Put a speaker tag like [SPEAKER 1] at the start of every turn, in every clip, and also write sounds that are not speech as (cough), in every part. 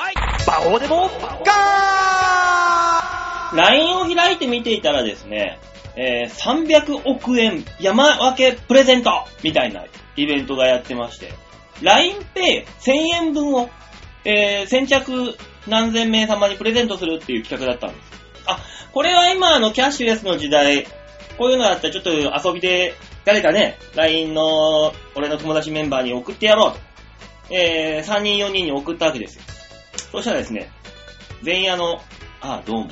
[SPEAKER 1] ここでも、ガー
[SPEAKER 2] LINE を開いて見ていたらですね、えー、300億円山分けプレゼントみたいなイベントがやってまして、LINEPay1000 円分を、えー、先着何千名様にプレゼントするっていう企画だったんです。あ、これは今あのキャッシュレスの時代、こういうのだったらちょっと遊びで誰かね、LINE の俺の友達メンバーに送ってやろうと。えー、3人4人に送ったわけですよ。そしたらですね、前夜の、あ、どうも。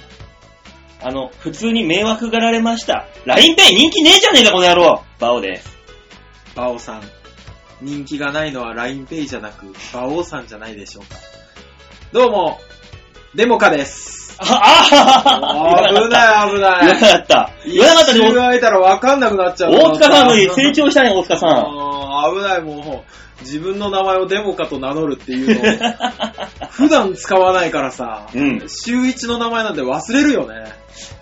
[SPEAKER 2] あの、普通に迷惑がられました。LINEPay 人気ねえじゃねえか、この野郎バオです。
[SPEAKER 3] バオさん。人気がないのは LINEPay じゃなく、バオさんじゃないでしょうか。どうも、デモカです。
[SPEAKER 2] あ、あ
[SPEAKER 3] 危ない危
[SPEAKER 2] 言わな
[SPEAKER 3] ない。
[SPEAKER 2] かった。
[SPEAKER 3] 一
[SPEAKER 2] 言わなかった
[SPEAKER 3] 瞬
[SPEAKER 2] ね。
[SPEAKER 3] 会えたらわかんなくなっちゃう。
[SPEAKER 2] 大塚さんのに成長したね、大塚さん。
[SPEAKER 3] あー危ない、もう、自分の名前をデモカと名乗るっていうの
[SPEAKER 2] (laughs)
[SPEAKER 3] を、普段使わないからさ、
[SPEAKER 2] うん
[SPEAKER 3] 週一の名前なんて忘れるよね。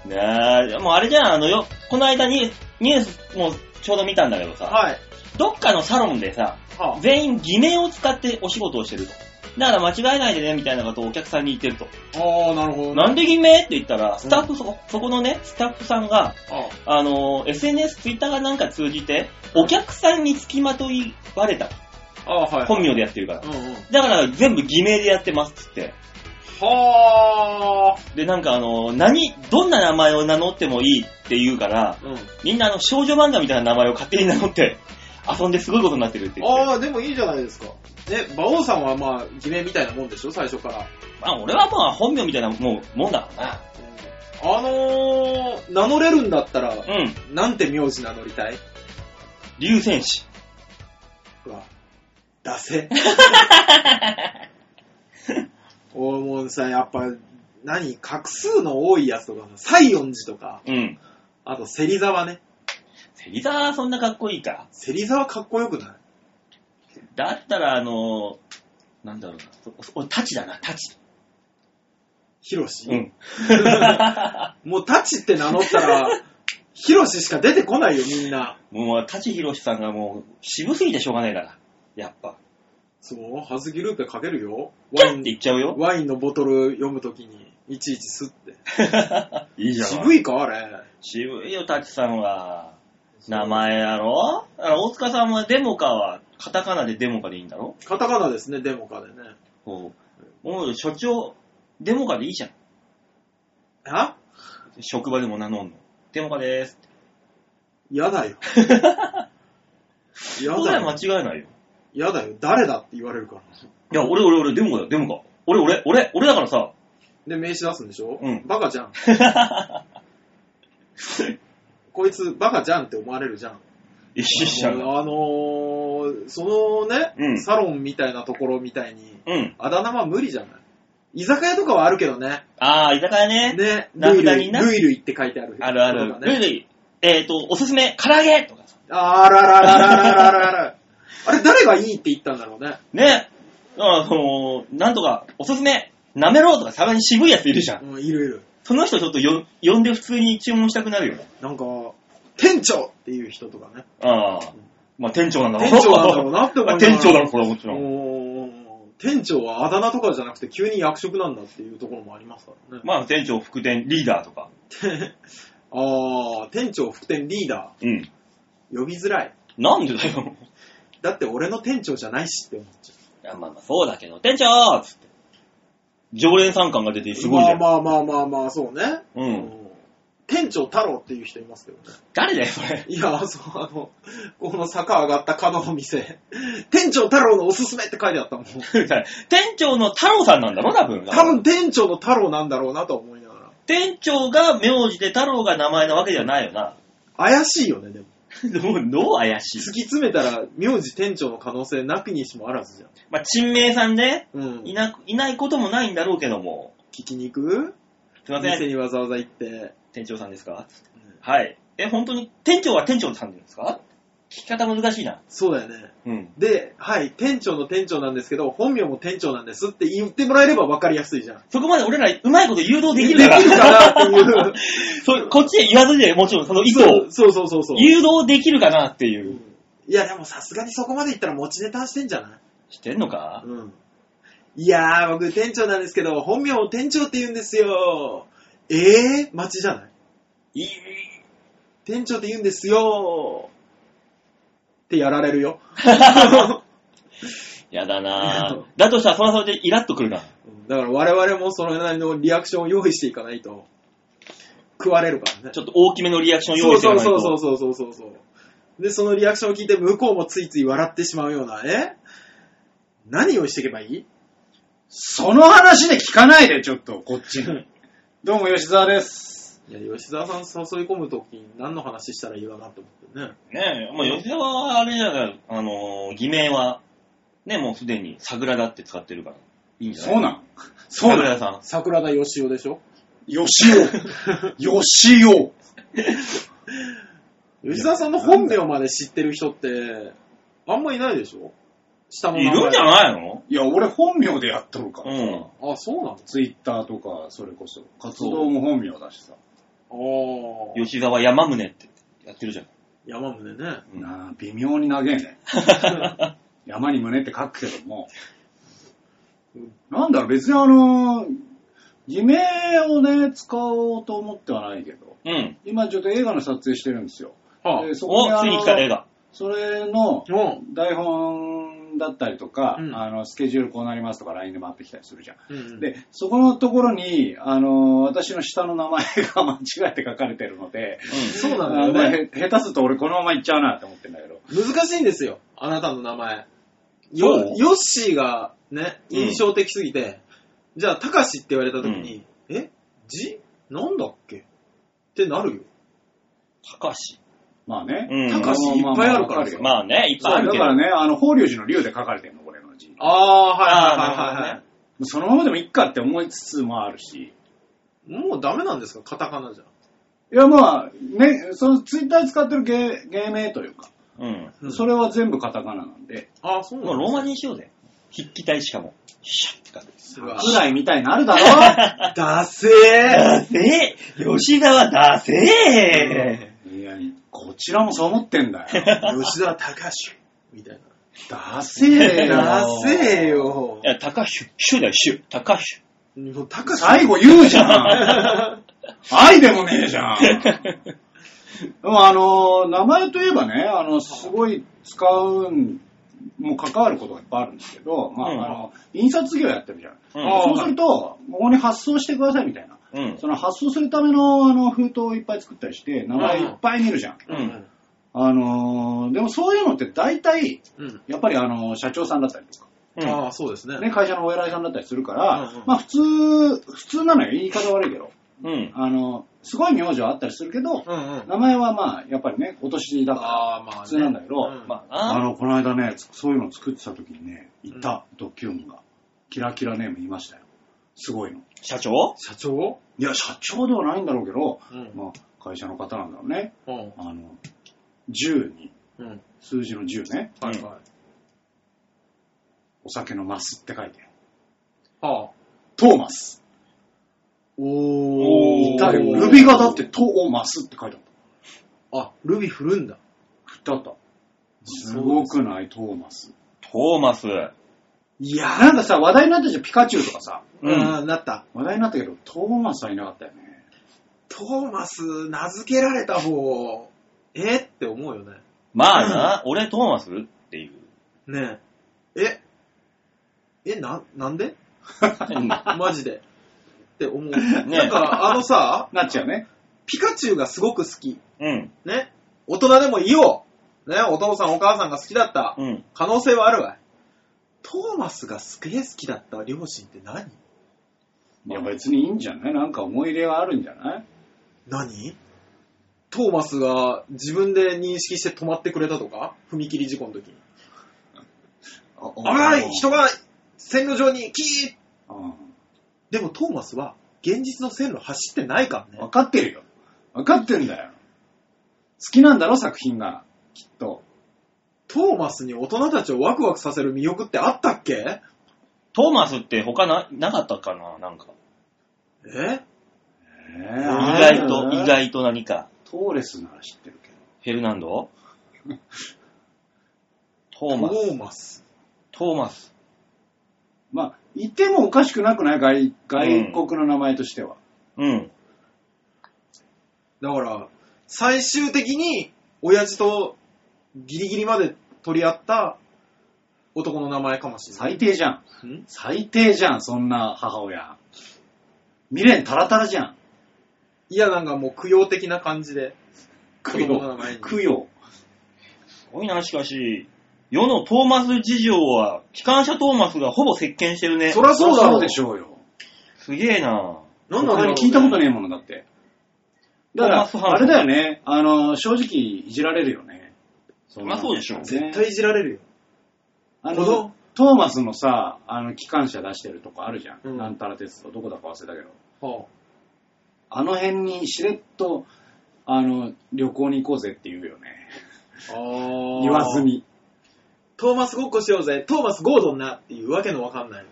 [SPEAKER 2] ねえ、もうあれじゃん、あのよ、この間にニュースもちょうど見たんだけどさ、
[SPEAKER 3] はい。
[SPEAKER 2] どっかのサロンでさ、
[SPEAKER 3] は
[SPEAKER 2] 全員偽名を使ってお仕事をしてると。だから間違えないでね、みたいなことをお客さんに言ってると。
[SPEAKER 3] あ、あーなるほどね。
[SPEAKER 2] なんで偽名って言ったら、スタッフそこ、そこのね、スタッフさんが、
[SPEAKER 3] あ
[SPEAKER 2] あの、SNS、Twitter がなんか通じて、お客さんにつきまといわれた。
[SPEAKER 3] あー、はい。
[SPEAKER 2] 本名でやってるから。
[SPEAKER 3] うんうん。
[SPEAKER 2] だから全部偽名でやってますっつって。
[SPEAKER 3] は
[SPEAKER 2] で、なんかあの、何、どんな名前を名乗ってもいいって言うから、
[SPEAKER 3] あ。うん。
[SPEAKER 2] みんなあの少女漫画みたいな名前を勝手に名乗って、遊んですごいことになってるって言って。
[SPEAKER 3] ああ、でもいいじゃないですか。え、馬王さんはまあ、偽名みたいなもんでしょ、最初から。
[SPEAKER 2] まあ俺はまあ本名みたいなもうもんだから
[SPEAKER 3] あのー、名乗れるんだったら、
[SPEAKER 2] な。うん。
[SPEAKER 3] なんて名字名乗りたい
[SPEAKER 2] 竜戦士。
[SPEAKER 3] うわ、出 (laughs) せ。おいもうさ、やっぱ、何画数の多いやつとかさ、西園寺とか、
[SPEAKER 2] うん。
[SPEAKER 3] あと芹沢ね。
[SPEAKER 2] 芹沢はそんなかっこいいか。
[SPEAKER 3] 芹沢かっこよくない
[SPEAKER 2] だったらあの、なんだろうな。そ俺、タチだな、タチ。
[SPEAKER 3] ヒロシ。
[SPEAKER 2] うん。
[SPEAKER 3] もうタチって名乗った (laughs) ら、ヒロシしか出てこないよ、みんな。
[SPEAKER 2] もう、舘ひろしさんがもう、渋すぎてしょうがないから。やっぱ。
[SPEAKER 3] そう、ハズキルーペかけるよ。
[SPEAKER 2] キ
[SPEAKER 3] ワ
[SPEAKER 2] ャ
[SPEAKER 3] イ
[SPEAKER 2] ンっ
[SPEAKER 3] ン
[SPEAKER 2] て言っちゃうよ。
[SPEAKER 3] ワインのボトル読むときに、いちいち吸って。
[SPEAKER 2] (laughs) いい
[SPEAKER 3] 渋
[SPEAKER 2] い。
[SPEAKER 3] いか、あれ。
[SPEAKER 2] 渋いよ、舘さんは。名前やろだから大塚さんはデモカは、カタカナでデモカでいいんだろ
[SPEAKER 3] カタカナですね、デモカでね。
[SPEAKER 2] こう。もう、所長、デモカでいいじゃん。
[SPEAKER 3] あ
[SPEAKER 2] 職場でも名乗んの。デモカでーす。
[SPEAKER 3] 嫌
[SPEAKER 2] (laughs)
[SPEAKER 3] だよ。嫌
[SPEAKER 2] それは
[SPEAKER 3] だよ。
[SPEAKER 2] 間違いないよ。
[SPEAKER 3] 嫌だよ。誰だって言われるから。
[SPEAKER 2] いや、俺、俺、俺、デモカだよ、デモカ。俺、俺、俺、俺だから (laughs) さ。
[SPEAKER 3] で、名刺出すんでしょ
[SPEAKER 2] うん
[SPEAKER 3] バカじゃん。こいつ、バカじゃんって思われる
[SPEAKER 2] (laughs)
[SPEAKER 3] じゃん。
[SPEAKER 2] 一緒に
[SPEAKER 3] あのー、そのね、
[SPEAKER 2] うん
[SPEAKER 3] サロンみたいなところみたいに、
[SPEAKER 2] うん。
[SPEAKER 3] あだ名は無理じゃない居酒屋とかはあるけどね。
[SPEAKER 2] あー、居酒屋ね。
[SPEAKER 3] ね、
[SPEAKER 2] 名
[SPEAKER 3] ルイ
[SPEAKER 2] 札
[SPEAKER 3] ルイ、
[SPEAKER 2] にな
[SPEAKER 3] ルイルイって書いてある。
[SPEAKER 2] あるあ
[SPEAKER 3] と
[SPEAKER 2] る
[SPEAKER 3] か。ね
[SPEAKER 2] ルイルイ、えっ、と、おすすめ、唐揚げとかさ。
[SPEAKER 3] あららららららら
[SPEAKER 2] (laughs)
[SPEAKER 3] ら。あれ、誰がいいって言ったんだろうね。
[SPEAKER 2] ね。だから、その、なんとか、おすすめ、なめろうとか、さらに渋いやついるじゃん。
[SPEAKER 3] うん、いるいる。
[SPEAKER 2] その人ちょっとよ呼んで普通に注文したくなるよね。
[SPEAKER 3] なんか、店長っていう人とかね。
[SPEAKER 2] ああ。まあ、店長なんだろう
[SPEAKER 3] 店長なんだろ
[SPEAKER 2] (laughs)
[SPEAKER 3] うなって思い
[SPEAKER 2] あ
[SPEAKER 3] ながら
[SPEAKER 2] 店長だろ、これはもちろん。
[SPEAKER 3] おー店長はあだ名とかじゃなくて急に役職なんだっていうところもありますからね。 (laughs)
[SPEAKER 2] まあ、店長、副店、リーダーとか。
[SPEAKER 3] あー、店長、副店、リーダ
[SPEAKER 2] うん。
[SPEAKER 3] ー。呼びづらい。
[SPEAKER 2] なんでだよ。
[SPEAKER 3] だって俺の店長じゃないしって思っちゃ
[SPEAKER 2] いや、まあまあ、そうだけど、店長つって。常連さん感が出て
[SPEAKER 3] う。
[SPEAKER 2] すごいじゃん。
[SPEAKER 3] まあまあまあまあまあ、そうね。
[SPEAKER 2] う。。
[SPEAKER 3] うん店長太郎っていう人いますけどね。
[SPEAKER 2] 誰だよ、それ。 (laughs)
[SPEAKER 3] いや、そう、あの、この坂上がった角の店、店長太郎のおすすめって書いてあったもん。
[SPEAKER 2] 店長の太郎さんなんだろ、多分。
[SPEAKER 3] 多分店長の太郎なんだろうなとは思いながら。
[SPEAKER 2] 店長が名字で太郎が名前なわけじゃないよ (laughs) な。
[SPEAKER 3] 怪しいよね、でも。
[SPEAKER 2] もう、どう怪しい
[SPEAKER 3] 突。き詰めたら、名字店長の可能性なきにしもあらずじゃん。
[SPEAKER 2] まあ、陳明さんで、
[SPEAKER 3] うん。
[SPEAKER 2] いな、いないこともないんだろうけども。
[SPEAKER 3] 聞きに行く
[SPEAKER 2] すいませ
[SPEAKER 3] 店
[SPEAKER 2] ん、
[SPEAKER 3] にわざわざ行って。
[SPEAKER 2] 店長さんですかはい。え、本当に、店長は店長さんですか聞き方難しいな。
[SPEAKER 3] そうだよね。
[SPEAKER 2] うん。
[SPEAKER 3] で、はい、店長の店長なんですけど、本名も店長なんですって言ってもらえれば分かりやすいじゃん。
[SPEAKER 2] そこまで俺ら、うまいこと誘導で
[SPEAKER 3] で
[SPEAKER 2] き
[SPEAKER 3] き
[SPEAKER 2] る
[SPEAKER 3] る
[SPEAKER 2] から。
[SPEAKER 3] かなっていう。
[SPEAKER 2] (laughs) そうこっちへ言わずで、もちろんその (laughs) 意図を
[SPEAKER 3] そうそうそうそう。
[SPEAKER 2] 誘導できるかなっていうう。
[SPEAKER 3] んいや、でもさすがにそこまで行ったら持ちネタしてんじゃない
[SPEAKER 2] してんのか
[SPEAKER 3] うん。いやー、僕店長なんですけど、本名を店長って言うんですよ。えー、町じゃない
[SPEAKER 2] (laughs) いい、
[SPEAKER 3] 店長って言うんですよ。ってやられるよ。
[SPEAKER 2] やだなぁ。だとしたらそらそれでイラッとくるな。
[SPEAKER 3] だから我々もそれなりのリアクションを用意していかないと、食われるからね。
[SPEAKER 2] ちょっと大きめのリアクション用意してもらえ
[SPEAKER 3] そうそ
[SPEAKER 2] と。
[SPEAKER 3] うそうそうそうそうそう。で、そのリアクションを聞いて向こうもついつい笑ってしまうような、え何用意していけばいい
[SPEAKER 1] その話で聞かないで、ちょっと、こっちに。どうも、吉沢です。
[SPEAKER 3] いや、吉沢さん誘い込むときに何の話したらいいかなと思ってね。
[SPEAKER 2] ねえ、まあ吉沢はあれじゃない、あのー偽名は、ね、もうすでに桜だって使ってるから。いいんじゃない
[SPEAKER 1] そうなんそう
[SPEAKER 2] 桜
[SPEAKER 1] な
[SPEAKER 2] (laughs) 田さん。
[SPEAKER 3] 桜田義雄でしょ
[SPEAKER 1] 吉
[SPEAKER 2] (laughs)
[SPEAKER 1] 尾。吉尾。
[SPEAKER 3] 吉沢さんの本名まで知ってる人って、あんまいないでしょ下の
[SPEAKER 2] いるんじゃ
[SPEAKER 3] い
[SPEAKER 2] ないの
[SPEAKER 1] いや、俺本名でやっとるから。
[SPEAKER 2] うん。
[SPEAKER 3] あ、そうな
[SPEAKER 1] ツイッターとか、それこそ。活動も本名だしさ。
[SPEAKER 3] のああ。
[SPEAKER 2] 吉沢山宗ってやってるじゃん。
[SPEAKER 3] 山宗ね。
[SPEAKER 2] うん
[SPEAKER 1] なあ、微妙に長えね。
[SPEAKER 2] (laughs)
[SPEAKER 1] 山に胸って書くけども。なんだろう、別にあの、偽名をね、使おうと思ってはないけど。
[SPEAKER 2] うん。
[SPEAKER 1] 今ちょっと映画の撮影してるんですよ。
[SPEAKER 3] はあ
[SPEAKER 1] でそこ
[SPEAKER 2] お、
[SPEAKER 1] にあ
[SPEAKER 2] ついに来た映
[SPEAKER 1] の、
[SPEAKER 2] 画。
[SPEAKER 1] それの
[SPEAKER 3] うん。
[SPEAKER 1] 台本だったりとか、
[SPEAKER 3] うん
[SPEAKER 1] あの、スケジュールこうなりますとか LINE で回ってきたりするじゃん。
[SPEAKER 3] うん、
[SPEAKER 1] で、そこのところに、あの、私の下の名前が間違えて書かれてるので、
[SPEAKER 3] そう
[SPEAKER 1] あ
[SPEAKER 3] なん
[SPEAKER 1] の
[SPEAKER 3] だよね。
[SPEAKER 1] へ下手すると俺このまま行っちゃうなって思ってんだけど。
[SPEAKER 3] 難しいんですよ。あなたの名前。
[SPEAKER 2] そ
[SPEAKER 3] よ
[SPEAKER 2] う、
[SPEAKER 3] ヨッシーがね、
[SPEAKER 2] うん
[SPEAKER 3] 印象的すぎて、じゃあ、たかしって言われたときに、えじなんだっけってなるよ。
[SPEAKER 2] たかし。
[SPEAKER 1] まあね。
[SPEAKER 2] うん
[SPEAKER 1] 高橋いっぱいあるからさ
[SPEAKER 2] まあね、いっぱい
[SPEAKER 1] そ
[SPEAKER 2] あ
[SPEAKER 1] う
[SPEAKER 2] る
[SPEAKER 1] だ
[SPEAKER 2] け
[SPEAKER 1] か
[SPEAKER 2] ど。
[SPEAKER 1] らね、あの、法隆寺の竜で書かれてるの、俺の字。
[SPEAKER 3] あー、はいはいはい
[SPEAKER 2] あーな
[SPEAKER 3] は
[SPEAKER 2] るほ
[SPEAKER 1] そのままでもいっかって思いつつもあるし。
[SPEAKER 3] いはい。もうダメなんですかカタカナじゃ。
[SPEAKER 1] いや、まあ、ね、そのツイッター使ってる芸芸名というか、
[SPEAKER 2] うん。
[SPEAKER 3] うん
[SPEAKER 1] それは全部カタカナなんで、
[SPEAKER 3] あー、そう
[SPEAKER 2] も
[SPEAKER 3] な
[SPEAKER 2] うんロー
[SPEAKER 3] だ。
[SPEAKER 2] マ字にしようぜ。筆記体しかも。シャッて書く。
[SPEAKER 3] うわ
[SPEAKER 1] ぐらいみたいになるだろ
[SPEAKER 3] ダセー
[SPEAKER 2] だせえ吉沢だせえ
[SPEAKER 1] いや、こちらもそう思ってんだよ。
[SPEAKER 2] (laughs)
[SPEAKER 3] 吉田隆みたい
[SPEAKER 1] ダセーよ。
[SPEAKER 3] な。ダセー。よ
[SPEAKER 2] い。や、高橋、シュだよ、シュ。高橋。
[SPEAKER 3] もう隆
[SPEAKER 1] 最後言うじゃん。愛でもねえじゃん。でもあの、名前といえばね、あの、すごい使うん、もう関わることがいっぱいあるんですけど、ま
[SPEAKER 2] うん
[SPEAKER 1] あ、あの、印刷業やってるじゃん。
[SPEAKER 2] うん
[SPEAKER 1] そうすると、ここに発送してくださいみたいな。
[SPEAKER 2] うん。
[SPEAKER 1] その発送するためのあの封筒をいっぱい作ったりして、名前いっぱい見るじゃん。
[SPEAKER 2] う
[SPEAKER 3] うんん。
[SPEAKER 1] あのーでもそういうのって大体、
[SPEAKER 3] うん。
[SPEAKER 1] やっぱりあの、社長さんだったりとか、
[SPEAKER 2] うん
[SPEAKER 3] ああ、そうですね。
[SPEAKER 1] ね、会社のお偉いさんだったりするから、
[SPEAKER 3] うんうん
[SPEAKER 1] まあ普通、普通なのよ。言い方悪いけど。
[SPEAKER 2] うん。
[SPEAKER 1] あの、すごい名字はあったりするけど、
[SPEAKER 3] うんうん。
[SPEAKER 1] 名前はまあ、やっぱりね、お年だから、
[SPEAKER 3] ああ、まあ、ね。
[SPEAKER 1] 普通なんだけど
[SPEAKER 3] うん
[SPEAKER 2] ま
[SPEAKER 1] あ
[SPEAKER 2] あな。
[SPEAKER 1] の、この間ね、つそういうの作ってた時にね、いた、ドキュンが、キラキラネームいましたよ。すごいの。
[SPEAKER 2] 社長
[SPEAKER 3] 社長
[SPEAKER 1] いや、社長ではないんだろうけど、
[SPEAKER 3] うん。
[SPEAKER 1] まあ、会社の方なんだろうね。
[SPEAKER 3] うん。
[SPEAKER 1] あの、10に、
[SPEAKER 3] うん。
[SPEAKER 1] 数字の10ね、
[SPEAKER 3] はいはい。
[SPEAKER 1] お酒のマスって書いてある。
[SPEAKER 3] はあ。
[SPEAKER 1] トーマス。
[SPEAKER 3] お
[SPEAKER 2] ー
[SPEAKER 1] い
[SPEAKER 3] い
[SPEAKER 1] た
[SPEAKER 3] た
[SPEAKER 1] よ。
[SPEAKER 3] よ。
[SPEAKER 1] ル
[SPEAKER 3] ル
[SPEAKER 1] ビ
[SPEAKER 3] ビ
[SPEAKER 1] が
[SPEAKER 3] が
[SPEAKER 1] だ
[SPEAKER 3] だ
[SPEAKER 1] っ
[SPEAKER 3] ってて。
[SPEAKER 1] トーマスって書いてあった。
[SPEAKER 3] あ、ルビ振るんだ。
[SPEAKER 1] 振ってあった。すごくないトーマス。
[SPEAKER 2] トーマス。
[SPEAKER 3] いや
[SPEAKER 1] なんかさ、話題になったじゃん、ピカチュウとかさ。
[SPEAKER 2] うん
[SPEAKER 3] あーなった。
[SPEAKER 1] 話題になったけど、トーマスはいなかったよね。
[SPEAKER 3] トーマス、名付けられた方、えって思うよね。
[SPEAKER 2] まあな、俺トーマスっていう。
[SPEAKER 3] ねえ。え、え、な、なんで (laughs) マジで。って思う。なんか、あのさ、
[SPEAKER 1] なっちゃうね。
[SPEAKER 3] ピカチュウがすごく好き。
[SPEAKER 2] うん。
[SPEAKER 3] ね。大人でもいいよ。ね、お父さんお母さんが好きだった。
[SPEAKER 2] うん。
[SPEAKER 3] 可能性はあるわい。トーマスがすげえ好きだった両親って何
[SPEAKER 1] いや別にいいんじゃないなんか思い入れはあるんじゃない
[SPEAKER 3] 何トーマスが自分で認識して止まってくれたとか踏切事故の時に。危ない人が線路上にキー
[SPEAKER 1] うん
[SPEAKER 3] でもトーマスは現実の線路走ってないからね
[SPEAKER 1] 分。かってるよ。分かってんだよ。好きなんだろ作品が。きっと。
[SPEAKER 3] トーマスに大人たちをワクワクさせる魅力ってあったっけ
[SPEAKER 2] トーマスって他な、なかったかななんか。
[SPEAKER 3] え
[SPEAKER 1] 意
[SPEAKER 2] 意外と、意。外と何か。
[SPEAKER 1] トーレスなら知ってるけど。
[SPEAKER 2] フェルナンドト
[SPEAKER 3] ト
[SPEAKER 2] ーマス。
[SPEAKER 3] ーマス。
[SPEAKER 2] トーマス。
[SPEAKER 1] まあ、いてもおかしくなくない外外国の名前としては。
[SPEAKER 2] うん。
[SPEAKER 3] だから、最終的に、親父とギリギリまで取り合った男の名前かもしれない。
[SPEAKER 1] 最低じゃん。
[SPEAKER 3] ん
[SPEAKER 1] 最低じゃん、そんな母親。未練タラタラじゃん。
[SPEAKER 3] いや、なんかもう供養的な感じで。
[SPEAKER 1] 供
[SPEAKER 3] 子供の名
[SPEAKER 1] 養
[SPEAKER 3] 前に。
[SPEAKER 1] 供養。
[SPEAKER 2] すごいな、しかし。世のトーマス事情は、機関車トーマスがほぼ席巻してるね
[SPEAKER 3] そ。らそうだろ
[SPEAKER 1] でしょうよ。
[SPEAKER 2] すげえな。
[SPEAKER 3] なんだ
[SPEAKER 1] 他
[SPEAKER 3] ろう、
[SPEAKER 1] に聞いたこと
[SPEAKER 3] ね
[SPEAKER 1] ねえものだって。だから、
[SPEAKER 2] トーマスハン
[SPEAKER 1] あれだよね。あの、正直、いじられるよね。
[SPEAKER 2] そりゃそうでしょ。
[SPEAKER 1] 絶
[SPEAKER 3] 絶対いじられるよ。
[SPEAKER 1] あ
[SPEAKER 3] 子
[SPEAKER 1] の
[SPEAKER 3] 供、
[SPEAKER 1] トーマスのさ、あの、機関車出してるとこあるじゃん。
[SPEAKER 3] うん
[SPEAKER 1] なんたら鉄道、どこだか忘れたけど。
[SPEAKER 3] は
[SPEAKER 1] あの辺にしれっと、あの、旅行に行こうぜって言うよね。
[SPEAKER 3] あ、あ
[SPEAKER 1] 言わず。に。
[SPEAKER 3] トーマスごっこしようぜ。トーマスゴードンなっていうわけのわかんない。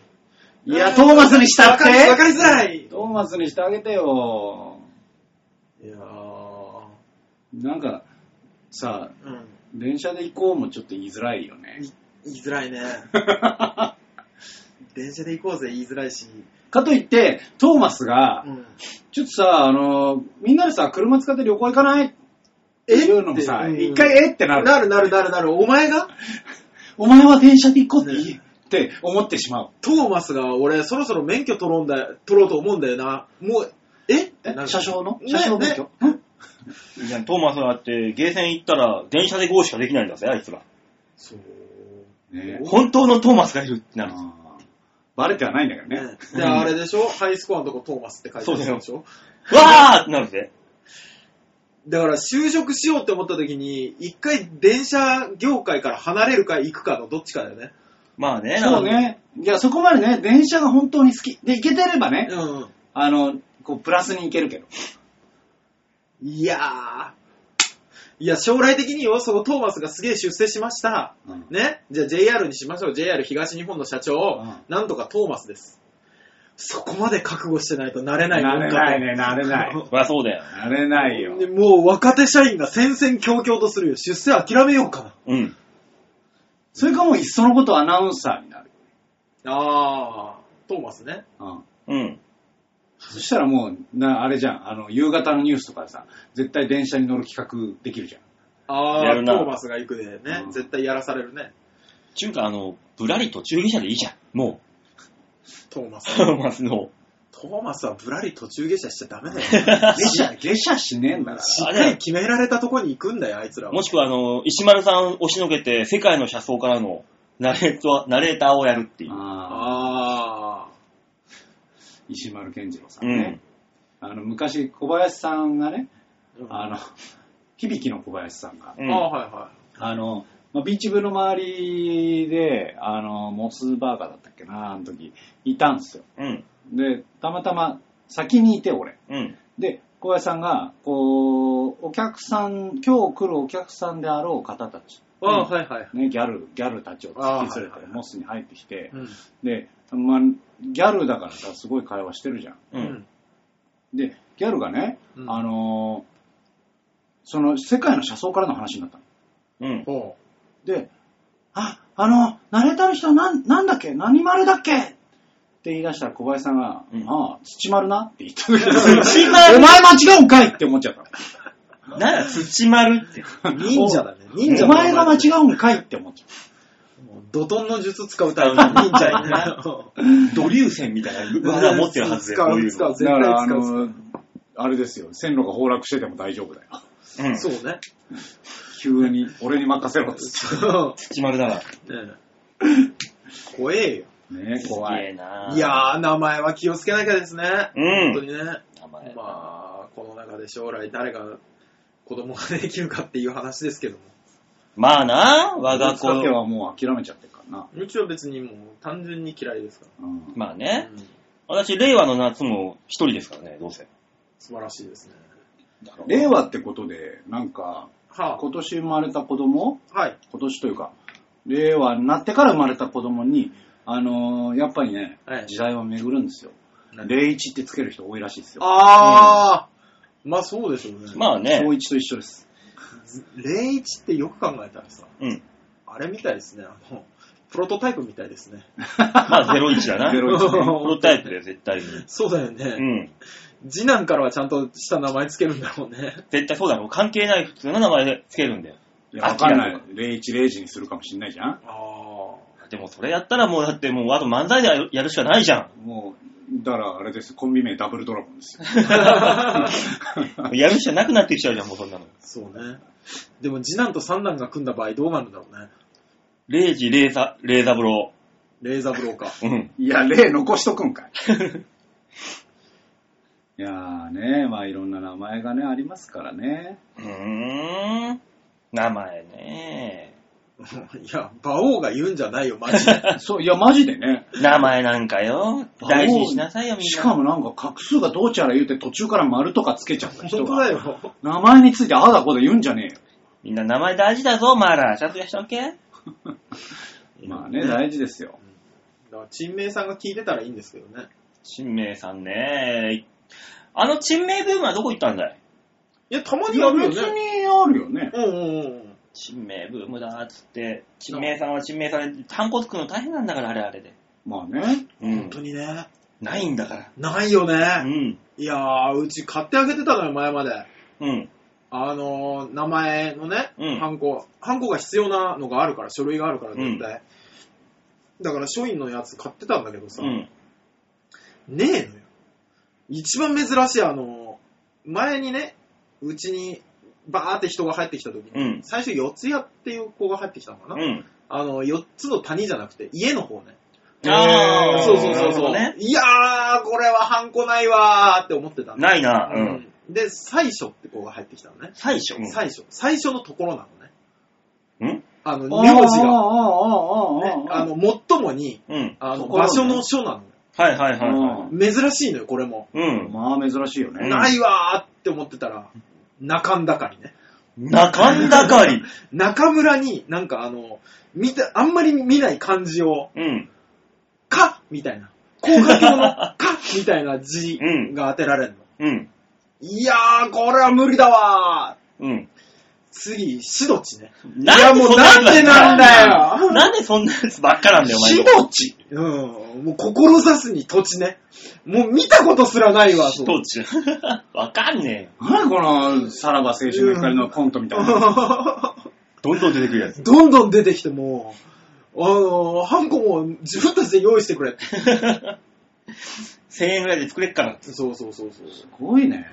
[SPEAKER 1] いや、トーマスにした
[SPEAKER 3] わ
[SPEAKER 1] っ
[SPEAKER 3] かりわか
[SPEAKER 1] て
[SPEAKER 3] りづらい
[SPEAKER 1] トーマスにしてあげてよ。
[SPEAKER 3] いやー
[SPEAKER 1] なんか、さ、
[SPEAKER 3] うん。
[SPEAKER 1] 電車で行こうもちょっと言いづらいよね。
[SPEAKER 3] 言いづらいね。
[SPEAKER 1] (laughs)
[SPEAKER 3] 電車で行こうぜ、言いづらいし。
[SPEAKER 1] かといって、トーマスが、
[SPEAKER 3] うん。
[SPEAKER 1] ちょっとさ、あの、みんなでさ、車使って旅行行かないっていうのもさ、
[SPEAKER 3] えって
[SPEAKER 1] 一回えってなる。
[SPEAKER 3] なるなるなるなる。お前が
[SPEAKER 1] お前は電車で行こうって言えって思ってしまう。
[SPEAKER 3] トーマスが俺、そろそろ免許取ろうんだ取ろうと思うんだよな。もう、え
[SPEAKER 1] え
[SPEAKER 3] なる
[SPEAKER 1] 車掌の
[SPEAKER 3] ね
[SPEAKER 1] 車掌免許
[SPEAKER 3] ね、
[SPEAKER 1] うん
[SPEAKER 2] いいじゃん、トーマスがあって、ゲーセン行ったら、電車でゴーしかできないんだぜ、あいつが。
[SPEAKER 3] そう。
[SPEAKER 1] ね
[SPEAKER 2] 本当のトーマスがいるってなる。
[SPEAKER 1] あーバレてはないんだけどね。
[SPEAKER 3] ねで、あれでしょハイスコアのとこトーマスって書いてあるでしょ
[SPEAKER 2] (laughs) わーってなるぜ。
[SPEAKER 3] だから就職しようって思った時に、一回電車業界から離れるか行くかのどっちかだよね。
[SPEAKER 2] まあね、
[SPEAKER 1] そうね。いや、そこまでね、電車が本当に好き。で、行けてればね、
[SPEAKER 3] うん。
[SPEAKER 1] あの、こう、プラスに行けるけど。
[SPEAKER 3] いやー。いや、将来的によ、そのトーマスがすげえ出世しました。
[SPEAKER 1] うん
[SPEAKER 3] ね。じゃあ JR にしましょう。JR 東日本の社長、
[SPEAKER 1] うん
[SPEAKER 3] なんとかトーマスです。そこまで覚悟してないとなれな
[SPEAKER 1] な
[SPEAKER 3] いもんか
[SPEAKER 1] れ
[SPEAKER 3] と
[SPEAKER 1] ないね、なれな
[SPEAKER 3] (laughs)
[SPEAKER 1] い。
[SPEAKER 2] なんか。まあそうだよ。
[SPEAKER 1] なれないよ。
[SPEAKER 3] でもう若手社員が戦々恐々とするよ。出世諦めようか
[SPEAKER 2] うん。
[SPEAKER 1] それかもういっそのことアナウンサーになる。
[SPEAKER 3] な。あー、トーマスね。
[SPEAKER 1] うん。
[SPEAKER 2] うん。
[SPEAKER 1] そしたらもう、な、あれじゃん、あの、夕方のニュースとかでさ、絶対電車に乗る企画できるじゃん。
[SPEAKER 3] あ
[SPEAKER 2] や
[SPEAKER 3] ー、
[SPEAKER 2] る
[SPEAKER 3] ト
[SPEAKER 2] な
[SPEAKER 3] ーマスが行くでね、
[SPEAKER 1] うん
[SPEAKER 3] 絶対やらされるね。
[SPEAKER 2] ちゅうか、あの、ぶらり途中下車でいいじゃん。も
[SPEAKER 3] トーマス
[SPEAKER 2] う、。ト (laughs) ーマスの。
[SPEAKER 3] トーマスはぶらり途中下車しちゃダメだよ。
[SPEAKER 1] 下車、下車しねえんだか
[SPEAKER 3] しっかり決められたとこに行くんだよ、あいつらは
[SPEAKER 2] も。しくは、あの、石丸さんを押しのけて、世界の車窓からのナレート、ナレーターをやるってい
[SPEAKER 1] ら。
[SPEAKER 2] う。
[SPEAKER 1] ああ。
[SPEAKER 3] あ
[SPEAKER 1] 石丸健二郎さ
[SPEAKER 2] うん
[SPEAKER 1] ね
[SPEAKER 2] ん。。
[SPEAKER 1] あの、昔、小林さんがね、
[SPEAKER 3] ー。
[SPEAKER 1] あの、響きの小林さんが、
[SPEAKER 2] うん
[SPEAKER 3] あーはいは
[SPEAKER 1] あの、まあ、ビーチ部の周りで、あの、モスバーガーだったっけな、あの時、いたんですよ。
[SPEAKER 2] うん。
[SPEAKER 1] で、たまたま先にいて、俺。
[SPEAKER 2] うん。
[SPEAKER 1] で、小林さんが、こう、お客さん、今日来るお客さんであろう方たち、
[SPEAKER 3] い。あー、はいはい。
[SPEAKER 1] ね、ギャル、ギャルたちを突き連れ
[SPEAKER 3] あーはい
[SPEAKER 1] て
[SPEAKER 3] は、い
[SPEAKER 1] モスに入ってきて、
[SPEAKER 3] うん。
[SPEAKER 1] で、まあ、ギャルだからさ、すごい会話してるじゃん。
[SPEAKER 2] う。
[SPEAKER 3] うんん。
[SPEAKER 1] で、ギャルがね、
[SPEAKER 3] うん
[SPEAKER 1] あのーその、世界の車窓からの話になったの。
[SPEAKER 2] うん。
[SPEAKER 3] ほ
[SPEAKER 1] で、あ、あの、ナレーターの人なん、なんだっけ何丸だっけって言い出したら小林さんが、
[SPEAKER 2] うん
[SPEAKER 1] ああ、土丸なって言った時にお前間違うんかいって思っちゃった。
[SPEAKER 2] なら、土丸って。
[SPEAKER 3] う。 (laughs) 忍者だね。忍者
[SPEAKER 1] お
[SPEAKER 3] の
[SPEAKER 1] 前が間違うんかいって思っちゃっ
[SPEAKER 3] もう怒涛の術使うタイプの忍者に (laughs) ね。
[SPEAKER 2] ドリューセンみたいな技持ってるはずだよ、
[SPEAKER 3] 使
[SPEAKER 2] こ
[SPEAKER 3] う
[SPEAKER 2] ういう
[SPEAKER 3] 使う
[SPEAKER 2] の。
[SPEAKER 1] た。
[SPEAKER 3] 絶対
[SPEAKER 1] だから、あ
[SPEAKER 3] 使う
[SPEAKER 1] の、あれですよ、線路が崩落してても大丈夫だよ。
[SPEAKER 2] うん。
[SPEAKER 3] そうね。 (laughs)
[SPEAKER 1] 急に、俺に任せろっつっ
[SPEAKER 3] そ
[SPEAKER 2] 土丸だわ。
[SPEAKER 3] う。ねえ怖えよ。
[SPEAKER 1] て。ねえ、怖
[SPEAKER 2] すげえ
[SPEAKER 1] い。
[SPEAKER 2] ない
[SPEAKER 3] やー、名前は気をつけなきゃですね。
[SPEAKER 2] うん
[SPEAKER 3] 本当にね。
[SPEAKER 2] 名前。
[SPEAKER 3] まあ、この中で将来誰が子供ができるかっていう話ですけども。
[SPEAKER 2] まあな、我が子。
[SPEAKER 1] だけはもう諦めちゃってるからな。
[SPEAKER 3] うちは別にもう単純に嫌いですか
[SPEAKER 1] うん
[SPEAKER 2] まあ
[SPEAKER 3] ら。
[SPEAKER 2] ね
[SPEAKER 3] う。ん
[SPEAKER 2] 私、令和の夏も一人ですからね、どうせ。
[SPEAKER 3] 素晴らしいですね。
[SPEAKER 1] 令和ってことで、なんか、
[SPEAKER 3] は
[SPEAKER 1] 今年生まれた子供
[SPEAKER 3] あ、はい。
[SPEAKER 1] 今年というか、令和になってから生まれた子供に、あのーやっぱりね、
[SPEAKER 3] はい
[SPEAKER 1] 時代は巡るんですよ。
[SPEAKER 3] 何
[SPEAKER 1] 零一ってつける人多いらしいですよ。
[SPEAKER 3] あー、まあそうでしょうね。
[SPEAKER 2] まあね
[SPEAKER 1] 小。一と一緒です。
[SPEAKER 3] 01ってよく考えたらさ、
[SPEAKER 2] うん。
[SPEAKER 3] あれみたいですね、あの、プロトタイプみたいですね。
[SPEAKER 2] まあ、01だな。プ
[SPEAKER 1] 01
[SPEAKER 2] ロタイプだよ、絶対に。
[SPEAKER 3] そうだよね、
[SPEAKER 2] うん。
[SPEAKER 3] 次男からはちゃんとした名前つけるんだろうね。
[SPEAKER 2] 絶対そうだろ。関係ない普通の名前でつけるんだよ。
[SPEAKER 1] いや、わかんな
[SPEAKER 2] 明
[SPEAKER 1] い。01、0時にするかもしんないじゃん。
[SPEAKER 3] あ
[SPEAKER 2] でもそれやったらもうだってもうあと漫才でやるしかないじゃん。
[SPEAKER 1] もう、だからあれです。コンビ名ダブルドラゴンですよ。 (laughs)
[SPEAKER 2] やるしかなくなってきちゃうじゃん、もうそんなの。
[SPEAKER 3] そうね。でも次男と三男が組んだ場合どうなるんだろうね。
[SPEAKER 2] レイジ、レーザ、レーザブロ
[SPEAKER 3] レーザーブローか。
[SPEAKER 2] ー。うん。
[SPEAKER 1] いや、例残しとくん (laughs) かい。いやーね、まあいろんな名前がね、ありますからね。
[SPEAKER 2] うーん。名前ね。
[SPEAKER 3] (laughs) いや、馬王が言うんじゃないよ、マジで。
[SPEAKER 1] (laughs) そう、いや、マジでね。
[SPEAKER 2] 名前なんかよ。大事にしなさいよ、みんな。
[SPEAKER 1] しかもなんか、画数がどうちゃら言うて途中から丸とかつけちゃった人
[SPEAKER 3] (laughs) 本当
[SPEAKER 1] が。
[SPEAKER 3] だよ。
[SPEAKER 1] 名前についてあだこだ言うんじゃねえよ。
[SPEAKER 2] みんな名前大事だぞ、マーラー。ちゃんとやしとけ。
[SPEAKER 1] (laughs) まあね、大事ですよ。
[SPEAKER 3] だから、陳明さんが聞いてたらいいんですけどね。
[SPEAKER 2] 陳明さんね。あの陳明ブームはどこ行ったんだい
[SPEAKER 3] いや、たま
[SPEAKER 1] い
[SPEAKER 3] にあ
[SPEAKER 1] や、
[SPEAKER 3] るよ
[SPEAKER 1] 別
[SPEAKER 3] ね。
[SPEAKER 1] にあるよね。
[SPEAKER 3] うんうんうん。
[SPEAKER 2] 陳明ブームだーっつって、陳明さんは陳明さんで、単語作るの大変なんだから、あれあれで。
[SPEAKER 1] まあね。
[SPEAKER 2] う
[SPEAKER 3] 本
[SPEAKER 2] ん
[SPEAKER 3] 当。にね。
[SPEAKER 2] ないんだか
[SPEAKER 3] ないよ
[SPEAKER 2] ら。う
[SPEAKER 3] ね。
[SPEAKER 2] ん。
[SPEAKER 3] いやー、うち買ってあげてたのよ、前まで。
[SPEAKER 2] うん。
[SPEAKER 3] あのー、名前のね、
[SPEAKER 2] うん
[SPEAKER 3] ハンコ。ハンコが必要なのがあるから、書類があるから、絶対。だから、書院のやつ買ってたんだけどさ、
[SPEAKER 2] うん。
[SPEAKER 3] ねえのよ。一番珍しい、あのー、前にね、うちに、バーって人が入ってきた時に、
[SPEAKER 2] うん。
[SPEAKER 3] 最初、四ツ谷っていう子が入ってきたのかな。
[SPEAKER 2] うん。
[SPEAKER 3] あの、4つの谷じゃなくて、家の方ね。
[SPEAKER 2] あー
[SPEAKER 3] そうそうそう
[SPEAKER 2] なるほ
[SPEAKER 3] そう。
[SPEAKER 2] どね
[SPEAKER 3] いやー、これはハンコないわーって思ってたの
[SPEAKER 2] ないな。う。
[SPEAKER 3] うんんで、最初って子が入ってきたのね。
[SPEAKER 2] 最初。
[SPEAKER 3] 最初。最初のところなのね。
[SPEAKER 2] ん
[SPEAKER 3] あの、
[SPEAKER 1] あ
[SPEAKER 3] 名字
[SPEAKER 1] あ
[SPEAKER 3] が。
[SPEAKER 1] あ
[SPEAKER 3] ね、
[SPEAKER 1] あああああ
[SPEAKER 3] あの、最もに、
[SPEAKER 2] うん。
[SPEAKER 3] あの、
[SPEAKER 1] ところね
[SPEAKER 3] 場所の書なのよ。
[SPEAKER 2] はいはいはいは
[SPEAKER 1] う
[SPEAKER 3] 珍しいのよ、これも。
[SPEAKER 2] い。うん。
[SPEAKER 1] まあ珍しいよね。
[SPEAKER 3] ないわーって思ってたら、中んだかりね。
[SPEAKER 2] 中んだかり。
[SPEAKER 3] 中村になんかあの、見た、あんまり見ない感じを、
[SPEAKER 2] (laughs) うん。
[SPEAKER 3] かみたいな。高
[SPEAKER 2] (laughs)
[SPEAKER 3] 架橋のかみたいな字が当てられるの。
[SPEAKER 2] うん。
[SPEAKER 3] いやー、これは無理だわー。
[SPEAKER 2] うん。
[SPEAKER 3] 次、シドチね。
[SPEAKER 2] ない
[SPEAKER 3] や、もうなんでなんだ
[SPEAKER 2] (laughs)
[SPEAKER 3] よ。
[SPEAKER 2] なんでそんなやつばっかなんだよ、お前
[SPEAKER 1] し
[SPEAKER 2] の。
[SPEAKER 1] ぼち
[SPEAKER 3] うん、もう志すに土地ね。もう見たことすらないわ、
[SPEAKER 2] し
[SPEAKER 3] そう
[SPEAKER 2] ぼち。 (laughs) わかんねえよ。
[SPEAKER 1] 何この、さらば青春の光のコントみたいな。
[SPEAKER 2] どんどん出てくるやつ。
[SPEAKER 3] (laughs) どんどん出てきてもう、あのー、ハンコも自分たちで用意してくれ。
[SPEAKER 2] (laughs) 1000円ぐらいで作れっから。
[SPEAKER 3] そうそうそうそう。
[SPEAKER 1] すごいね。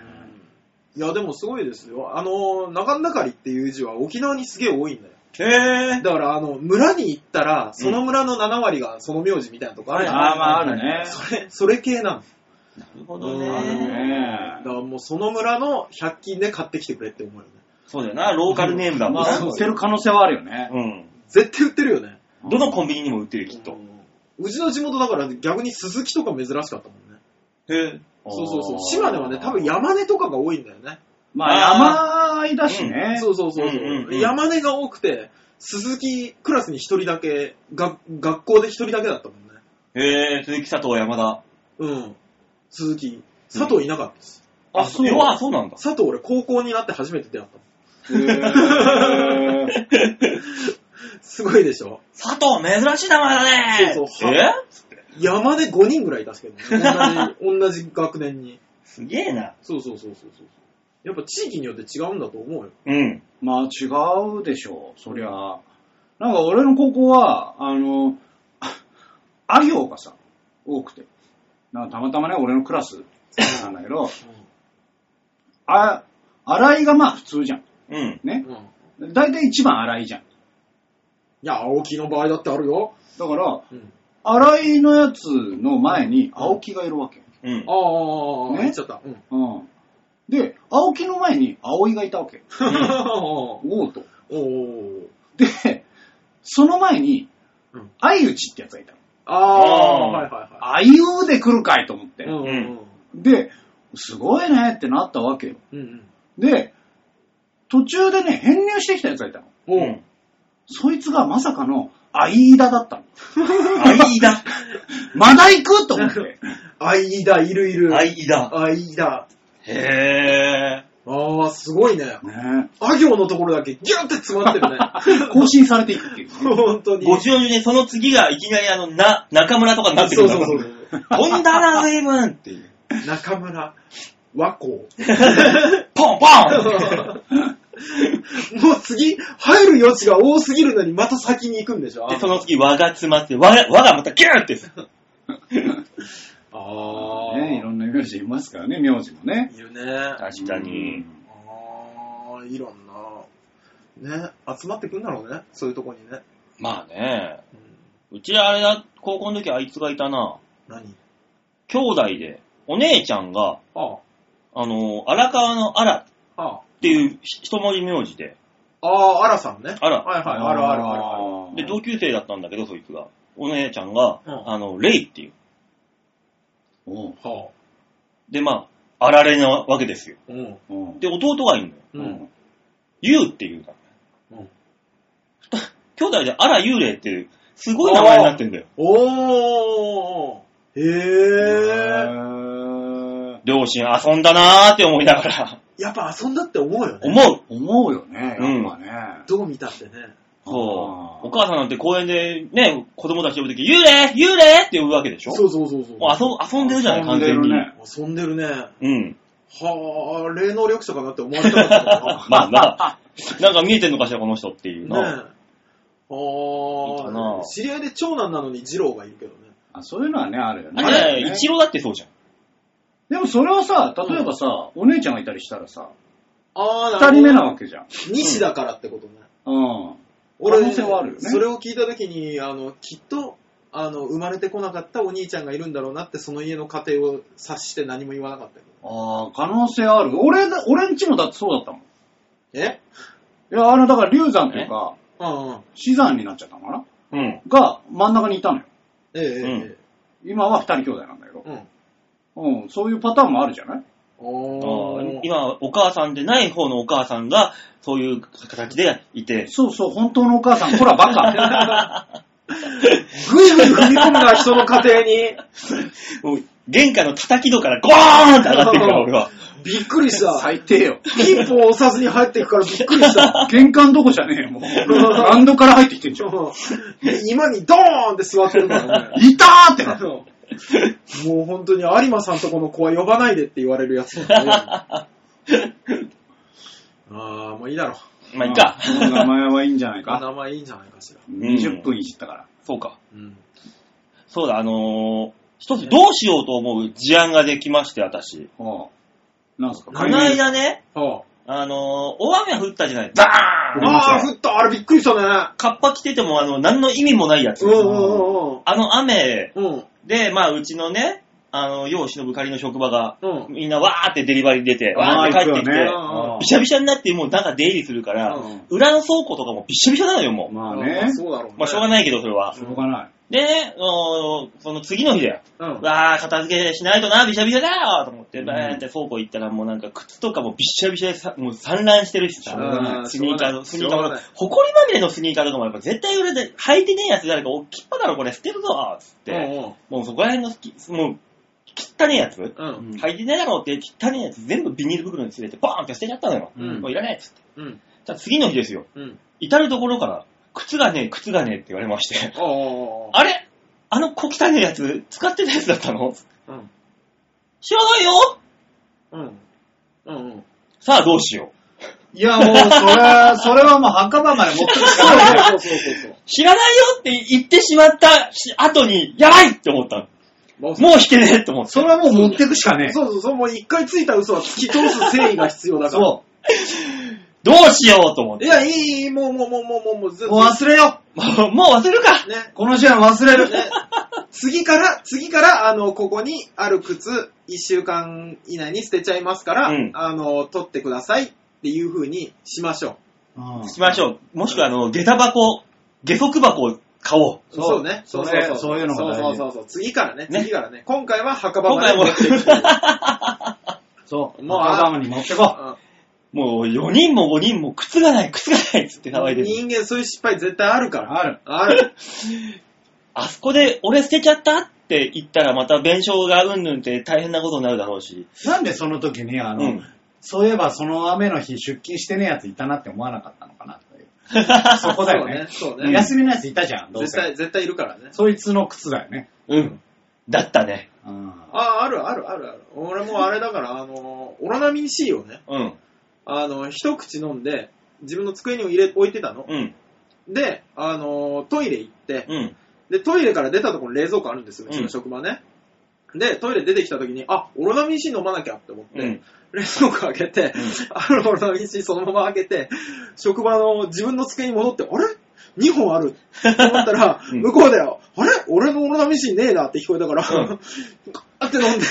[SPEAKER 3] いや、でもすごいですよ。あのー、中ん中りっていう字は沖縄にすげえ多いんだよ。
[SPEAKER 2] へぇ
[SPEAKER 3] だから、あの、村に行ったら、その村の7割がその名字みたいなとこあるじゃん。
[SPEAKER 1] ああ、まああるね。
[SPEAKER 3] それ、それ系なの。
[SPEAKER 2] なるほど
[SPEAKER 3] うん
[SPEAKER 1] ある
[SPEAKER 2] ね。
[SPEAKER 3] だ
[SPEAKER 1] ね
[SPEAKER 3] か。らもうその村の100均で買ってきてくれって思うよね。
[SPEAKER 2] そうだよな、ローカルネームだも
[SPEAKER 1] ま
[SPEAKER 2] ん
[SPEAKER 1] あ、
[SPEAKER 2] な。
[SPEAKER 1] 売ってる可能性はあるよね。
[SPEAKER 2] うん。
[SPEAKER 3] 絶対売ってるよね。
[SPEAKER 2] どのコンビニにも売ってる、きっ
[SPEAKER 3] う
[SPEAKER 2] と。
[SPEAKER 3] んうちの地元だから逆に鈴木とか珍しかったもんね。
[SPEAKER 2] へぇ
[SPEAKER 3] そうそうそう。島根はね、多分山根とかが多いんだよね。
[SPEAKER 1] まあ、山あいだしね。
[SPEAKER 3] そうそうそうそう、
[SPEAKER 2] うんうんうん
[SPEAKER 3] 山根が多くて、鈴木クラスに一人だけ、が学校で一人だけだったもんね。
[SPEAKER 2] へぇ鈴木佐藤山田。
[SPEAKER 3] うん。鈴木。佐藤いなかったです。
[SPEAKER 1] あそう
[SPEAKER 2] えわあ、そうなんだ。
[SPEAKER 3] 佐藤俺高校になって初めて出会ったもん。
[SPEAKER 1] へー
[SPEAKER 3] すごいでしょ
[SPEAKER 2] 佐藤、珍しい名前だね
[SPEAKER 3] そうそう
[SPEAKER 2] え
[SPEAKER 3] 山根5人ぐらいいたんですけどね。同
[SPEAKER 2] (laughs)
[SPEAKER 3] じ、同じ学年に。
[SPEAKER 2] すげえな。
[SPEAKER 3] そうそうそうそうそう。やっぱ地域によって違うんだと思うよ。
[SPEAKER 2] うん。
[SPEAKER 1] まあ、違うでしょう、そりゃ。なんか、俺の高校は、あの、あ行がさ、多くて。なんかたまたまね、俺のクラスなんだけど、あ、洗いがまあ普通じゃん。
[SPEAKER 2] うん。
[SPEAKER 3] う
[SPEAKER 1] ね。
[SPEAKER 3] ん。い
[SPEAKER 1] 大体一番洗いじゃん。
[SPEAKER 3] や、青木の場合だってあるよ。
[SPEAKER 1] だから、
[SPEAKER 3] うん。
[SPEAKER 1] 洗いのやつの前に青木がいるわけ。
[SPEAKER 2] うん。
[SPEAKER 3] ああ、
[SPEAKER 1] ね
[SPEAKER 3] 言っちゃった。うん。
[SPEAKER 1] うん。で、青木の前に葵がいたわけ。
[SPEAKER 3] お
[SPEAKER 1] おうと。
[SPEAKER 3] ー
[SPEAKER 1] で、その前に
[SPEAKER 3] うん、
[SPEAKER 1] 相打ちってやつがいたの。
[SPEAKER 3] ああ、はいは
[SPEAKER 1] 相打で来るかいと思って
[SPEAKER 3] いはい。。うんうん
[SPEAKER 1] で、すごいねってなったわけよ。
[SPEAKER 3] うん。うん
[SPEAKER 1] で、途中でね、編入してきたやつがいたの。
[SPEAKER 3] うん。お
[SPEAKER 2] う。
[SPEAKER 3] うん
[SPEAKER 1] そいつがまさかの、アイーダだったの。
[SPEAKER 2] (laughs) アイダ。
[SPEAKER 1] まだ行くと思って。
[SPEAKER 3] アイダいるいる。
[SPEAKER 2] アイダ。
[SPEAKER 3] アイダ。
[SPEAKER 2] へぇ
[SPEAKER 3] ああ、すごいね。
[SPEAKER 1] ね
[SPEAKER 3] あ行のところだけギュって詰まってるね。
[SPEAKER 1] 更新されていくっていう。
[SPEAKER 3] 本当に。
[SPEAKER 2] ごちにね、その次がいきなりあの、な、中村とかになってく
[SPEAKER 3] そ
[SPEAKER 2] る
[SPEAKER 3] う
[SPEAKER 2] から
[SPEAKER 3] そうそう。
[SPEAKER 2] 飛んだな、随分っていう。
[SPEAKER 3] 中村、和光。
[SPEAKER 2] (laughs) ポンポ
[SPEAKER 3] (laughs)
[SPEAKER 2] ン
[SPEAKER 3] もう次、入る余地が多すぎるのに、また先に行くんでしょ
[SPEAKER 2] で、その次、輪が詰まって、輪が、輪がまたギューってさ。
[SPEAKER 3] ああ、
[SPEAKER 1] ねいろんな名字いますからね、名字もね。
[SPEAKER 3] いるね。
[SPEAKER 2] 確か
[SPEAKER 1] う
[SPEAKER 2] に。
[SPEAKER 1] ん
[SPEAKER 3] ああ、いろんな。ね、集まってくんだろうね、そういうとこにね。
[SPEAKER 2] まあね。
[SPEAKER 3] うん、
[SPEAKER 2] うちあれだ、高校の時あいつがいたな。
[SPEAKER 3] 何
[SPEAKER 2] 兄弟で、お姉ちゃんが、
[SPEAKER 3] あ
[SPEAKER 2] あの、荒川の荒っ
[SPEAKER 3] あ、あ
[SPEAKER 2] ていうひ一文字名字で、
[SPEAKER 3] あ、ああ、あらさんね。
[SPEAKER 2] 荒。
[SPEAKER 3] はいはい、あるあるあるある。
[SPEAKER 2] で、同級生だったんだけど、そいつが。お姉ちゃんが、
[SPEAKER 3] うん
[SPEAKER 2] あの、レイっていう。
[SPEAKER 1] おう
[SPEAKER 3] は
[SPEAKER 2] で、まあ、あられなわけですよ。
[SPEAKER 3] あ、うん。
[SPEAKER 1] おう
[SPEAKER 2] で、弟がいるのよ。
[SPEAKER 1] う
[SPEAKER 3] うんん。
[SPEAKER 2] ユウっていうか。
[SPEAKER 3] うん
[SPEAKER 2] 兄弟で、あら幽霊っていう、すごい名前になってんだよ。
[SPEAKER 3] おーへえ。
[SPEAKER 1] へー
[SPEAKER 2] 両親遊んだなーって思いながら、
[SPEAKER 3] やっぱ遊んだって思うよね。
[SPEAKER 2] 思う。
[SPEAKER 1] 思うよね、やっぱ
[SPEAKER 2] うん
[SPEAKER 1] ね。
[SPEAKER 3] どう見たってね。
[SPEAKER 1] あ
[SPEAKER 2] そ
[SPEAKER 1] ー
[SPEAKER 2] う。お母さんなんて公園で、ね、子供たち呼ぶとき、幽霊幽霊って呼ぶわけでしょ
[SPEAKER 3] そうそうそうそう。
[SPEAKER 2] もう遊遊んでるじゃない、
[SPEAKER 1] 遊ん
[SPEAKER 2] 完
[SPEAKER 1] で
[SPEAKER 2] 全
[SPEAKER 1] る
[SPEAKER 2] に。
[SPEAKER 1] ね
[SPEAKER 3] 遊んでるね。
[SPEAKER 2] うん。
[SPEAKER 3] はあ、霊能力者かなって思われたかったか
[SPEAKER 1] (laughs)
[SPEAKER 2] まあ、なんか、なんか見えてんのかしら、この人っていうの。
[SPEAKER 3] (laughs) な。ねえ。
[SPEAKER 2] いいかな
[SPEAKER 3] ああ、知り合いで長男なのに二郎がいるけどね。
[SPEAKER 1] あそういうのはね、あるよね。
[SPEAKER 2] あれね、
[SPEAKER 1] ね
[SPEAKER 2] 一郎だってそうじゃん。
[SPEAKER 1] でもそれはさ、例えばさ、お姉ちゃんがいたりしたらさ、
[SPEAKER 3] あ
[SPEAKER 1] 二人目なわけじゃん。
[SPEAKER 3] 西だからってことね。
[SPEAKER 1] うん。
[SPEAKER 3] 俺
[SPEAKER 1] 可能性はあるよね
[SPEAKER 3] それを聞いたときに、あの、きっと、あの、生まれてこなかったお兄ちゃんがいるんだろうなって、その家の家庭を察して何も言わなかったけど。
[SPEAKER 1] ああ、可能性ある。俺だ、俺んちもだってそうだったもん。い
[SPEAKER 3] え
[SPEAKER 1] や、あの、だから流産というか、
[SPEAKER 3] うんうん。
[SPEAKER 1] 死産になっちゃったのかな
[SPEAKER 2] うん。
[SPEAKER 1] が、真ん中にいたのよ。
[SPEAKER 3] えええええ
[SPEAKER 1] 今は二人兄弟なんだけど
[SPEAKER 3] え。。うん。
[SPEAKER 1] うん、そういうパターンもあるじゃない
[SPEAKER 3] お
[SPEAKER 2] あー
[SPEAKER 3] ー。
[SPEAKER 2] 今、お母さんでない方のお母さんが、そういう形でいて、
[SPEAKER 1] そうそう、本当のお母さん、ほら、バ
[SPEAKER 2] (laughs)
[SPEAKER 1] カ。
[SPEAKER 3] ぐいぐい踏み込むな、人の家庭に。
[SPEAKER 1] (laughs)
[SPEAKER 2] もう玄関の叩き戸からゴーンって上がってるから、俺は。
[SPEAKER 3] びっくりした。
[SPEAKER 1] 最低よ。
[SPEAKER 3] ピンポン押さずに入っていくからびっくり
[SPEAKER 1] (laughs)
[SPEAKER 3] した。
[SPEAKER 1] 玄関どこじゃねえよ、 (laughs) もう。ランドから入ってきてんじゃん。
[SPEAKER 3] 今にドーンって座ってるからね。
[SPEAKER 1] いたーってなって。
[SPEAKER 3] もう本当に有馬さんとこの子は呼ばないでって言われるやつだね。ああ、もういいだろう。
[SPEAKER 2] まあ、いっか。
[SPEAKER 1] この名前はいいんじゃないか。
[SPEAKER 3] 名前いいんじゃないかしら。
[SPEAKER 1] 20分いじったから。
[SPEAKER 2] そうか。
[SPEAKER 3] うん。
[SPEAKER 2] そうだ、あのー、一つどうしようと思う事案ができまして、私。
[SPEAKER 1] ほう。なんすか
[SPEAKER 2] この間ね、
[SPEAKER 3] は
[SPEAKER 2] あのー、大雨降ったじゃない。ダ
[SPEAKER 3] あ、
[SPEAKER 2] ーン
[SPEAKER 3] あー、降ったあれびっくりしたね。
[SPEAKER 2] カッパ着てても、あの、何の意味もないやつ
[SPEAKER 3] う。んうん
[SPEAKER 2] あの雨
[SPEAKER 3] うんうん。うん
[SPEAKER 2] で、まあ、うちのね、あの、よう忍ぶ仮の職場が、
[SPEAKER 3] うん。
[SPEAKER 2] みんなわーってデリバリー出て、
[SPEAKER 1] あ
[SPEAKER 2] わーっ
[SPEAKER 1] ー
[SPEAKER 2] て帰ってきて、
[SPEAKER 1] 行くよね
[SPEAKER 3] うん
[SPEAKER 2] びしゃびしゃになって、もう中出入りするから、
[SPEAKER 3] うん
[SPEAKER 2] 裏の倉庫とかもびしゃびしゃなのよ、もう。
[SPEAKER 1] まあ
[SPEAKER 3] ま
[SPEAKER 1] ね
[SPEAKER 3] あ、そうだろうね。
[SPEAKER 2] まあ、しょうがないけど、それは
[SPEAKER 1] し。ょうがない。
[SPEAKER 2] でね、あのその次の日だよ。
[SPEAKER 3] うん。
[SPEAKER 2] わー、片付けしないとな、びしゃびしゃだよと思って、
[SPEAKER 1] うん
[SPEAKER 2] バーンって倉庫行ったら、もうなんか靴とかもびっしゃびしゃでさ、もう散乱してるし
[SPEAKER 1] しょうが
[SPEAKER 2] さ、
[SPEAKER 1] ない
[SPEAKER 2] スニーカーの、スニーカー
[SPEAKER 3] しょうが
[SPEAKER 2] の
[SPEAKER 3] ない、
[SPEAKER 2] ほこりまみれのスニーカーとかもやっぱ絶対売れて、履いてねえやつ誰か、おっきっぱだろ、これ捨てるぞつって、もうそこら辺のき、もう、汚ねえやつ、
[SPEAKER 3] うんうん。
[SPEAKER 2] 履いてねえだろうって、汚ねえやつ全部ビニール袋に詰めて、バーンって捨てちゃったのよ。
[SPEAKER 3] うん
[SPEAKER 2] もういらないっつって。
[SPEAKER 3] うん。うん。
[SPEAKER 2] じゃあ次の日ですよ。
[SPEAKER 3] うん。
[SPEAKER 2] 至るところから、靴がねえ、靴がねえって言われまして。 (laughs)
[SPEAKER 3] ああ。
[SPEAKER 2] あれあの小汚いやつ、使ってたやつだったの
[SPEAKER 3] うん。
[SPEAKER 2] 知らないよ
[SPEAKER 3] うん。うん。うん。
[SPEAKER 2] さあどうしよう。
[SPEAKER 1] いや、もう、それ、それはもう墓場まで持ってくしかないよ。
[SPEAKER 3] そうそうそうそう。
[SPEAKER 2] 知らないよって言ってしまったし後に、やばいって思ったの。
[SPEAKER 3] もう
[SPEAKER 2] もう引けねえって思った
[SPEAKER 1] そ。れはもう持ってくしかね
[SPEAKER 3] (laughs)
[SPEAKER 1] え。
[SPEAKER 3] そうそうそう、もう一回ついた嘘は突き通す誠意が必要だから。
[SPEAKER 1] そ
[SPEAKER 2] どうしようと思っ
[SPEAKER 3] い
[SPEAKER 2] て。
[SPEAKER 3] や、いい、いい、もう、もう、もう、もう、もう、もう、ず
[SPEAKER 1] う。もう忘れよ
[SPEAKER 2] もうもう忘れるか
[SPEAKER 3] ね。
[SPEAKER 1] う。この試合忘れる。
[SPEAKER 3] ね。次から、次から、あの、ここにある靴、一週間以内に捨てちゃいますから、
[SPEAKER 2] うん
[SPEAKER 3] あの、取ってくださいっていう風にしましょ
[SPEAKER 1] うん
[SPEAKER 2] しましょう。もしくは、あの、下駄箱、下足箱を買おう。
[SPEAKER 3] う。
[SPEAKER 1] そう
[SPEAKER 3] そうね。
[SPEAKER 1] そ
[SPEAKER 3] そうう
[SPEAKER 1] ね
[SPEAKER 3] そうそう。
[SPEAKER 1] そういうのが大
[SPEAKER 3] そう
[SPEAKER 1] 事
[SPEAKER 3] そうそうそう。次からね、
[SPEAKER 2] ね
[SPEAKER 3] 次からね。今回は墓場
[SPEAKER 2] 今
[SPEAKER 3] まで
[SPEAKER 2] 回も
[SPEAKER 3] 持ってい
[SPEAKER 1] (laughs)
[SPEAKER 3] くっていう。
[SPEAKER 1] そう。
[SPEAKER 3] も
[SPEAKER 1] もう
[SPEAKER 3] う
[SPEAKER 1] 墓場に持ってこ
[SPEAKER 2] もう4人も5人も靴がない、靴がないっつって騒い
[SPEAKER 3] うん
[SPEAKER 2] でる。
[SPEAKER 3] 人間そういう失敗絶対ある
[SPEAKER 1] う。
[SPEAKER 3] から。
[SPEAKER 1] ある。
[SPEAKER 3] ある。
[SPEAKER 2] あそこで俺捨てちゃったって言ったらまた弁償がうんぬんって大変なことになるだろうし。
[SPEAKER 1] なんでその時に、あ
[SPEAKER 2] う
[SPEAKER 1] の
[SPEAKER 2] ん、
[SPEAKER 1] そういえばその雨の日出勤してねえやついたなって思わなかったのかなという。 (laughs) そこだよね。
[SPEAKER 3] そうね。
[SPEAKER 1] 休みのやついたじゃん、どう
[SPEAKER 3] 絶
[SPEAKER 1] せ。
[SPEAKER 3] 対、絶対いるからね。
[SPEAKER 1] そいつの靴だよね。
[SPEAKER 2] うん。だったね。
[SPEAKER 1] うん。
[SPEAKER 3] あ、あるあるあるある。俺もあれだから、あの、オロナミン C をね、
[SPEAKER 2] うん。
[SPEAKER 3] あの、一口飲んで、自分の机に入れ置いてたの。
[SPEAKER 2] うん。
[SPEAKER 3] で、あの、トイレ行って、
[SPEAKER 2] うん。
[SPEAKER 3] で、トイレから出たところに冷蔵庫あるんですよ、うち
[SPEAKER 2] うん
[SPEAKER 3] の職場ね。で、トイレ出てきた時に、あ、オロナミン C 飲まなきゃって思って、
[SPEAKER 2] うん。
[SPEAKER 3] 冷蔵庫開けて、あのオロナミン C そのまま開けて、職場の自分の机に戻って、あれ ?2 本あるって思ったら、
[SPEAKER 2] (laughs) うん
[SPEAKER 3] 向こうだよ、あれ俺のオロナミン C ねえなって聞こえたから、
[SPEAKER 2] う
[SPEAKER 3] ガーって飲んで、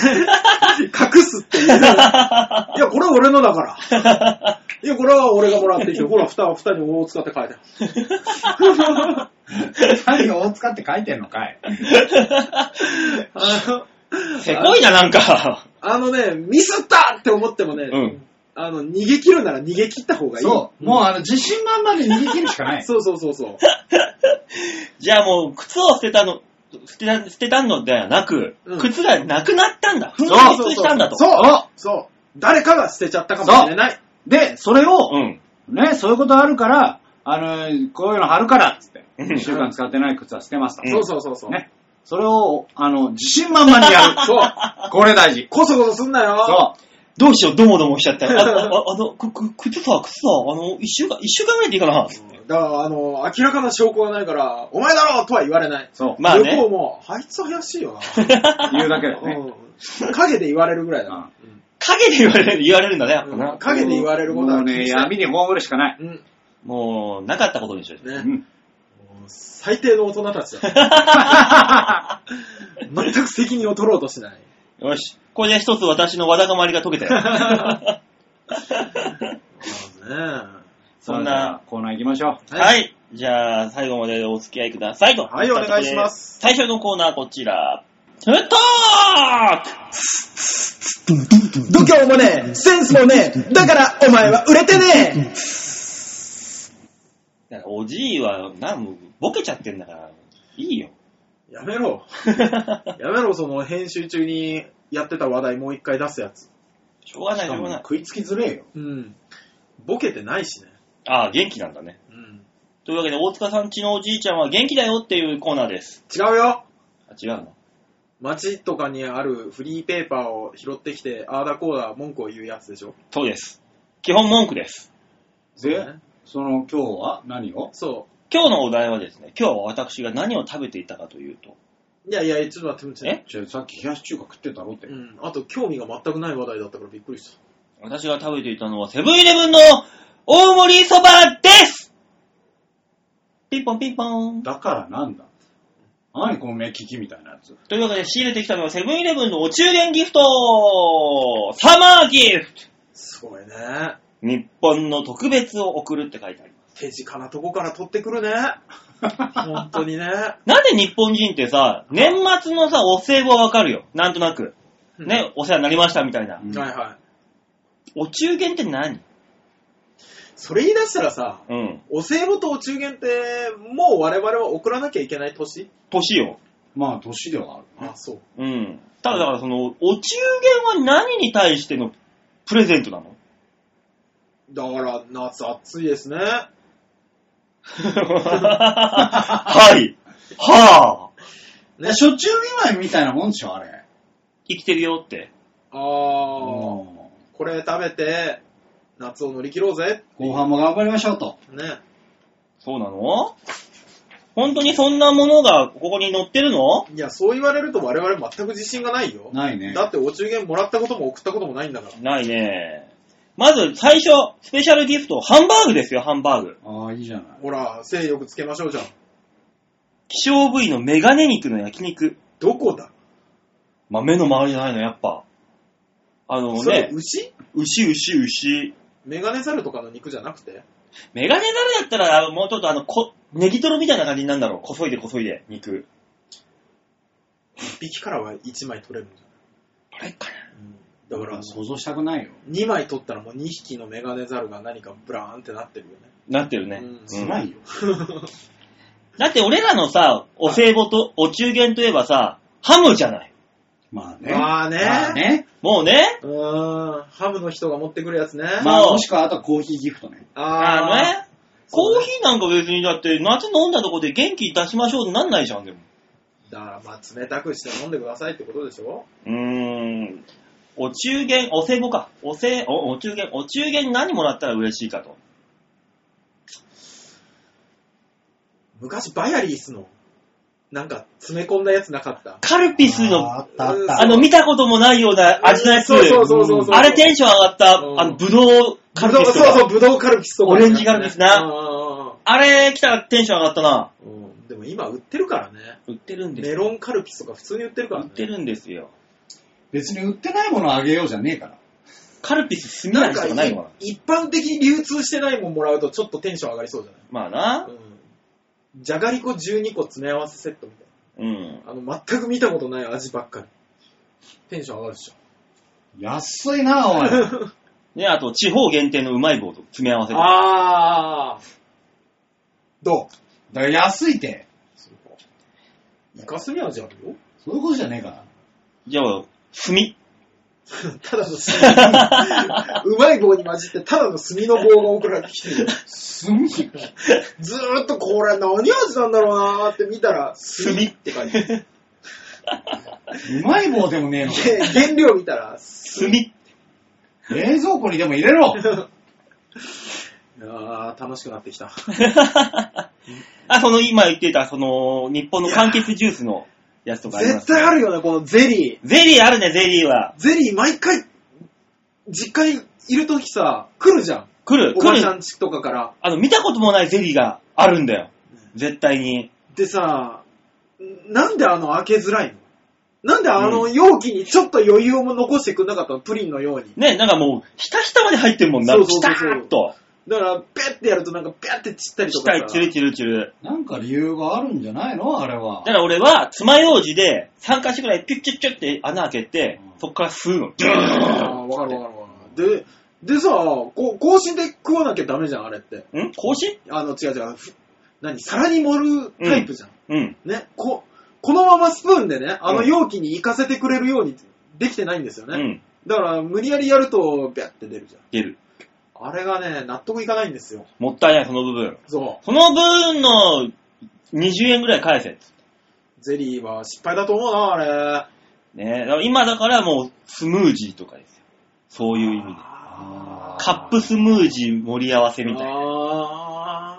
[SPEAKER 3] 隠すって
[SPEAKER 2] (laughs)
[SPEAKER 3] いう。いや、これは俺のだから。いや、これは俺がもらってきて、ほら、蓋、蓋に棒を使って書いてある。
[SPEAKER 1] 何を大塚って書いてんのかい。
[SPEAKER 3] あの
[SPEAKER 2] せこいな、なんか。
[SPEAKER 3] あのね、ミスったって思ってもね、
[SPEAKER 2] うん
[SPEAKER 3] あの、逃げ切るなら逃げ切った方がいい。
[SPEAKER 1] そう。もうあの、自信満々で逃げ切るしかない。
[SPEAKER 3] そうそうそうそう。
[SPEAKER 2] じゃあもう、靴を捨てたの、捨てた、捨てたのではなく、
[SPEAKER 3] うん
[SPEAKER 2] 靴がなくなったんだ。
[SPEAKER 3] そう
[SPEAKER 2] 紛失したんだと。
[SPEAKER 1] そう
[SPEAKER 3] そう。誰かが捨てちゃったかもしれない。
[SPEAKER 1] で、それを、
[SPEAKER 2] うん。
[SPEAKER 1] ね、そういうことあるから、あの、こういうの貼るから、つって。
[SPEAKER 2] うん
[SPEAKER 1] 1週間使ってない靴は捨てました。
[SPEAKER 2] ん
[SPEAKER 3] そうそうそうそう。
[SPEAKER 1] ね。それを、あの、自信満々にやる。
[SPEAKER 3] (laughs) そう。
[SPEAKER 1] これ大事。
[SPEAKER 3] こそこそすんなよ。
[SPEAKER 1] そ
[SPEAKER 2] どうしよう、どもどもしちゃ
[SPEAKER 3] (laughs)
[SPEAKER 2] った。あああの、く、く、靴さ、靴さ、あの、一週間、一週間ぐらいでいいかな。
[SPEAKER 3] だから、あの、明らかな証拠がないから、お前だろとは言われない。
[SPEAKER 1] う。そう。
[SPEAKER 2] まあね
[SPEAKER 3] 向こうも、あいつ怪しいよ
[SPEAKER 2] (laughs)
[SPEAKER 1] 言うだけだよ
[SPEAKER 3] な。
[SPEAKER 1] ね。
[SPEAKER 3] うん。影で言われるぐらいだな。
[SPEAKER 2] 影で言われる、言われるんだね、やっぱ
[SPEAKER 3] う。
[SPEAKER 2] なん
[SPEAKER 3] 影で言われること
[SPEAKER 1] も
[SPEAKER 3] は
[SPEAKER 1] うね、闇に葬るし
[SPEAKER 3] (laughs)
[SPEAKER 1] かない。 (laughs)
[SPEAKER 3] うん。
[SPEAKER 2] もう、なかったことにしよう。
[SPEAKER 1] う
[SPEAKER 3] ね。
[SPEAKER 1] ん。
[SPEAKER 3] もう最低の大人たち
[SPEAKER 1] (laughs)
[SPEAKER 3] だ。全く責任を取ろうとしない。
[SPEAKER 2] (laughs) よし。これで一つ私のわだかまりが解け
[SPEAKER 3] (laughs)
[SPEAKER 2] たよ。そんな
[SPEAKER 3] ね
[SPEAKER 1] さあじゃあコーナー行きましょう。
[SPEAKER 3] はい
[SPEAKER 2] はい。じゃあ、最後までお付き合いくださいと。
[SPEAKER 3] はいお願いします
[SPEAKER 2] 最初のコーナーこちら。フットーク
[SPEAKER 3] 度胸もねえ、センスもねえ、だからお前は売れてね
[SPEAKER 2] だからおじいは、なんもうボケちゃってんだから、いい
[SPEAKER 3] (laughs)
[SPEAKER 2] よ。
[SPEAKER 3] えやめろ。やめろ、その編集中にやってた話題もう一回出すやつ。
[SPEAKER 2] しょうがない、
[SPEAKER 1] し
[SPEAKER 2] しょう
[SPEAKER 1] かも
[SPEAKER 2] がない。
[SPEAKER 1] 食いつきずれえよ。
[SPEAKER 3] うん。ボケてないしね。
[SPEAKER 2] ああ、元気なんだね。
[SPEAKER 3] うん。
[SPEAKER 2] というわけで、大塚さんちのおじいちゃんは元気だよっていうコーナーです。
[SPEAKER 3] 違うよ
[SPEAKER 2] あ、違うの
[SPEAKER 3] 街とかにあるフリーペーパーを拾ってきて、あーだこーだ文句を言うやつでしょ。
[SPEAKER 2] そうです。基本文句です。
[SPEAKER 1] で、
[SPEAKER 3] ね
[SPEAKER 1] その今日は何を
[SPEAKER 3] そ
[SPEAKER 2] 今日のお題はですね、今日は私が何を食べていたかというと、
[SPEAKER 3] う。いやいや、ちょっと待って、ちょっと待っ
[SPEAKER 1] ちょさっき冷やし中華食ってたろって
[SPEAKER 3] て。う。ん。あと、興味が全くない話題だったからびっくりした。
[SPEAKER 2] 私が食べていたのはセブンイレブンの大盛りそばですピンポンピンポン。
[SPEAKER 1] だからなんだ何この目利きみたいなやつ。
[SPEAKER 2] というわけで仕入れてきたのはセブンイレブンのお中元ギフトサマーギフト
[SPEAKER 3] すごいね。
[SPEAKER 2] 日本の特別を送るって書いてあります。
[SPEAKER 3] 手近なとこから取ってくる (laughs) ね。本当にね。
[SPEAKER 2] なんで日本人ってさ、年末のさ、お歳暮はわかるよ。なんとなく。ね、お世話になりましたみたいな
[SPEAKER 1] う。
[SPEAKER 3] うんん。はいはい。
[SPEAKER 2] お中元って何
[SPEAKER 3] それ言い出したらさ、
[SPEAKER 2] うん。
[SPEAKER 3] お歳暮とお中元って、もう我々は送らなきゃいけない年
[SPEAKER 2] 年よ。
[SPEAKER 1] まあ、年ではあるね
[SPEAKER 3] あ、。そう。
[SPEAKER 2] うん。ただだからその、お中元は何に対してのプレゼントなの (laughs)
[SPEAKER 3] だから、夏暑いですね。
[SPEAKER 2] はい。はぁ。
[SPEAKER 3] ね
[SPEAKER 1] ね、初中見舞いみたいなもんでしょ、あれ。
[SPEAKER 2] 生きてるよって。
[SPEAKER 3] あー、
[SPEAKER 1] 後
[SPEAKER 3] これ食べて、夏を乗り切ろうぜ。
[SPEAKER 1] 半も頑張りましょうと。
[SPEAKER 3] ね。
[SPEAKER 2] そうなの本当にそんなものがここに載ってるの
[SPEAKER 3] いや、そう言われると我々全く自信がないよ。
[SPEAKER 1] ないね。
[SPEAKER 3] だってお中元もらったことも送ったこともないんだから。
[SPEAKER 2] ないね。まず最初、スペシャルギフト、ハンバーグですよ、ハンバーグ。
[SPEAKER 1] ああ、いいじゃない。
[SPEAKER 3] ほら、精力つけましょうじゃん。
[SPEAKER 2] 希少部位のメガネ肉の焼肉。
[SPEAKER 3] どこだ
[SPEAKER 2] まあ、目の周りじゃないの、やっぱ。あの
[SPEAKER 3] それ
[SPEAKER 2] ね、
[SPEAKER 3] 牛
[SPEAKER 2] 牛、牛、牛。
[SPEAKER 3] メガネザルとかの肉じゃなくて
[SPEAKER 2] メガネザルだったら、あのもうちょっとあの、こ、ネギトロみたいな感じになるんだろう。こそいでこそいで、肉。
[SPEAKER 3] 一匹からは一枚取れるんじ
[SPEAKER 2] あれかな
[SPEAKER 3] ゃない、だから、
[SPEAKER 1] 想像したくないよ。
[SPEAKER 3] 2枚取ったらもう2匹のメガネザルが何かブラーンってなってるよね。
[SPEAKER 2] なってるね。
[SPEAKER 3] うん
[SPEAKER 1] 辛いよ。
[SPEAKER 2] だって俺らのさ、お歳暮と、お中元といえばさ、ハムじゃない。
[SPEAKER 1] まあね。
[SPEAKER 3] まあね
[SPEAKER 1] まあね。
[SPEAKER 2] もうね、
[SPEAKER 3] うーん。ハムの人が持ってくるやつね。
[SPEAKER 1] まあもしくはあとはコーヒーギフトね。
[SPEAKER 2] あの
[SPEAKER 3] あー。
[SPEAKER 2] ね、コーヒーなんか別にだって夏飲んだとこで元気出しましょうになんないじゃん、でも。
[SPEAKER 3] だからまあ冷たくして飲んでくださいってことでしょ
[SPEAKER 2] うーん。お中元、お歳暮か。おせお、お中元、お中元何もらったら嬉しいかと。
[SPEAKER 3] 昔バヤリースの、なんか詰め込んだやつなかった。
[SPEAKER 2] カルピスの、
[SPEAKER 4] あ
[SPEAKER 2] あ
[SPEAKER 4] ーあったあっ
[SPEAKER 3] ー
[SPEAKER 4] た。
[SPEAKER 2] の、見たこともないような味のやつ。
[SPEAKER 3] そうそうそうそうそう。
[SPEAKER 2] あれテンション上がった、
[SPEAKER 3] うん
[SPEAKER 2] あの、ブドウカ
[SPEAKER 3] ブ
[SPEAKER 2] ル
[SPEAKER 3] ドウ
[SPEAKER 2] ピスと
[SPEAKER 3] そう
[SPEAKER 2] か
[SPEAKER 3] そう、ブドウカルピスとか。
[SPEAKER 2] オレンジカルピスな
[SPEAKER 3] うんうんうん
[SPEAKER 2] あれ来たらテンション上がったな。
[SPEAKER 3] うんうん。でも今売ってるからね。
[SPEAKER 2] 売ってるんです
[SPEAKER 3] メ
[SPEAKER 2] よ。
[SPEAKER 3] ロンカルピスとか普通に売ってるから
[SPEAKER 2] 売
[SPEAKER 3] ね
[SPEAKER 2] っ。てるんですよ。
[SPEAKER 1] 別に売ってないものあげようじゃねえから。
[SPEAKER 2] カルピスすみ
[SPEAKER 3] な
[SPEAKER 2] や
[SPEAKER 3] ん
[SPEAKER 2] りと
[SPEAKER 3] か
[SPEAKER 2] かないのかな
[SPEAKER 3] 一般的に流通してないもんもらうとちょっとテンション上がりそうじゃない
[SPEAKER 2] まあな。
[SPEAKER 3] うんじゃがりこ12個詰め合わせセットみたい
[SPEAKER 2] うん。
[SPEAKER 3] な。あの、全く見たことない味ばっかり。テンション上がるでしょ。
[SPEAKER 1] 安いな、おい。
[SPEAKER 3] (laughs)
[SPEAKER 2] ね、あと、地方限定のうまい棒と詰め合わせる。
[SPEAKER 3] あー。どう
[SPEAKER 1] だから安いって。
[SPEAKER 3] イカスミ味あるよ
[SPEAKER 1] そういうことじゃねえから。
[SPEAKER 2] じゃあ、炭。
[SPEAKER 3] (laughs) ただの炭。うまい棒に混じってただの炭の棒が送られてきてる。
[SPEAKER 1] すんげえ。
[SPEAKER 3] ずーっとこれ何味なんだろうなーって見たら、炭って書いてある。
[SPEAKER 1] うまい棒でもねえのか。
[SPEAKER 3] で (laughs) 原料見たら、
[SPEAKER 2] 炭。
[SPEAKER 1] 冷蔵庫にでも入れろ。
[SPEAKER 3] あー、楽しくなってきた。
[SPEAKER 2] (laughs) あ、その今言ってた、その、日本の柑橘ジュースのやつとかありま
[SPEAKER 3] 絶
[SPEAKER 2] すね、
[SPEAKER 3] 対あるよね、このゼリー。
[SPEAKER 2] ゼリーあるね、ゼリーは。
[SPEAKER 3] ゼリー毎回、実家にいるときさ、来るじゃん。
[SPEAKER 2] 来る、
[SPEAKER 3] お
[SPEAKER 2] 来
[SPEAKER 3] ばちゃ
[SPEAKER 2] る。
[SPEAKER 3] んちとかから。
[SPEAKER 2] あの、見たこともないゼリーがあるんだよ。絶対に。
[SPEAKER 3] でさ、なんであの開けづらいのなんであの容器にちょっと余裕を残してくんなかったのプリンのように。
[SPEAKER 2] ね、なんかもう、ひたひたまで入ってるもんな。
[SPEAKER 3] そう
[SPEAKER 2] ひ
[SPEAKER 3] そう
[SPEAKER 2] た
[SPEAKER 3] そうそう
[SPEAKER 2] ーっと。
[SPEAKER 3] だから、ペッてやるとなんかペッて散ったりと
[SPEAKER 2] ひ
[SPEAKER 3] か
[SPEAKER 2] た
[SPEAKER 3] さ。
[SPEAKER 2] い、チルチルチル。
[SPEAKER 1] なんか理由があるんじゃないのあれは
[SPEAKER 2] だか。ら俺は、爪楊枝で、3カ所くらいピュッチュッチュッって穴開けて
[SPEAKER 1] う、ん
[SPEAKER 2] そっから吸うの。ジュー
[SPEAKER 3] あーわかるわかるわかる。で、でさ、こう、更新で食わなきゃダメじゃん、あれって。
[SPEAKER 2] ん格子
[SPEAKER 3] あの、違う違う。ふ何皿に盛るタイプじゃん
[SPEAKER 2] うん。
[SPEAKER 3] ね、こ、このままスプーンでね、あの容器に行かせてくれるようにできてないんですよ
[SPEAKER 2] う
[SPEAKER 3] ね。
[SPEAKER 2] ん。
[SPEAKER 3] だから、無理やりやると、ビャって出るじゃん。
[SPEAKER 2] 出る。
[SPEAKER 3] あれがね、納得いかないんですよ。
[SPEAKER 2] もったいない、その部分。
[SPEAKER 3] そ
[SPEAKER 2] その部分の20円くらい返せ。
[SPEAKER 3] う。ゼリーは失敗だと思うな、あれ。
[SPEAKER 2] ね、だから今だからもう、スムージーとかですよ。そういう意味で。
[SPEAKER 3] あ
[SPEAKER 2] カップスムージー盛り合わせ
[SPEAKER 3] ー
[SPEAKER 2] みたい
[SPEAKER 3] あー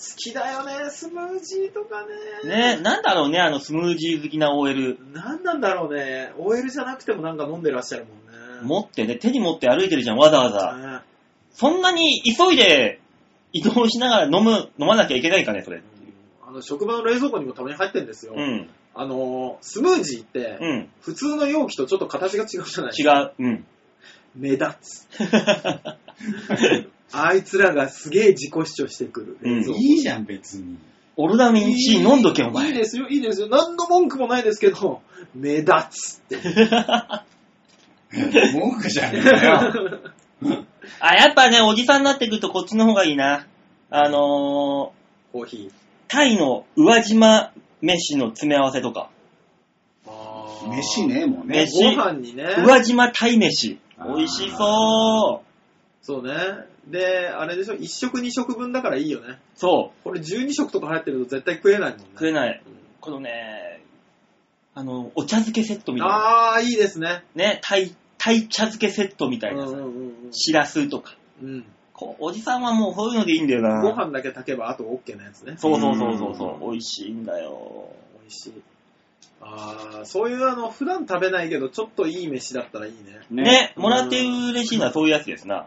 [SPEAKER 3] 好きだよね、スムージーとか
[SPEAKER 2] な。
[SPEAKER 3] ね。
[SPEAKER 2] ね、なんだろうね、あのスムージー好きな OL。
[SPEAKER 3] なんなんだろうね。OL じゃなくてもなんか飲んでらっしゃるもんね。
[SPEAKER 2] 持ってね、手に持って歩いてるじゃん、わざわざ。
[SPEAKER 3] ね
[SPEAKER 2] そんなに急いで移動しながら飲む、飲まなきゃいけないかね、それ。
[SPEAKER 3] あの、職場の冷蔵庫にもたまに入ってんですよ。
[SPEAKER 2] うん。
[SPEAKER 3] あの、スムージーって、
[SPEAKER 2] うん。
[SPEAKER 3] 普通の容器とちょっと形が違うじゃない
[SPEAKER 2] 違う。うん。
[SPEAKER 3] 目立つ。あいつらがすげえ自己主張してくる。
[SPEAKER 2] うん
[SPEAKER 3] そう
[SPEAKER 1] いいじゃん、別に。
[SPEAKER 2] (laughs) オルダミン C 飲んどけ、お
[SPEAKER 3] いい
[SPEAKER 2] 前。
[SPEAKER 3] ですよ、いいですよ。何の文句もないですけど、目立つって。
[SPEAKER 1] 文句じゃねえかよ。
[SPEAKER 2] あ、やっぱね、おじさんになってくるとこっちの方がいいな。あのー、 (laughs)
[SPEAKER 3] コーヒー。
[SPEAKER 2] タイの宇和島飯の詰め合わせとか。
[SPEAKER 3] あ
[SPEAKER 1] 飯。ね、もうね。
[SPEAKER 2] 飯
[SPEAKER 3] ご飯にね。
[SPEAKER 2] 宇和島鯛飯。
[SPEAKER 1] あー
[SPEAKER 2] 美味しそう。
[SPEAKER 3] そうね。で、あれでしょ、1食2食分だからいいよね。
[SPEAKER 2] そ
[SPEAKER 3] これ12食とか入ってると絶対食えないもんね。
[SPEAKER 2] う。食えない。
[SPEAKER 3] うん
[SPEAKER 2] このね、あの、お茶漬けセットみたいな。
[SPEAKER 3] あー、いいですね。
[SPEAKER 2] ね、タイ、タイ茶漬けセットみた
[SPEAKER 3] う
[SPEAKER 2] い
[SPEAKER 3] ん
[SPEAKER 2] な
[SPEAKER 3] う
[SPEAKER 2] さ。
[SPEAKER 3] んうん
[SPEAKER 2] しらすとか。
[SPEAKER 3] うん。うん
[SPEAKER 2] こうおじさんはもうそういうのでいいんだよな。
[SPEAKER 3] ご飯だけ炊けばあと OK なやつね。
[SPEAKER 2] そうそうそうそうそう。美味しいんだよ。
[SPEAKER 3] 美味しい。ああ、そういうあの、普段食べないけど、ちょっといい飯だったらいいね。
[SPEAKER 2] ね、もらって嬉しいのはそういうやつですな。
[SPEAKER 3] も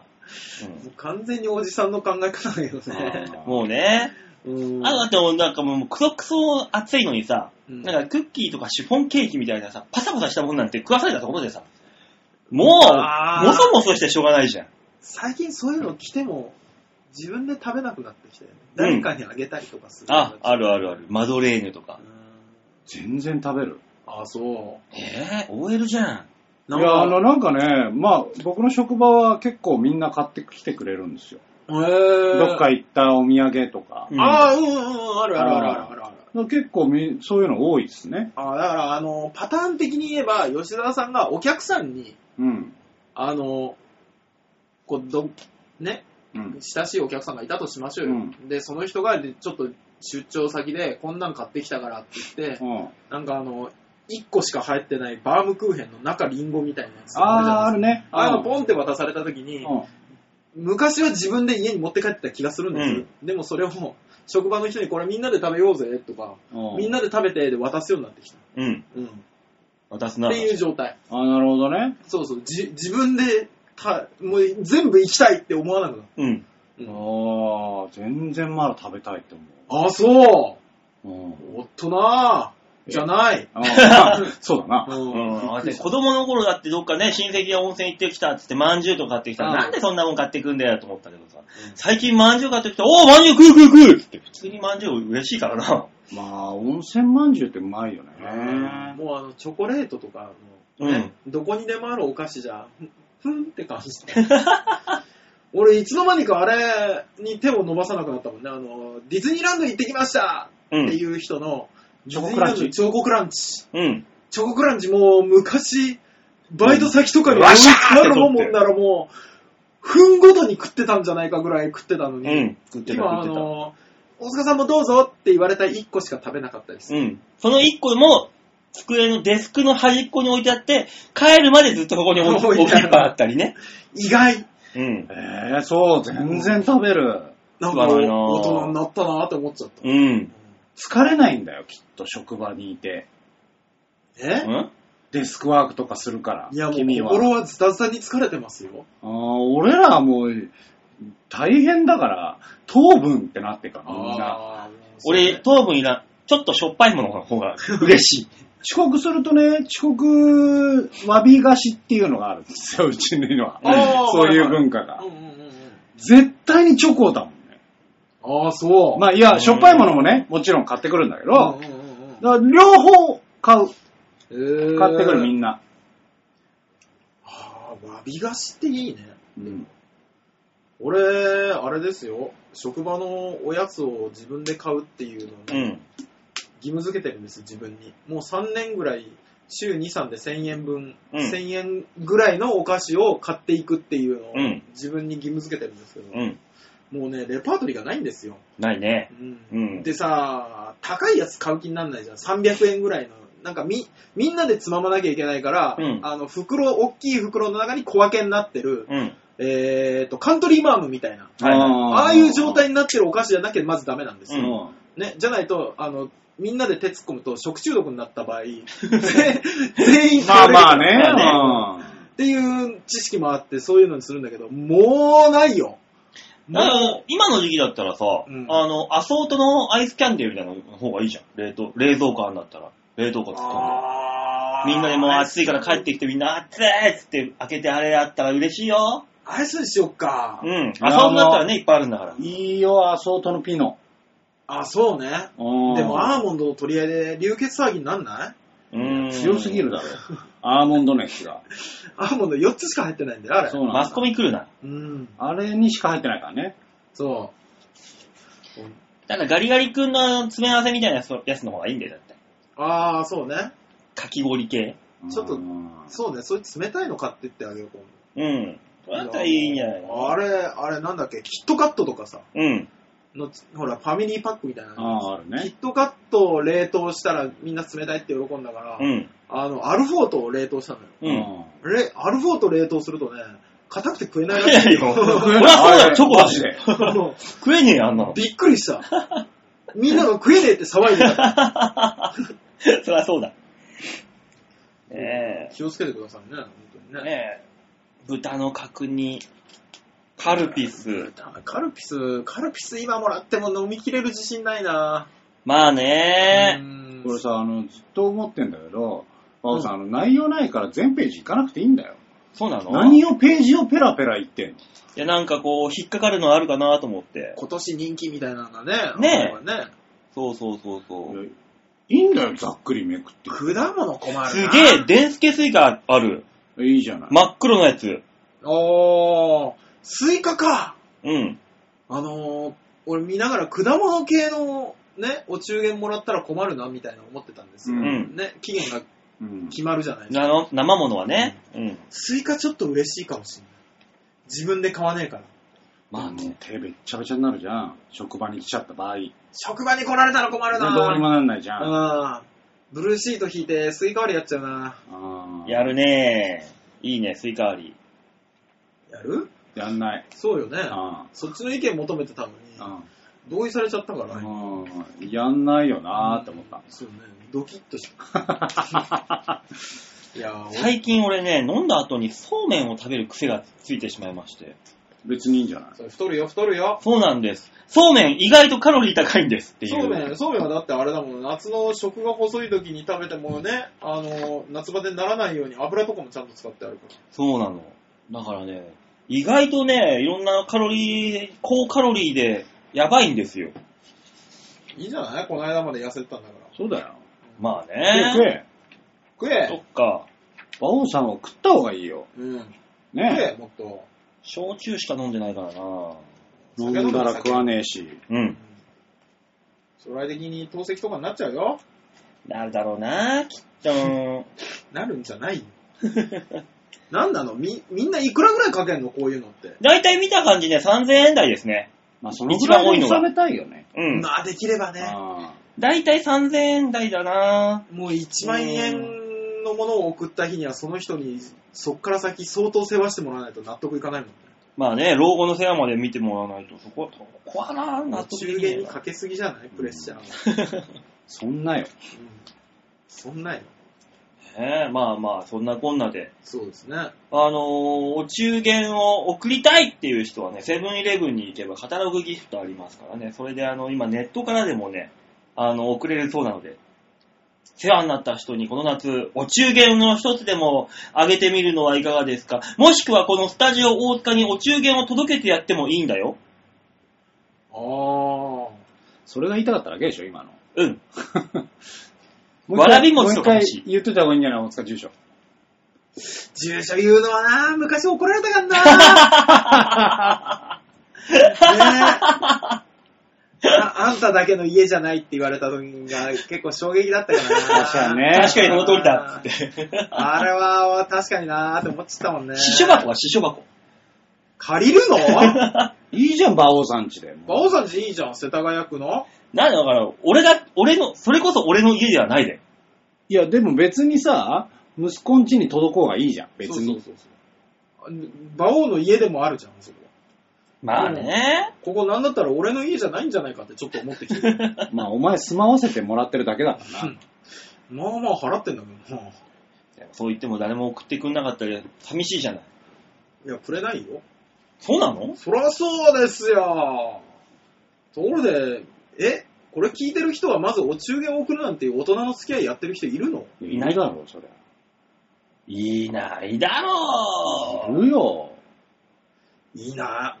[SPEAKER 3] う完全におじさんの考え方だけどね。
[SPEAKER 2] うん、もうね。
[SPEAKER 3] うん。
[SPEAKER 2] あとだってもうなんかもうクソクソ熱いのにさ、
[SPEAKER 3] うん
[SPEAKER 2] なんかクッキーとかシフォンケーキみたいなさ、パサパサしたもんなんて食わされたところでさ、も
[SPEAKER 3] あ
[SPEAKER 2] う、
[SPEAKER 3] ー
[SPEAKER 2] もそもそしてしょうがないじゃん。
[SPEAKER 3] 最近そういうの来ても、自分で食べなくなってきて、誰かにあげたりとかする。
[SPEAKER 2] あ、あ
[SPEAKER 3] る。
[SPEAKER 2] るあるある。マドレーヌとか。
[SPEAKER 1] 全然食べる。
[SPEAKER 3] ああ、そ
[SPEAKER 2] えぇ、OL じゃん。
[SPEAKER 3] う。
[SPEAKER 1] い
[SPEAKER 3] なん
[SPEAKER 1] や、
[SPEAKER 3] か、
[SPEAKER 1] あの、なんかね、まあ、僕の職場は結構みんな買ってきてくれるんですよ。
[SPEAKER 3] えー
[SPEAKER 1] どっか行ったお土産とか。
[SPEAKER 2] うん
[SPEAKER 3] ああ、うんうんうん、あるあるあるあるあるある。
[SPEAKER 1] ら結構みそういうの多いですね。
[SPEAKER 3] あだから、あの、パターン的に言えば、吉沢さんがお客さんに、
[SPEAKER 1] うん。
[SPEAKER 3] あの、こう、ど、ね、
[SPEAKER 1] うん。
[SPEAKER 3] 親しいお客さんがいたとしましょうよ。
[SPEAKER 1] うん
[SPEAKER 3] で、その人が、でちょっと出張先で、こんなん買ってきたからって言って、
[SPEAKER 1] うん、
[SPEAKER 3] なんかあの、1個しか入ってないバームクーヘンの中リンゴみたいなやつ。
[SPEAKER 1] ああー、あるね。
[SPEAKER 3] あの、
[SPEAKER 1] ン
[SPEAKER 3] ポンって渡された時
[SPEAKER 1] う
[SPEAKER 3] に、
[SPEAKER 1] ん。
[SPEAKER 3] 昔は自分で家に持って帰ってた気がするんですよ。でもそれを、職場の人にこれみんなで食べようぜとか、
[SPEAKER 1] うん
[SPEAKER 3] みんなで食べてで渡すようになってきた。
[SPEAKER 2] うん。
[SPEAKER 3] うん。っ
[SPEAKER 2] 渡すな
[SPEAKER 3] て。いう状態。
[SPEAKER 1] あ、なるほどね。
[SPEAKER 3] そうそう。じ自分でた、もう全部行きたいって思わなくなる。
[SPEAKER 2] うん。
[SPEAKER 3] うん、
[SPEAKER 1] ああ、全然まだ食べたいと
[SPEAKER 3] あ、そう
[SPEAKER 1] 思う。うん。
[SPEAKER 3] おっとなぁ。じゃない。
[SPEAKER 1] あー
[SPEAKER 3] (laughs)
[SPEAKER 1] まあそうだな。
[SPEAKER 2] う
[SPEAKER 3] うん。
[SPEAKER 2] ん、私子供の頃だってどっかね、親戚が温泉行ってきたって言って、まんじゅうとか買ってきたら、
[SPEAKER 3] うん
[SPEAKER 2] なんでそんなもん買ってくんだよと思ったけどさ、最近まんじゅう買ってきて、おお、まんじゅう食う食う食うって、普通にまんじゅう嬉しいからな。
[SPEAKER 1] まあ、温泉まんじゅうってうまいよね。
[SPEAKER 3] もうあの、チョコレートとか
[SPEAKER 2] う
[SPEAKER 3] の、
[SPEAKER 2] ん
[SPEAKER 3] ねどこにでもあるお菓子じゃ、 (laughs) ふんふんって感じ。
[SPEAKER 2] (laughs)
[SPEAKER 3] 俺、いつの間にかあれに手を伸ばさなくなったもんね。あの、ディズニーランド行ってきました
[SPEAKER 2] う
[SPEAKER 3] って
[SPEAKER 2] ん。
[SPEAKER 3] いう人の、
[SPEAKER 1] チョコクランチ
[SPEAKER 3] ディズニーランドチョコクランチ。
[SPEAKER 2] うん。
[SPEAKER 3] チョコクランチもう昔、バイト先とかに
[SPEAKER 2] うん
[SPEAKER 3] 追いつかれるもんならもう、ふんごとに食ってたんじゃないかぐらい食ってたの
[SPEAKER 2] う
[SPEAKER 3] に、
[SPEAKER 2] ん。食ってた
[SPEAKER 3] 今あ
[SPEAKER 2] 食ってた。
[SPEAKER 3] の、大塚さんもどうぞって言われた1個しか食べなかったです。
[SPEAKER 2] うん。その一個も、机のデスクの端っこに置いてあって、帰るまでずっとここに置い
[SPEAKER 3] 置い
[SPEAKER 2] 置
[SPEAKER 3] てあ
[SPEAKER 2] き
[SPEAKER 3] る
[SPEAKER 2] っぱあったりね。
[SPEAKER 3] 意外
[SPEAKER 2] うん。
[SPEAKER 1] えー、そう、全然食べる。
[SPEAKER 3] なんか
[SPEAKER 2] すまないなぁ
[SPEAKER 3] 大人になったなって思っちゃった。
[SPEAKER 2] うん。
[SPEAKER 1] 疲れないんだよ、きっと、職場にいて。
[SPEAKER 2] う
[SPEAKER 3] え
[SPEAKER 2] ん
[SPEAKER 1] デスクワークとかするから、
[SPEAKER 3] いやもう
[SPEAKER 1] 君は。
[SPEAKER 3] 心はズタズタに疲れてますよ。
[SPEAKER 1] あー俺らはもう、大変だから、糖分ってなってから、みんな。
[SPEAKER 3] あーもうそうね
[SPEAKER 2] 俺、糖分いらん。ちょっとしょっぱいものの方が嬉しい。
[SPEAKER 1] 遅刻するとね、遅刻、わび菓子っていうのがあるんですよ、うちには。
[SPEAKER 3] あー
[SPEAKER 1] そういう文化
[SPEAKER 3] は
[SPEAKER 1] が
[SPEAKER 3] い。はいうんうんうんうん
[SPEAKER 1] 絶対にチョコだもんね。
[SPEAKER 3] ああ、そう。
[SPEAKER 1] まあ、いや、しょっぱいものもね、もちろん買ってくるんだけど、
[SPEAKER 3] うんうんうんうん
[SPEAKER 1] だから両方買う。
[SPEAKER 3] えー
[SPEAKER 1] 買ってくるみんな。
[SPEAKER 3] ああ、わび菓子っていいね。
[SPEAKER 1] うん。
[SPEAKER 3] 俺、あれですよ。職場のおやつを自分で買うっていうのを
[SPEAKER 2] う
[SPEAKER 3] ね、
[SPEAKER 2] ん。
[SPEAKER 3] 義務付けてるんです、自分に。もう3年ぐらい、週2、3で1000円分、
[SPEAKER 2] うん
[SPEAKER 3] 1000円ぐらいのお菓子を買っていくっていうのを
[SPEAKER 2] うん
[SPEAKER 3] 自分に義務付けてるんですけど、
[SPEAKER 2] うん。
[SPEAKER 3] もうね、レパートリーがないんですよ。
[SPEAKER 2] ないね。
[SPEAKER 3] う
[SPEAKER 2] うんん
[SPEAKER 3] でさ、高いやつ買う気にならないじゃん。300円ぐらいの。なんかみ、みんなでつままなきゃいけないから、
[SPEAKER 2] うん
[SPEAKER 3] あの、袋、大きい袋の中に小分けになってる、
[SPEAKER 2] うん。
[SPEAKER 3] えーと、カントリーマームみたいな。
[SPEAKER 2] はいはい
[SPEAKER 3] ああいう状態になってるお菓子じゃなきゃまずダメなんです
[SPEAKER 1] う
[SPEAKER 3] よ。
[SPEAKER 1] ん。
[SPEAKER 3] ね、じゃないと、あの、みんなで手突っ込むと食中毒になった
[SPEAKER 2] (laughs)
[SPEAKER 3] 場合、全全員
[SPEAKER 1] まあ
[SPEAKER 3] 倒れる
[SPEAKER 1] ま
[SPEAKER 3] か
[SPEAKER 1] あね。
[SPEAKER 3] ら
[SPEAKER 1] まあね
[SPEAKER 3] っていう知識もあって、そういうのにするんだけど、もうないよ。も
[SPEAKER 2] だか
[SPEAKER 3] う、
[SPEAKER 2] ら今の時期だったらさ、
[SPEAKER 3] うん
[SPEAKER 2] あの、アソートのアイスキャンデーみたいなのの方がいいじゃん。冷凍、冷蔵カーになったら。冷凍庫使って。
[SPEAKER 3] あー
[SPEAKER 2] みんなでもう暑いから帰ってきてみんな暑いっつって開けてあれあったら嬉しいよ。
[SPEAKER 3] アイスにしよっか
[SPEAKER 2] う。ん。アソートだったらね、いっぱいあるんだから。
[SPEAKER 1] いいよ、アソートのピノ。
[SPEAKER 3] あ、そうね。
[SPEAKER 1] で
[SPEAKER 3] でも
[SPEAKER 1] も、
[SPEAKER 3] アーモンドの取り合いで流血騒ぎになんない
[SPEAKER 2] うん。
[SPEAKER 1] 強すぎるだろ。アーモンド熱が。
[SPEAKER 3] アーモンド4つしか入ってないんだよ、あれ。
[SPEAKER 1] そうなん
[SPEAKER 2] マス
[SPEAKER 1] だ
[SPEAKER 2] コ。ミ来るな。
[SPEAKER 3] うん。
[SPEAKER 1] あれにしか入ってないからね。
[SPEAKER 3] そう。
[SPEAKER 2] だからガリガリ君の詰め合わせみたいなやつやつの方がいいんだよ、だって。
[SPEAKER 3] ああ、そうね。
[SPEAKER 2] かき氷系。
[SPEAKER 3] ちょっと
[SPEAKER 1] うん
[SPEAKER 3] そうね、それ冷たいの買ってってあげよう今度
[SPEAKER 2] うん。それだったらいいんじゃないの
[SPEAKER 3] あれ、あれなんだっけ、キットカットとかさ、
[SPEAKER 2] うん。
[SPEAKER 3] のほら、ファミリーパックみたいなの、
[SPEAKER 1] ああ、ある
[SPEAKER 3] キッ
[SPEAKER 1] ね。
[SPEAKER 3] トカットを冷凍したらみんな冷たいって喜んだから、
[SPEAKER 2] うん。
[SPEAKER 3] あの、アルフォートを冷凍したのよ。
[SPEAKER 2] うん。
[SPEAKER 3] レアルフォート冷凍するとね、硬くて食えない
[SPEAKER 2] い
[SPEAKER 3] ら
[SPEAKER 2] や
[SPEAKER 3] し
[SPEAKER 2] い
[SPEAKER 3] い
[SPEAKER 2] や、俺
[SPEAKER 3] よ。
[SPEAKER 2] はそうだよ、チョコだし。
[SPEAKER 1] で。
[SPEAKER 3] (laughs)
[SPEAKER 2] 食えねえよ、あんなの。
[SPEAKER 3] びっくりした。みんなが食えねえって騒いでた。
[SPEAKER 2] (laughs) そりゃそうだ。ね
[SPEAKER 3] 気をつけてくださいね、本
[SPEAKER 2] え、
[SPEAKER 3] 当にね。
[SPEAKER 2] ねえ、豚の角煮、カルピス。
[SPEAKER 3] カルピス、カルピス今もらっても飲みきれる自信ないな
[SPEAKER 2] まあ
[SPEAKER 3] う
[SPEAKER 2] ね、
[SPEAKER 3] ん
[SPEAKER 1] これさ、あの、ずっと思ってんだけど、バオさん、あの、内容ないから全ページ行かなくていいんだよ。
[SPEAKER 2] そうなの
[SPEAKER 1] 何をページをペラペラ言ってんの
[SPEAKER 2] いや、なんかこう、引っかかるのあるかなと思って。
[SPEAKER 3] 今年人気みたいなのがね、
[SPEAKER 2] ねえ
[SPEAKER 3] あれはね
[SPEAKER 2] そうそうそうそう。
[SPEAKER 1] いやいいんだよ、ざっくりめくって。
[SPEAKER 3] 果物困るな。
[SPEAKER 2] すげえ、デンスケスイカある。
[SPEAKER 1] いいじゃない。
[SPEAKER 2] 真っ黒のやつ。
[SPEAKER 3] おー、スイカか。
[SPEAKER 2] うん。
[SPEAKER 3] あのー、俺見ながら果物系のね、お中元もらったら困るな、みたいな思ってたんですよ。
[SPEAKER 2] うん
[SPEAKER 3] ね、期限が
[SPEAKER 1] うん。
[SPEAKER 3] 決まるじゃないですか。
[SPEAKER 2] あの、生ものはね。うん。
[SPEAKER 3] スイカちょっと嬉しいかもしれない。自分で買わねえから。
[SPEAKER 1] まあね、手べっちゃべちゃになるじゃん。職場に来ちゃった場合。
[SPEAKER 3] 職場に来られたら困る
[SPEAKER 1] どうにも
[SPEAKER 3] な
[SPEAKER 1] なんないじゃん。あ
[SPEAKER 3] ああブルーシート引いてスイカ割りやっちゃうな
[SPEAKER 1] あー
[SPEAKER 2] やるねいいね、スイカ割り。
[SPEAKER 3] やる
[SPEAKER 1] やんない。
[SPEAKER 3] そうよね。
[SPEAKER 1] あ
[SPEAKER 3] そっちの意見求めてたのに、
[SPEAKER 1] ーあ
[SPEAKER 3] 同意されちゃったから。
[SPEAKER 1] ーうん。やんないよなーって思った。
[SPEAKER 3] そうね。ドキッとし
[SPEAKER 1] (laughs)
[SPEAKER 3] いやー、俺
[SPEAKER 2] 最近俺ね、飲んだ後にそうめんを食べる癖がついてしまいまして。
[SPEAKER 1] 別にいいんじゃない
[SPEAKER 3] それ太るよ、太るよ。
[SPEAKER 2] そうなんです。そうめん意外とカロリー高いんですっていう。
[SPEAKER 3] そうめん、そうめんはだってあれだもん、夏の食が細い時に食べてもね、あの、夏バテにならないように油とかもちゃんと使ってあるから。
[SPEAKER 2] そうなの。だからね、意外とね、いろんなカロリー、高カロリーでやばいんですよ。
[SPEAKER 3] いいじゃないこの間まで痩せてたんだから。
[SPEAKER 1] そうだよ。
[SPEAKER 2] まあ
[SPEAKER 1] 食え食
[SPEAKER 2] ね。
[SPEAKER 3] 食
[SPEAKER 1] え。
[SPEAKER 2] そ
[SPEAKER 3] え
[SPEAKER 2] っか。
[SPEAKER 1] 馬王さんは食った方がいいよ。
[SPEAKER 3] うん。食
[SPEAKER 1] ね
[SPEAKER 3] え、もっと。
[SPEAKER 2] 焼酎しか飲んでないからな。
[SPEAKER 1] 飲んだら食わねえし。
[SPEAKER 2] うん。
[SPEAKER 3] 将来的に透析とかになっちゃうよ。
[SPEAKER 2] なるだろうな、きっと。
[SPEAKER 3] なるんじゃないよなんなのみ、みんないくらぐらいかけんのこういうのって。
[SPEAKER 2] だいたい見た感じね、3000円台ですね。
[SPEAKER 1] まあ、そのぐら
[SPEAKER 2] 一
[SPEAKER 1] いで
[SPEAKER 2] 番多いの
[SPEAKER 1] 収
[SPEAKER 2] が
[SPEAKER 1] めたいよね。
[SPEAKER 2] うん。
[SPEAKER 3] まあ、できればね。
[SPEAKER 1] あ
[SPEAKER 2] だいたい3000円台だな。
[SPEAKER 3] もう1万円のものを送った日には、その人にそっから先相当世話してもらわないと納得いかないもんね。
[SPEAKER 2] まあね、老後の世話まで見てもらわないと、そこ、そこはな、納
[SPEAKER 3] お
[SPEAKER 2] 得
[SPEAKER 3] 中
[SPEAKER 2] でき
[SPEAKER 3] 元に
[SPEAKER 2] ない
[SPEAKER 3] かけすぎじゃないプレッシャーは。
[SPEAKER 1] ーそんなよ。
[SPEAKER 3] うんそんなんよ。
[SPEAKER 2] ねえまあまあ、そんなこんなで。
[SPEAKER 3] そうですね。
[SPEAKER 2] あのーお中元を送りたいっていう人はね、セブンイレブンに行けばカタログギフトありますからね、それであの、今ネットからでもね、あの、送れるそうなので、世話になった人にこの夏、お中元の一つでもあげてみるのはいかがですかもしくはこのスタジオ大塚にお中元を届けてやってもいいんだよ。
[SPEAKER 3] ああ。
[SPEAKER 1] それが言いたかっただけでしょ、今の。
[SPEAKER 2] うん。
[SPEAKER 1] もう一回
[SPEAKER 2] わらび餅と
[SPEAKER 1] もう一
[SPEAKER 2] か
[SPEAKER 1] 回
[SPEAKER 2] 欲しい
[SPEAKER 1] 言っといた方がいいんじゃない大塚住所。
[SPEAKER 3] 住所言うのはな、昔怒られたかん
[SPEAKER 1] (laughs)
[SPEAKER 3] な。ねえああんただけの家じゃないって言われた時が結構衝撃だったからな。
[SPEAKER 1] 確かにね
[SPEAKER 2] 確かにその通りだ、つって。
[SPEAKER 3] あれは確かになーって思っちゃったもんね。
[SPEAKER 2] 死書箱は死書箱。
[SPEAKER 3] 借りるの
[SPEAKER 1] いいじゃん、馬王さんちで。
[SPEAKER 3] 馬王さんちいいじゃん、世田谷区の。
[SPEAKER 2] なんだから、俺だ、俺の、それこそ俺の家ではないで。
[SPEAKER 1] いや、でも別にさ、息子ん家に届こうがいいじゃん、別
[SPEAKER 3] そ
[SPEAKER 1] に。
[SPEAKER 3] うそうそうそう。馬王の家でもあるじゃん、そこ。
[SPEAKER 2] まあね。
[SPEAKER 3] ここなんだったら俺の家じゃないんじゃないかってちょっと思ってき
[SPEAKER 1] (laughs)
[SPEAKER 3] て。
[SPEAKER 1] まあ、お前住まわせてもらってるだけだからな。
[SPEAKER 3] まあまあ払ってんだけどな。
[SPEAKER 2] そう言っても誰も送ってくんなかったら寂しいじゃない。
[SPEAKER 3] いや、くれないよ。
[SPEAKER 2] そうなの
[SPEAKER 3] そらそうですよ。ところで、えこれ聞いてる人はまずお中元を送るなんていう大人の付き合いやってる人いるの
[SPEAKER 1] いないだろう、そりゃ。
[SPEAKER 2] いないだろ
[SPEAKER 1] いるよ。
[SPEAKER 3] いいな。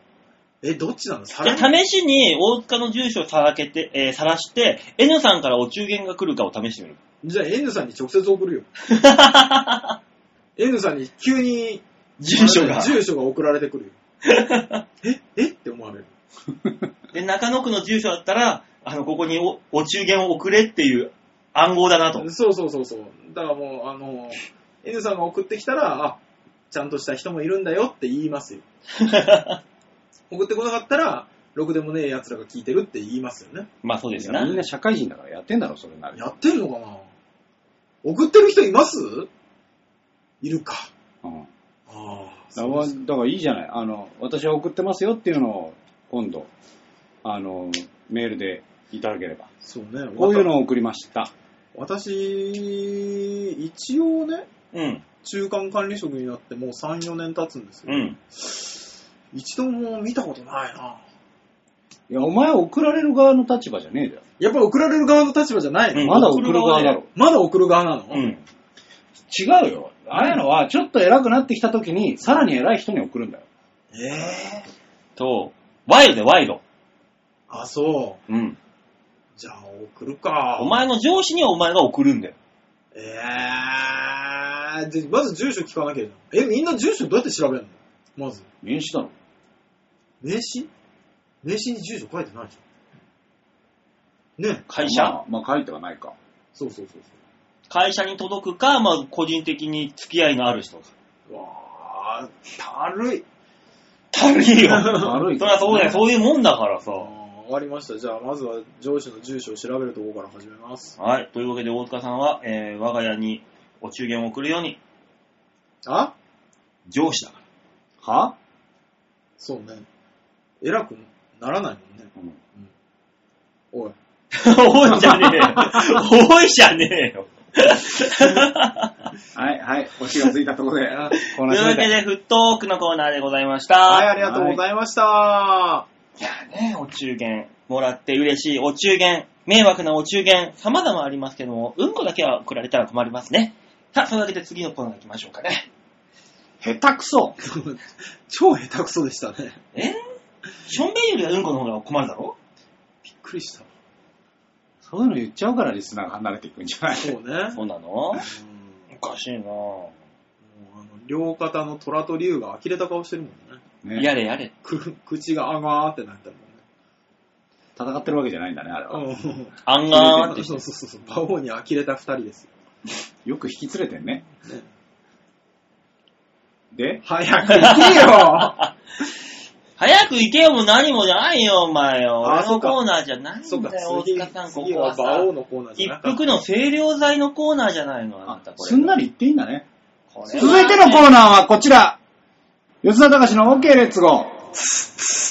[SPEAKER 3] え、どっちなの
[SPEAKER 2] う。
[SPEAKER 3] さ
[SPEAKER 2] じ
[SPEAKER 3] ら
[SPEAKER 2] ゃ
[SPEAKER 3] に
[SPEAKER 2] あ試しに大塚の住所をさらけて、えーさらして、N さんからお中元が来るかを試してみる。
[SPEAKER 3] じゃあ N さんに直接送るよ。N さんに急に
[SPEAKER 2] 住所が。
[SPEAKER 3] 住所が送られて
[SPEAKER 2] (laughs)
[SPEAKER 3] くるよ。ええって思われる。
[SPEAKER 2] で、中野区の住所だったら、あの、ここにおお中元を送れっていう暗号だなと。
[SPEAKER 3] そうそうそうそう。だからもう、あの、N さんが送ってきたら、あ、ちゃんとした人もいるんだよって言い
[SPEAKER 1] (laughs)
[SPEAKER 3] ますよ。送ってこなかったら、ろくでもねえ奴らが聞いてるって言いますよね。
[SPEAKER 2] まあそうですよ
[SPEAKER 1] みん
[SPEAKER 2] ね。
[SPEAKER 1] な社会人だからやってんだろ、それなりに
[SPEAKER 3] やってんのかな送ってる人いますいるか。
[SPEAKER 1] うん
[SPEAKER 3] ああ、
[SPEAKER 1] だ
[SPEAKER 3] そ
[SPEAKER 1] か
[SPEAKER 3] う
[SPEAKER 1] ら
[SPEAKER 3] です
[SPEAKER 1] だからいいじゃない。あの、私は送ってますよっていうのを、今度、あの、メールでいただければ。
[SPEAKER 3] そうね。
[SPEAKER 1] こういうのを送りました。
[SPEAKER 3] 私、一応ね、
[SPEAKER 2] うん。
[SPEAKER 3] 中間管理職になってもう3、4年経つんですよ。
[SPEAKER 2] うん。
[SPEAKER 3] 一度も見たことないな。
[SPEAKER 1] いや、お前送られる側の立場じゃねえだよ。
[SPEAKER 3] やっぱ送られる側の立場じゃないの、
[SPEAKER 2] うん
[SPEAKER 1] まだ送る側だろ。
[SPEAKER 3] まだ送る側なの、
[SPEAKER 2] うん。
[SPEAKER 1] 違うよ。ああいうのは、ちょっと偉くなってきた時に、さらに偉い人に送るんだよ。
[SPEAKER 3] ええ
[SPEAKER 2] と、賄賂で賄賂。
[SPEAKER 3] あ、そう。
[SPEAKER 2] うん。
[SPEAKER 3] じゃあ送るか。
[SPEAKER 2] お前の上司にはお前が送るんだよ。
[SPEAKER 3] ええでまず住所聞かなきゃいけない。え、みんな住所どうやって調べるのまず。
[SPEAKER 1] 名刺だろ。
[SPEAKER 3] 名刺名刺に住所書いてないじね。
[SPEAKER 2] 会社、
[SPEAKER 1] まあ、まあ書いてはないか。
[SPEAKER 3] そうそうそうそ
[SPEAKER 2] 会社に届くか、まあ、個人的に付き合いのある人が。
[SPEAKER 3] う。うわあ、たるい。
[SPEAKER 2] たるい
[SPEAKER 1] (laughs)
[SPEAKER 2] よ。
[SPEAKER 1] (laughs) 悪
[SPEAKER 2] (laughs)
[SPEAKER 1] い
[SPEAKER 2] そりゃそうだよ、そういうもんだからさ。
[SPEAKER 3] あーわかりました。じゃあ、まずは上司の住所を調べるところから始めます。
[SPEAKER 2] はい。というわけで、大塚さんは、えー、我が家にお中元を送るように、
[SPEAKER 3] あ
[SPEAKER 2] 上司だか
[SPEAKER 1] は、
[SPEAKER 3] そうね。偉くならないもんね。
[SPEAKER 1] うん
[SPEAKER 3] おい。
[SPEAKER 2] ら。 (laughs) 多いじゃねえよ。多いじゃねえよ。
[SPEAKER 1] はい、はい。お気がついたところで。ことん
[SPEAKER 2] いう
[SPEAKER 1] な締め
[SPEAKER 2] わ
[SPEAKER 1] て
[SPEAKER 2] けで、フットークのコーナーでございまし
[SPEAKER 3] はい、
[SPEAKER 2] た。
[SPEAKER 3] ありがとうございました。
[SPEAKER 2] いやーね、お中元、もらって嬉しいお中元、迷惑なお中元、様々ありますけども、うんこだけは送られたら困りますね。さあ、それだけで次のコーナー行きましょうかね。
[SPEAKER 1] 下手くそ
[SPEAKER 3] 超下手くそでした
[SPEAKER 2] (laughs)
[SPEAKER 3] ね。
[SPEAKER 2] えー、ションベンよりはうんこの方が困るだろ
[SPEAKER 3] びっくりした。
[SPEAKER 1] そういうの言っちゃうからリスナーが離れていくんじ
[SPEAKER 3] (laughs)
[SPEAKER 1] ゃない
[SPEAKER 3] そうね。
[SPEAKER 2] そうなのお
[SPEAKER 3] うん
[SPEAKER 2] かしいなぁ。
[SPEAKER 3] もうあの両肩の虎と竜が呆れた顔してるもんね。
[SPEAKER 1] ね
[SPEAKER 2] やれやれ。
[SPEAKER 3] く口があがーってなったも
[SPEAKER 1] 戦ってるわけじゃないんだね、あれは。
[SPEAKER 3] んね。うん
[SPEAKER 2] あんがーってし
[SPEAKER 3] そう
[SPEAKER 2] て。
[SPEAKER 3] そうそうそう。馬王に呆れた二人ですよ。
[SPEAKER 1] よく引き連れてんね。
[SPEAKER 3] ね
[SPEAKER 1] で、
[SPEAKER 3] 早く行け
[SPEAKER 1] (laughs)
[SPEAKER 3] よ
[SPEAKER 2] 早く行けよも何もじゃないよ、お前よ。
[SPEAKER 3] あ
[SPEAKER 2] 俺
[SPEAKER 3] そ
[SPEAKER 2] の
[SPEAKER 3] うか
[SPEAKER 2] コーナーじゃない
[SPEAKER 3] そ
[SPEAKER 2] ん
[SPEAKER 3] っか
[SPEAKER 2] だよ、、大
[SPEAKER 3] 次
[SPEAKER 2] 塚さん、こ
[SPEAKER 3] 次
[SPEAKER 2] こ
[SPEAKER 3] は
[SPEAKER 2] は
[SPEAKER 3] 馬
[SPEAKER 2] さ。
[SPEAKER 3] 王のコーナーじ
[SPEAKER 2] 一
[SPEAKER 3] ゃなかった。
[SPEAKER 2] 服の清涼剤のコーナーじゃないの、あなた、これ。
[SPEAKER 1] すんなり言っていいんだね。
[SPEAKER 2] これは
[SPEAKER 1] 続いてのコーナーはこちら。吉田隆の OK レッツゴー。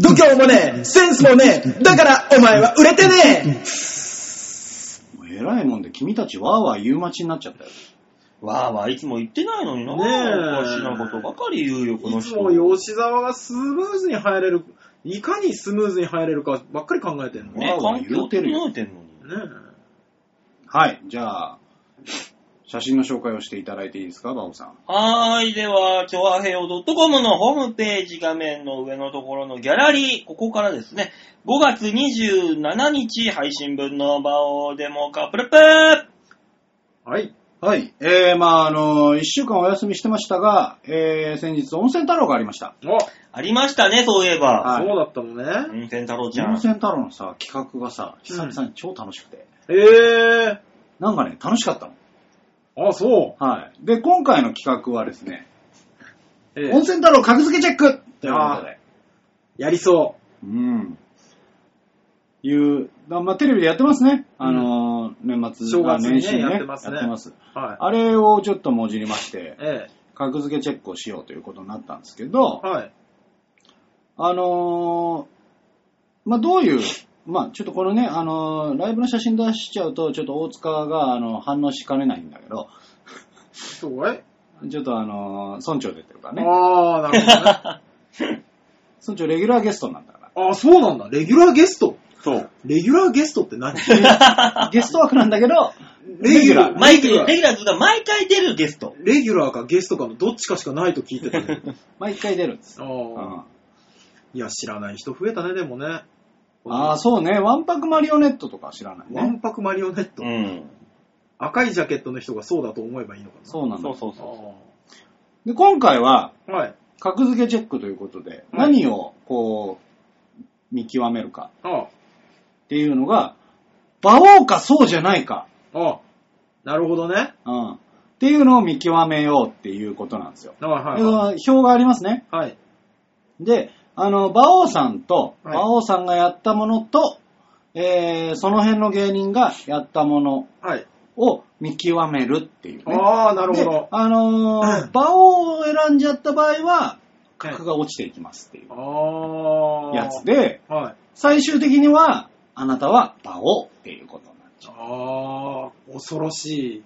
[SPEAKER 3] 度胸もねえ、センスもねえ、だからお前は売れてね
[SPEAKER 1] もう偉いもんで君たちわーわー言う待ちになっちゃったよ。
[SPEAKER 2] わーわーいつも言ってないのにな。
[SPEAKER 3] ねえ
[SPEAKER 2] おかしなことばかり言うよ、この
[SPEAKER 3] い
[SPEAKER 2] 人。
[SPEAKER 3] つも吉沢がスムーズに入れる、いかにスムーズに入れるかばっかり考えてんのね。
[SPEAKER 2] ね、環境整
[SPEAKER 1] わーわ
[SPEAKER 2] えてんのに。
[SPEAKER 3] ね
[SPEAKER 1] はい、じゃあ、写真の紹介をしていただいていいですか、バオさん。
[SPEAKER 2] はーい、では、調和平洋 .com のホームページ画面の上のところのギャラリー、ここからですね、5月27日配信分の場をデモカプレプ
[SPEAKER 3] えはい。
[SPEAKER 1] はい、えー、まああの、一週間お休みしてましたが、えー、先日温泉太郎がありました。
[SPEAKER 3] お、
[SPEAKER 2] ありましたね、そういえば。
[SPEAKER 1] はい
[SPEAKER 3] そうだったのね。
[SPEAKER 2] うん、仙太郎ちゃん。
[SPEAKER 1] 温泉太郎のさ、企画がさ、久々に超楽しくて、
[SPEAKER 3] え
[SPEAKER 1] なんかね、楽しかったの。
[SPEAKER 3] ー。あ、そう。
[SPEAKER 1] はい。で、今回の企画はですね、
[SPEAKER 3] え
[SPEAKER 1] 温泉太郎格付けチェックということで、
[SPEAKER 3] やりそ
[SPEAKER 1] うん。いう、だまあ、テレビでやってますね。あのー年末、
[SPEAKER 3] 正月にね
[SPEAKER 1] あ年始
[SPEAKER 3] やってますね
[SPEAKER 1] やってます。
[SPEAKER 3] う。は
[SPEAKER 1] あれをちょっともじりまして
[SPEAKER 3] い。、え
[SPEAKER 1] 格付けチェックをしようということになったんですけど、
[SPEAKER 3] ー。はい。
[SPEAKER 1] あのーまあ、どういう、まあ、ちょっとこのね、あのーライブの写真出しちゃうと、ちょっと大塚が、あの、反応しかねないんだけど、
[SPEAKER 3] そうかい
[SPEAKER 1] ちょっとあのー村長出てるからね。
[SPEAKER 3] あー、なる
[SPEAKER 1] (laughs)
[SPEAKER 3] ほどね。
[SPEAKER 1] 村長レギュラーゲストなんだか
[SPEAKER 3] あ、そうなんだ。レギュラーゲスト。
[SPEAKER 2] そう。
[SPEAKER 3] レギュラーゲストって
[SPEAKER 1] (laughs)
[SPEAKER 3] 何 (laughs)
[SPEAKER 1] ら。ゲスト枠なんだけど、
[SPEAKER 3] レギュラー。
[SPEAKER 2] 毎回、
[SPEAKER 3] レギ
[SPEAKER 2] レ
[SPEAKER 3] ュラー。
[SPEAKER 2] ギュラーズが毎回出るゲスト。
[SPEAKER 3] レギュラーかゲストかのどっちかしかないと聞いてた
[SPEAKER 1] (laughs)
[SPEAKER 3] ね。
[SPEAKER 1] 毎回出るんです。
[SPEAKER 3] あ
[SPEAKER 1] う
[SPEAKER 3] ー
[SPEAKER 1] ん
[SPEAKER 3] いや、知らない人増えたね、でもね。
[SPEAKER 1] ああ、そうね。ワンパクマリオネットとか知らない
[SPEAKER 3] わ
[SPEAKER 1] ね。
[SPEAKER 3] んぱくマリオネット、
[SPEAKER 2] うん。赤
[SPEAKER 3] 赤いジャケットの人がそうだと思えばいいのかな。
[SPEAKER 1] そうな
[SPEAKER 2] そう
[SPEAKER 1] の。
[SPEAKER 2] そうそ
[SPEAKER 3] あ
[SPEAKER 1] で、今回は、
[SPEAKER 3] ーはい。
[SPEAKER 1] 格付けチェックということで、何を、こう、見極めるか
[SPEAKER 3] あー
[SPEAKER 1] っていうのが、馬王かそうじゃないか。
[SPEAKER 3] あーなるほどね。
[SPEAKER 1] うん。っていうのを見極めようっていうことなんですよ。
[SPEAKER 3] あーはい
[SPEAKER 1] で
[SPEAKER 3] は
[SPEAKER 1] 表がありますね。
[SPEAKER 3] い。はい。
[SPEAKER 1] で、あの、馬王さんと、
[SPEAKER 3] はい
[SPEAKER 1] 馬王さんがやったものと、えー、その辺の芸人がやったもの
[SPEAKER 3] はい。
[SPEAKER 1] を見極めるっていうね。
[SPEAKER 3] ああ、なるほ
[SPEAKER 1] で
[SPEAKER 3] ど。
[SPEAKER 1] あの
[SPEAKER 3] (clears throat) う
[SPEAKER 1] ー
[SPEAKER 3] ん
[SPEAKER 1] 馬王を選んじゃった場合は、格が落ちていきますっていう
[SPEAKER 3] ああ。
[SPEAKER 1] やつ。で、
[SPEAKER 3] はい。
[SPEAKER 1] 最終的には、あなたは馬王っていうことになっちゃ
[SPEAKER 3] ああ、恐ろしい。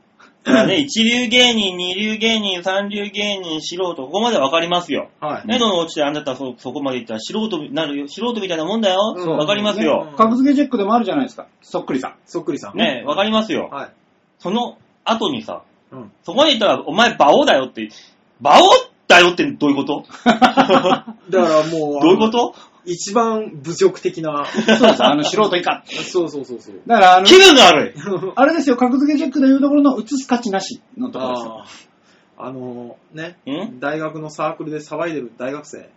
[SPEAKER 2] う。ね、一流芸人、二流芸人、三流芸人、素人、ここまでわかりますよ。
[SPEAKER 3] はい。
[SPEAKER 2] ね、どの落ちてあなたはそそこまで行ったら素人になるよ。素人みたいなもんだよ。
[SPEAKER 3] うん
[SPEAKER 2] わかりますよ。
[SPEAKER 1] う。格付けチェックでもあるじゃないですか。そっくりさん。
[SPEAKER 3] そっくりさん。
[SPEAKER 2] ね、わかりますよ。
[SPEAKER 3] はい。
[SPEAKER 2] その後にさ、
[SPEAKER 3] うん。
[SPEAKER 2] そこまで行ったら、お前、馬王だよって、馬王だよってどういうこと (laughs)
[SPEAKER 3] だからも
[SPEAKER 2] ど
[SPEAKER 3] う、
[SPEAKER 2] ういうこと
[SPEAKER 3] 一番侮辱的な。
[SPEAKER 1] そうです。あの、素人以下。
[SPEAKER 3] そうそうそうそう。
[SPEAKER 1] だから、あの
[SPEAKER 2] 気、分が悪い。
[SPEAKER 1] あれですよ、格付けチェックでいうところの映す価値なしのところですよ。
[SPEAKER 3] あーあのね、
[SPEAKER 2] ん
[SPEAKER 3] 大学のサークルで騒いでる大学生。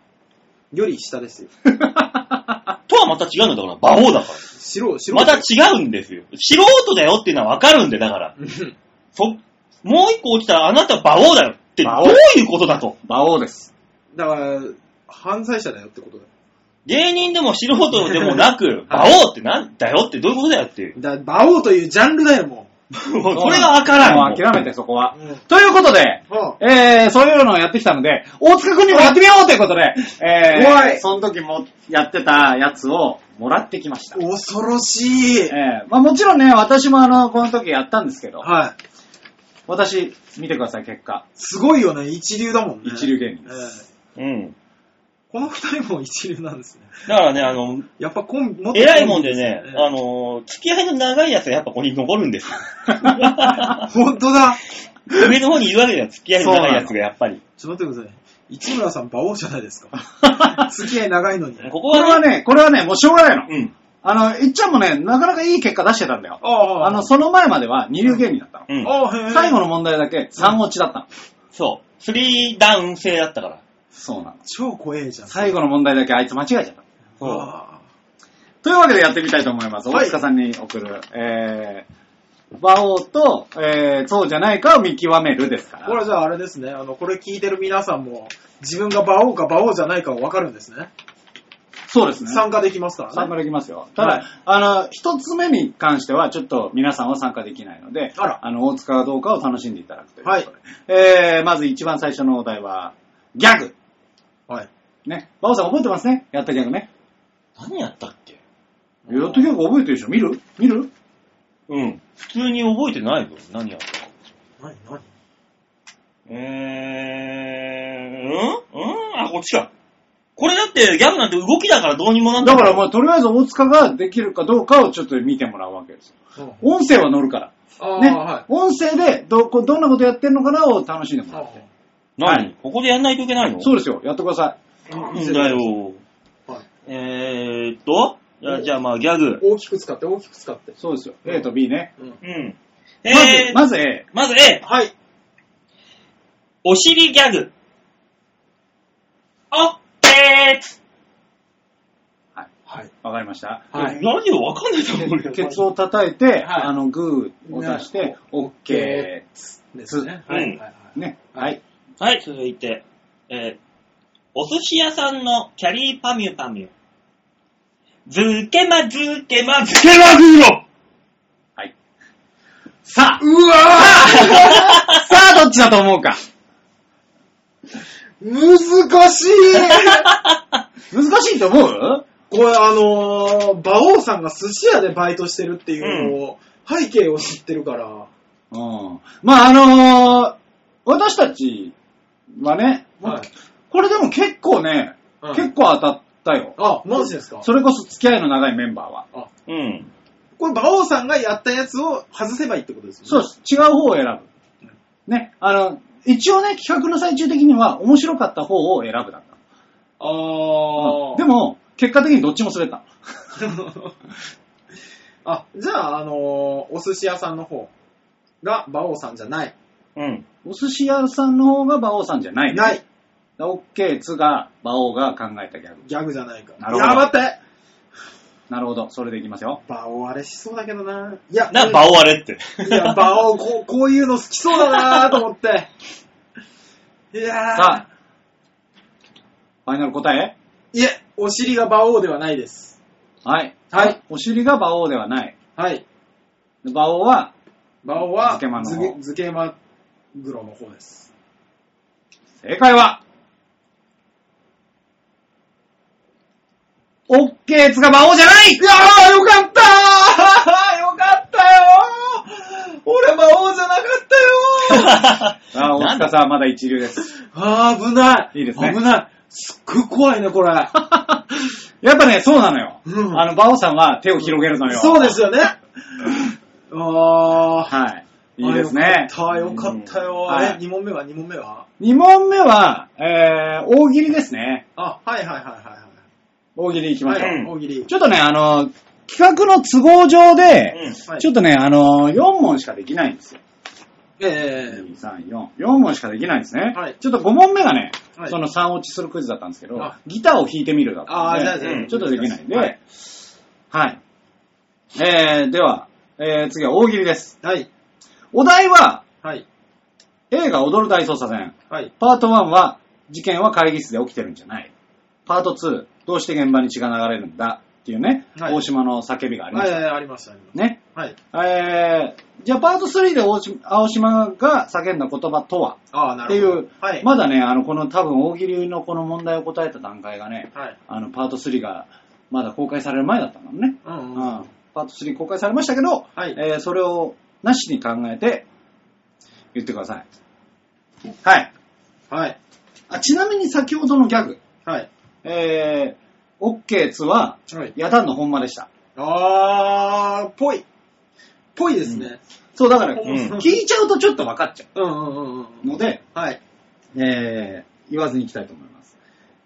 [SPEAKER 3] より下ですよ。
[SPEAKER 2] とはまた違うんだから、馬王だから。
[SPEAKER 3] 白、白。
[SPEAKER 2] また違うんですよ。素人だよっていうのはわかるんで、だから。
[SPEAKER 3] うん
[SPEAKER 2] そ、もう一個起きたらあなた馬王だよって、ど
[SPEAKER 1] 馬王
[SPEAKER 2] ういうことだと。
[SPEAKER 1] 馬王です。
[SPEAKER 3] だから、犯罪者だよってことだよ。
[SPEAKER 2] 芸人でも素人でもな (laughs) く、馬王ってなんだよってどういうことだよっていう。
[SPEAKER 3] だ馬王というジャンルだよ、も
[SPEAKER 2] もうそれがわからん。
[SPEAKER 1] も
[SPEAKER 2] も
[SPEAKER 1] う
[SPEAKER 2] う
[SPEAKER 1] 諦めて、そこは
[SPEAKER 3] う。。うん。
[SPEAKER 1] ということで、
[SPEAKER 3] は
[SPEAKER 1] えー、そういうのをやってきたので、大塚くんにもやってみようということで、え
[SPEAKER 3] うま
[SPEAKER 1] ー、
[SPEAKER 3] い
[SPEAKER 1] その時もやってたやつをもらってきました。
[SPEAKER 3] 恐ろしい。
[SPEAKER 1] えー、まあもちろんね、私もあの、この時やったんですけど、
[SPEAKER 3] はい。
[SPEAKER 1] 私、見てください、結果。
[SPEAKER 3] すごいよね、一流だもんね。
[SPEAKER 1] 一流芸人で
[SPEAKER 3] ええ
[SPEAKER 2] うん。
[SPEAKER 3] この二人も一流なんですね。
[SPEAKER 2] だからね、あの、
[SPEAKER 3] やっぱコンビ、元
[SPEAKER 2] 偉いもんでね、
[SPEAKER 3] コンビ
[SPEAKER 2] あの、付き合いの長いやつはやっぱここに残るんですよ。
[SPEAKER 3] 本当だ。
[SPEAKER 2] 上の方にいるわけじゃん、付き合いの長いやつがやっぱり。
[SPEAKER 3] ちょっと待ってください。市村さん、馬王じゃないですか。付き合い長いのに。
[SPEAKER 2] ここ
[SPEAKER 1] これは
[SPEAKER 2] はね、
[SPEAKER 1] ね、これはね、もうしょうがないの。
[SPEAKER 2] うん。
[SPEAKER 1] あの、いっちゃんもね、なかなかいい結果出してたんだよ。
[SPEAKER 3] あ
[SPEAKER 1] あの、その前までは二流芸人だったの。
[SPEAKER 2] うん。
[SPEAKER 3] ああ、へえ。
[SPEAKER 1] 最後の問題だけ3落ちだったの。
[SPEAKER 2] そう。スリーダウン制だったから。
[SPEAKER 1] そうなの。
[SPEAKER 3] 超怖えじゃん。
[SPEAKER 1] 最後の問題だけあいつ間違えちゃった。
[SPEAKER 2] そう。
[SPEAKER 3] あ
[SPEAKER 1] というわけでやってみたいと思います。
[SPEAKER 3] はい
[SPEAKER 1] 大塚さんに送る、えー、馬王と、えー、そうじゃないかを見極めるですか
[SPEAKER 3] あこれ
[SPEAKER 1] ら。
[SPEAKER 3] はじゃああれですね。あの、これ聞いてる皆さんも、自分が馬王か馬王じゃないか分かるんですね。
[SPEAKER 1] そうですね。
[SPEAKER 3] 参加できますからね。
[SPEAKER 1] 参加できますよ。ただ、
[SPEAKER 3] はい
[SPEAKER 1] あの、一つ目に関しては、ちょっと皆さんは参加できないので、
[SPEAKER 3] あら
[SPEAKER 1] の、大塚がどうかを楽しんでいただくということで。えー、まず一番最初のお題は、ギャグ。
[SPEAKER 3] はい。
[SPEAKER 1] ね。馬王さん覚えてますねやったギャグね。
[SPEAKER 2] 何やったっけ
[SPEAKER 1] やったギャグ覚えてるでしょ見る見る
[SPEAKER 2] うん。普通に覚えてないぞ。何やったか。
[SPEAKER 3] 何何
[SPEAKER 2] えー、うんうんあ、こっちか。これだってギャグなんて動きだからどうにもなん
[SPEAKER 1] だから
[SPEAKER 2] も
[SPEAKER 1] もうとりあえず大塚ができるかどうかをちょっと見てもらうわけですよ。音声は乗るから。
[SPEAKER 3] ああ、
[SPEAKER 1] ね、
[SPEAKER 3] は
[SPEAKER 1] 音声でどこどんなことやってるのかなを楽しんで
[SPEAKER 3] い。
[SPEAKER 1] もらって。
[SPEAKER 3] あ
[SPEAKER 2] 何、
[SPEAKER 1] はい
[SPEAKER 2] ここでやんないといけないの
[SPEAKER 1] そうですよ、やってくださ
[SPEAKER 3] あ
[SPEAKER 2] なんだ。よ。
[SPEAKER 3] はい
[SPEAKER 2] えーっと、じゃあ
[SPEAKER 3] うん
[SPEAKER 2] じゃあまあギャグ。
[SPEAKER 3] 大きく使って、大きく使って
[SPEAKER 1] い。。そうですよ、
[SPEAKER 3] うん
[SPEAKER 1] A と B ね。
[SPEAKER 3] うん
[SPEAKER 2] うん。
[SPEAKER 1] まず、
[SPEAKER 2] えー、
[SPEAKER 1] まず A。
[SPEAKER 2] まず A、
[SPEAKER 3] はい。
[SPEAKER 2] お尻ギャグ。オッケー
[SPEAKER 3] はい。
[SPEAKER 1] わかりました。
[SPEAKER 3] はい。
[SPEAKER 2] 何よ、わかんないと思うよ。
[SPEAKER 1] ケツを叩いて、
[SPEAKER 3] はい
[SPEAKER 1] あの、グーを出して
[SPEAKER 3] ね、
[SPEAKER 1] OK。
[SPEAKER 3] ですね。
[SPEAKER 2] うん
[SPEAKER 3] はい。はいはい
[SPEAKER 1] ね。はい。
[SPEAKER 2] はい、続いて、えー、お寿司屋さんのキャリーパミュパミュ。ずけまずけまずけまぐろ
[SPEAKER 1] はい。さあ、
[SPEAKER 3] うわぁ
[SPEAKER 1] (laughs) さあ、どっちだと思うか。
[SPEAKER 3] 難しい
[SPEAKER 1] (laughs) 難しいと思う
[SPEAKER 3] これあのー、馬王さんが寿司屋でバイトしてるっていうのを、背景を知ってるから、
[SPEAKER 1] うん。まあ、あのー、私たちはね、
[SPEAKER 3] はい。
[SPEAKER 1] これでも結構ね、
[SPEAKER 3] うん
[SPEAKER 1] 結構当たったよ。
[SPEAKER 3] あ、マジですか
[SPEAKER 1] それこそ付き合いの長いメンバー
[SPEAKER 3] あ、
[SPEAKER 1] は。
[SPEAKER 2] うん。
[SPEAKER 3] これ馬王さんがやったやつを外せばいいってことですよね。
[SPEAKER 1] そうです。違う方を選ぶ。ね。あの、一応ね、企画の最中的には面白かった方を選ぶだった。
[SPEAKER 3] あー。
[SPEAKER 1] でも、結果的にどっちも滑った。
[SPEAKER 3] (laughs) あ、じゃあ、あのー、お寿司屋さんの方が馬王さんじゃない。
[SPEAKER 2] うん。
[SPEAKER 1] お寿司屋さんの方が馬王さんじゃない。。
[SPEAKER 3] ないい。
[SPEAKER 1] オッケー、つが馬王が考えたギャグ。
[SPEAKER 3] ギャグじゃないか。
[SPEAKER 1] なるほど
[SPEAKER 3] いや、待って
[SPEAKER 1] なるほど。それでいきますよ。
[SPEAKER 3] 馬王あれしそうだけどな。いや、
[SPEAKER 2] な、場をあれって。
[SPEAKER 3] いや、馬王こう、こういうの好きそうだなと思って。
[SPEAKER 1] (laughs)
[SPEAKER 3] いやー。
[SPEAKER 1] さあ、ファイナル答え
[SPEAKER 3] いえ、お尻が馬王ではないです。
[SPEAKER 1] はい。
[SPEAKER 3] はい。
[SPEAKER 1] お尻が馬王ではない。
[SPEAKER 3] はい。
[SPEAKER 1] 馬王は、
[SPEAKER 3] 馬王は、
[SPEAKER 1] 漬けまの方
[SPEAKER 3] 漬け漬けまぐろの方です。
[SPEAKER 1] 正解は、オッケー、つが馬王じゃない
[SPEAKER 3] いやー、よかった (laughs) よかったよ俺馬王じゃなかったよ
[SPEAKER 1] あー、大塚さんまだ一流です。
[SPEAKER 3] あー危ない
[SPEAKER 1] いいですね
[SPEAKER 3] 危ないすっごい怖いね、これ。
[SPEAKER 1] (laughs) やっぱね、そうなのよ。
[SPEAKER 3] うん
[SPEAKER 1] あの、馬王さんは手を広げるのよ。
[SPEAKER 3] そうです
[SPEAKER 1] (laughs)
[SPEAKER 3] よね。あー。
[SPEAKER 1] はい。いいですね。
[SPEAKER 3] あよかった、よかったよ。
[SPEAKER 1] うんは
[SPEAKER 3] あ
[SPEAKER 1] い
[SPEAKER 3] れ、2問目は2問目は
[SPEAKER 1] 2問目は、えー、大喜利ですね。
[SPEAKER 3] あ、はいはいはい
[SPEAKER 1] 大喜利いきま
[SPEAKER 3] はい。は
[SPEAKER 1] しょう。
[SPEAKER 3] い、
[SPEAKER 2] うん
[SPEAKER 3] 大喜利。
[SPEAKER 1] ちょっとね、あの、企画の都合上で、
[SPEAKER 2] うん。
[SPEAKER 3] はい
[SPEAKER 1] ちょっとね、あの、4問しかできないんですよ。
[SPEAKER 3] え
[SPEAKER 1] 2、3、4。4問しかできないんですね。
[SPEAKER 3] はい
[SPEAKER 1] ちょっと5問目がね、
[SPEAKER 3] はい
[SPEAKER 1] その3落ちするクイズだったんですけど
[SPEAKER 3] あ、
[SPEAKER 1] ギターを弾いてみるだった
[SPEAKER 3] ああ、じゃあ、
[SPEAKER 1] ん
[SPEAKER 3] じ
[SPEAKER 1] で、
[SPEAKER 3] ゃあ、
[SPEAKER 2] うん
[SPEAKER 1] ちょっとできないんで、はい。えー、では、えー、次は大喜利です。
[SPEAKER 3] はい。
[SPEAKER 1] お題は、
[SPEAKER 3] はい。
[SPEAKER 1] 映画踊る大捜査線。
[SPEAKER 3] はい。
[SPEAKER 1] パート1は、事件は会議室で起きてるんじゃない。パート2、どうして現場に血が流れるんだっていうね、
[SPEAKER 3] はい
[SPEAKER 1] 大島の叫びがありま
[SPEAKER 3] は
[SPEAKER 1] し
[SPEAKER 3] い、
[SPEAKER 1] た。
[SPEAKER 3] はいあります、あります。
[SPEAKER 1] ね。
[SPEAKER 3] はい。
[SPEAKER 1] えー、じゃあパート3で大島青島が叫んだ言葉とは
[SPEAKER 3] ああ、な
[SPEAKER 1] ってい
[SPEAKER 3] るほど。
[SPEAKER 1] う、
[SPEAKER 3] はい。
[SPEAKER 1] まだね、あの、この多分大喜利のこの問題を答えた段階がね、
[SPEAKER 3] はい。
[SPEAKER 1] あの、パート3がまだ公開される前だったのね。
[SPEAKER 3] うん
[SPEAKER 1] う
[SPEAKER 3] うんん。は
[SPEAKER 1] パート3公開されましたけど、
[SPEAKER 3] い。
[SPEAKER 1] えーそれをなしに考えて言ってください。はい。
[SPEAKER 3] はい。
[SPEAKER 1] あちなみに先ほどのギャグ、
[SPEAKER 3] はい。
[SPEAKER 1] えー、オッケーツは、
[SPEAKER 3] はい。
[SPEAKER 1] ヤダンの本間でした。
[SPEAKER 3] あー、ぽい。ぽいですね。
[SPEAKER 1] そう、だから、
[SPEAKER 3] うん
[SPEAKER 1] 聞いちゃうとちょっと分かっちゃ
[SPEAKER 3] うんうんうんうん
[SPEAKER 1] う。ので、
[SPEAKER 3] はい。
[SPEAKER 1] えー、言わずにいきたいと思います。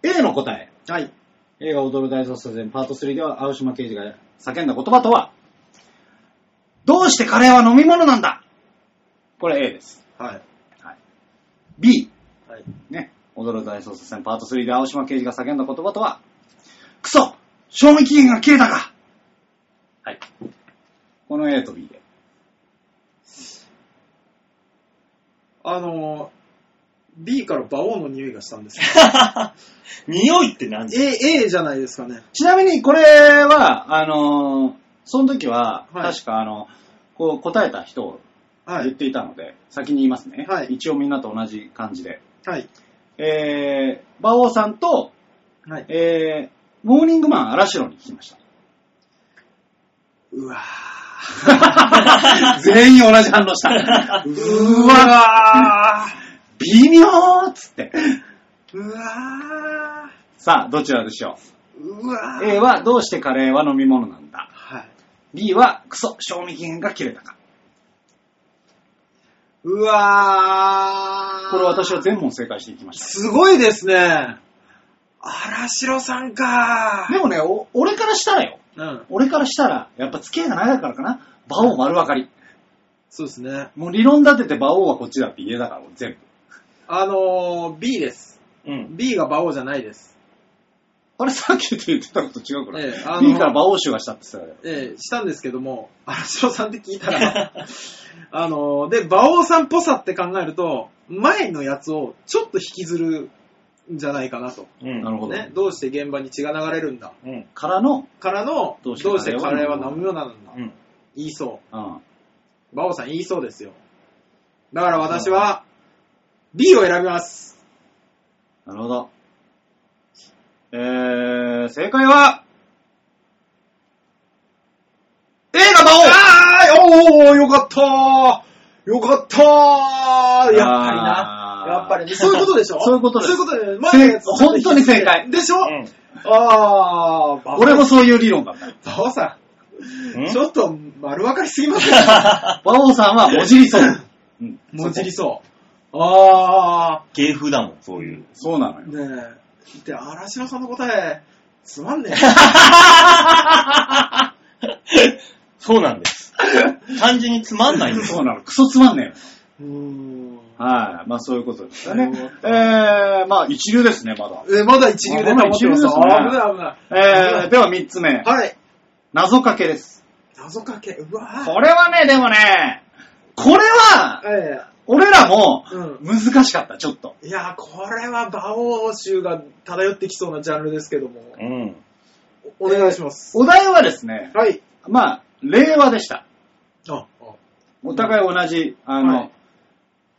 [SPEAKER 1] A の答え。
[SPEAKER 3] はい。
[SPEAKER 1] 映画踊る大捜査線パート3では青島刑事が叫んだ言葉とは、どうしてカレーは飲み物なんだこれ A です。
[SPEAKER 3] はい。
[SPEAKER 1] B、
[SPEAKER 3] はい。
[SPEAKER 1] ね、踊る大捜査線パート3で青島刑事が叫んだ言葉とは、クソ賞味期限が切れたかはい。この A と B で。
[SPEAKER 3] あのー、B から馬王の匂いがしたん
[SPEAKER 1] (laughs)
[SPEAKER 3] です
[SPEAKER 2] (laughs) 匂いって何
[SPEAKER 3] けど A、A じゃないですかね。
[SPEAKER 1] ちなみにこれは、あのーその時は、
[SPEAKER 3] はい
[SPEAKER 1] 確かあの、こう答えた人を
[SPEAKER 3] は
[SPEAKER 1] 言
[SPEAKER 3] い。
[SPEAKER 1] っていたので、先に言いますね、
[SPEAKER 3] はい
[SPEAKER 1] 一応みんなと同じ感じで。
[SPEAKER 3] はい。
[SPEAKER 1] えー、馬王さんと、
[SPEAKER 3] はい。
[SPEAKER 1] えー、モーニングマン荒城に聞きました。
[SPEAKER 3] うわ
[SPEAKER 1] 全員同じ反応した。う
[SPEAKER 3] ー。
[SPEAKER 1] ーわー微妙ーっつって。
[SPEAKER 3] うわ
[SPEAKER 1] さあ、どちらでしょ
[SPEAKER 3] ー。うわ
[SPEAKER 1] う
[SPEAKER 3] ー。
[SPEAKER 1] ?A は、どうしてカレーは飲み物なんだ
[SPEAKER 3] はい。
[SPEAKER 1] ?B は、クソ、賞味期限が切れたか。
[SPEAKER 3] うわー。
[SPEAKER 1] これ私は全問正解していきまし
[SPEAKER 3] すごいですね。荒城さんか
[SPEAKER 1] た。でもね、お俺からしたらよ。
[SPEAKER 3] うん。
[SPEAKER 1] 俺からしたら、やっぱ付き合いが長いからかな。馬王丸分かり。
[SPEAKER 3] そうですね。
[SPEAKER 1] もう理論立てて馬王はこっちだって言えたから、俺全部。
[SPEAKER 3] あのー、B です。
[SPEAKER 2] うん。
[SPEAKER 3] B が馬王じゃないです。
[SPEAKER 1] あれさっきと言ってたこと違うから。
[SPEAKER 3] ええあの
[SPEAKER 1] B から馬王衆がしたって言ってたよ。
[SPEAKER 3] ええしたんですけども、荒城さんって聞いたら、あのー、で、馬王さんっぽさって考えると、前のやつをちょっと引きずるんじゃないかなと。
[SPEAKER 2] うん。
[SPEAKER 1] なるほど。
[SPEAKER 3] ね、どうして現場に血が流れるんだ。
[SPEAKER 2] うん。
[SPEAKER 1] からの、
[SPEAKER 3] からの、ど
[SPEAKER 1] どう
[SPEAKER 3] う
[SPEAKER 1] し
[SPEAKER 3] してて
[SPEAKER 1] カ
[SPEAKER 3] カ
[SPEAKER 1] レ
[SPEAKER 3] レ
[SPEAKER 1] ー
[SPEAKER 3] ー
[SPEAKER 1] は
[SPEAKER 3] は飲
[SPEAKER 1] 飲む
[SPEAKER 3] み物なんだ。
[SPEAKER 2] うん。
[SPEAKER 3] 言いそ
[SPEAKER 1] うん。
[SPEAKER 3] う。馬王さん言いそうですよ。だから私は、B を選びます。
[SPEAKER 1] なるほど。えー、正解は、映画馬王
[SPEAKER 3] あーおーよかったーよかったーやっぱり
[SPEAKER 1] あ
[SPEAKER 3] な。
[SPEAKER 1] ー
[SPEAKER 3] やっぱりね。そういうことでしょ
[SPEAKER 1] そういうことです
[SPEAKER 3] そういうことで。前のやつ
[SPEAKER 1] せ本当に正解
[SPEAKER 3] でしょ、
[SPEAKER 2] うん
[SPEAKER 3] あー、
[SPEAKER 1] 俺もそういう理論だった。
[SPEAKER 3] バオさ
[SPEAKER 2] うん
[SPEAKER 3] ん、ちょっと丸分かりすぎません
[SPEAKER 1] (laughs) 馬王さんはもじ
[SPEAKER 3] (laughs)
[SPEAKER 1] りそう。うん。
[SPEAKER 3] もじりそう。あ
[SPEAKER 2] (laughs) 芸風だもん、そういう。 (laughs)
[SPEAKER 1] そうなのよ。
[SPEAKER 3] ー、ねえ。で、荒城さんの答え、つまんねえ。
[SPEAKER 1] (laughs)
[SPEAKER 2] そうなんです。単純につまんないんです。
[SPEAKER 1] そうなの。クソつまんね
[SPEAKER 3] う
[SPEAKER 1] えよ。
[SPEAKER 3] ーん。
[SPEAKER 1] はい。まあそういうことですよね
[SPEAKER 3] なる。
[SPEAKER 1] えー、まあ一流ですね、まだ。
[SPEAKER 3] え、まだ一流で保ってます。
[SPEAKER 1] まだ一流ですね
[SPEAKER 3] あー危ない危ない。
[SPEAKER 1] えー、では三つ目。
[SPEAKER 3] はい。
[SPEAKER 1] 謎かけです。
[SPEAKER 3] 謎かけ、うわー。
[SPEAKER 1] これはね、でもね、これは、
[SPEAKER 3] え
[SPEAKER 1] 俺らも
[SPEAKER 3] え、うん。
[SPEAKER 1] 難しかった、ちょっと。
[SPEAKER 3] いや、これは馬王衆が漂ってきそうなジャンルですけども。
[SPEAKER 2] うん。
[SPEAKER 3] おお願いします。
[SPEAKER 1] お題はですね、
[SPEAKER 3] はい。
[SPEAKER 1] まあ、令和でした。
[SPEAKER 3] あ、
[SPEAKER 1] お互い同じ、あの、
[SPEAKER 3] はい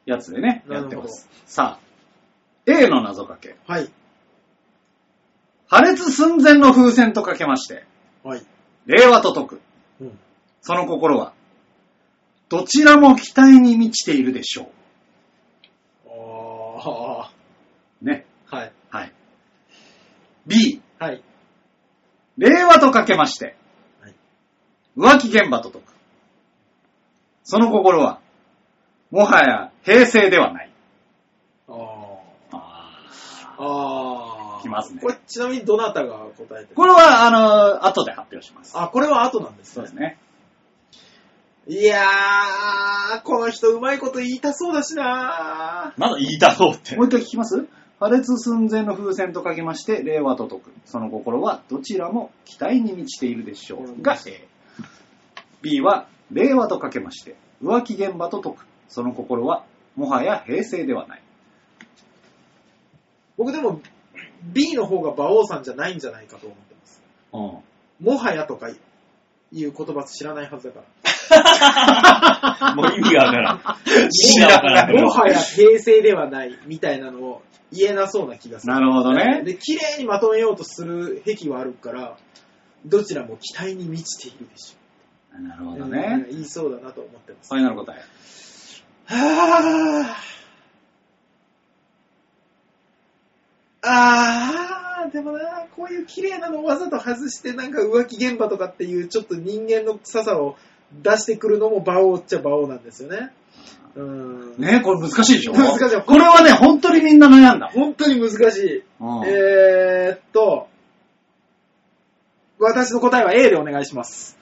[SPEAKER 1] やつでね、
[SPEAKER 3] な
[SPEAKER 1] や
[SPEAKER 3] る
[SPEAKER 1] っ
[SPEAKER 3] ほ
[SPEAKER 1] て
[SPEAKER 3] ど
[SPEAKER 1] ます。さあ、A の謎かけ。
[SPEAKER 3] あはい。
[SPEAKER 1] 破裂寸前の風船とかけまして、
[SPEAKER 3] はい。
[SPEAKER 1] 令和と解く。
[SPEAKER 3] うん。
[SPEAKER 1] その心は、どちらも期待に満ちているでしょ
[SPEAKER 3] あ
[SPEAKER 1] う。ね。
[SPEAKER 3] あ。はい。
[SPEAKER 1] はい。B、
[SPEAKER 3] はい。
[SPEAKER 1] 令和とかけまして、
[SPEAKER 3] はい
[SPEAKER 1] 浮気現場と解く。その心は、もはや平成ではない。
[SPEAKER 3] あ
[SPEAKER 1] あ
[SPEAKER 3] あ。ああ。
[SPEAKER 1] きますね
[SPEAKER 3] これ、ちなみにどなたが答えてる
[SPEAKER 1] これは、あの、後で発表します。
[SPEAKER 3] あ、これは後なんです
[SPEAKER 1] そう
[SPEAKER 3] ね
[SPEAKER 1] で。すね。
[SPEAKER 3] いやー、この人うまいこと言いたそうだしな
[SPEAKER 2] まだ言いたそうって
[SPEAKER 1] (laughs) も。う一回聞きます破裂寸前の風船とかけまして、令和と解く。その心はどちらも期待に満ちているでしょう。が、A。B は、令和とかけまして、浮気現場と解く。その心は、もはや平成ではない。
[SPEAKER 3] 僕でも B の方が馬王さんじゃないんじゃないかと思ってます。
[SPEAKER 1] うん。
[SPEAKER 3] もはやとかいう言葉知らないはずだか
[SPEAKER 2] もう意味がわからん。意味
[SPEAKER 1] 知
[SPEAKER 2] がわ
[SPEAKER 1] ら
[SPEAKER 2] か
[SPEAKER 1] な
[SPEAKER 2] ら
[SPEAKER 1] い
[SPEAKER 2] ん
[SPEAKER 3] ら。もはや平成ではないみたいなのを言えなそうな気がする。
[SPEAKER 1] なるほどね。
[SPEAKER 3] で、綺麗にまとめようとする癖はあるから、どちらも期待に満ちているでし
[SPEAKER 1] なる
[SPEAKER 3] ょ
[SPEAKER 1] ほ
[SPEAKER 3] う。
[SPEAKER 1] ど
[SPEAKER 3] うん
[SPEAKER 1] ね。
[SPEAKER 3] 言いそうだなと思ってます。
[SPEAKER 1] ファイナル答え。
[SPEAKER 3] はあ。ああ、でもな、こういう綺麗なのをわざと外して、なんか浮気現場とかっていう、ちょっと人間の臭さを出してくるのも馬王っちゃ馬王なんですよね。うーん。
[SPEAKER 1] ねこれ難しいでしょ
[SPEAKER 3] (laughs) 難しい
[SPEAKER 1] これはね、本当にみんな悩んだ。
[SPEAKER 3] 本当に難しい。
[SPEAKER 1] うん
[SPEAKER 3] えーっと、私の答えは A でお願いします。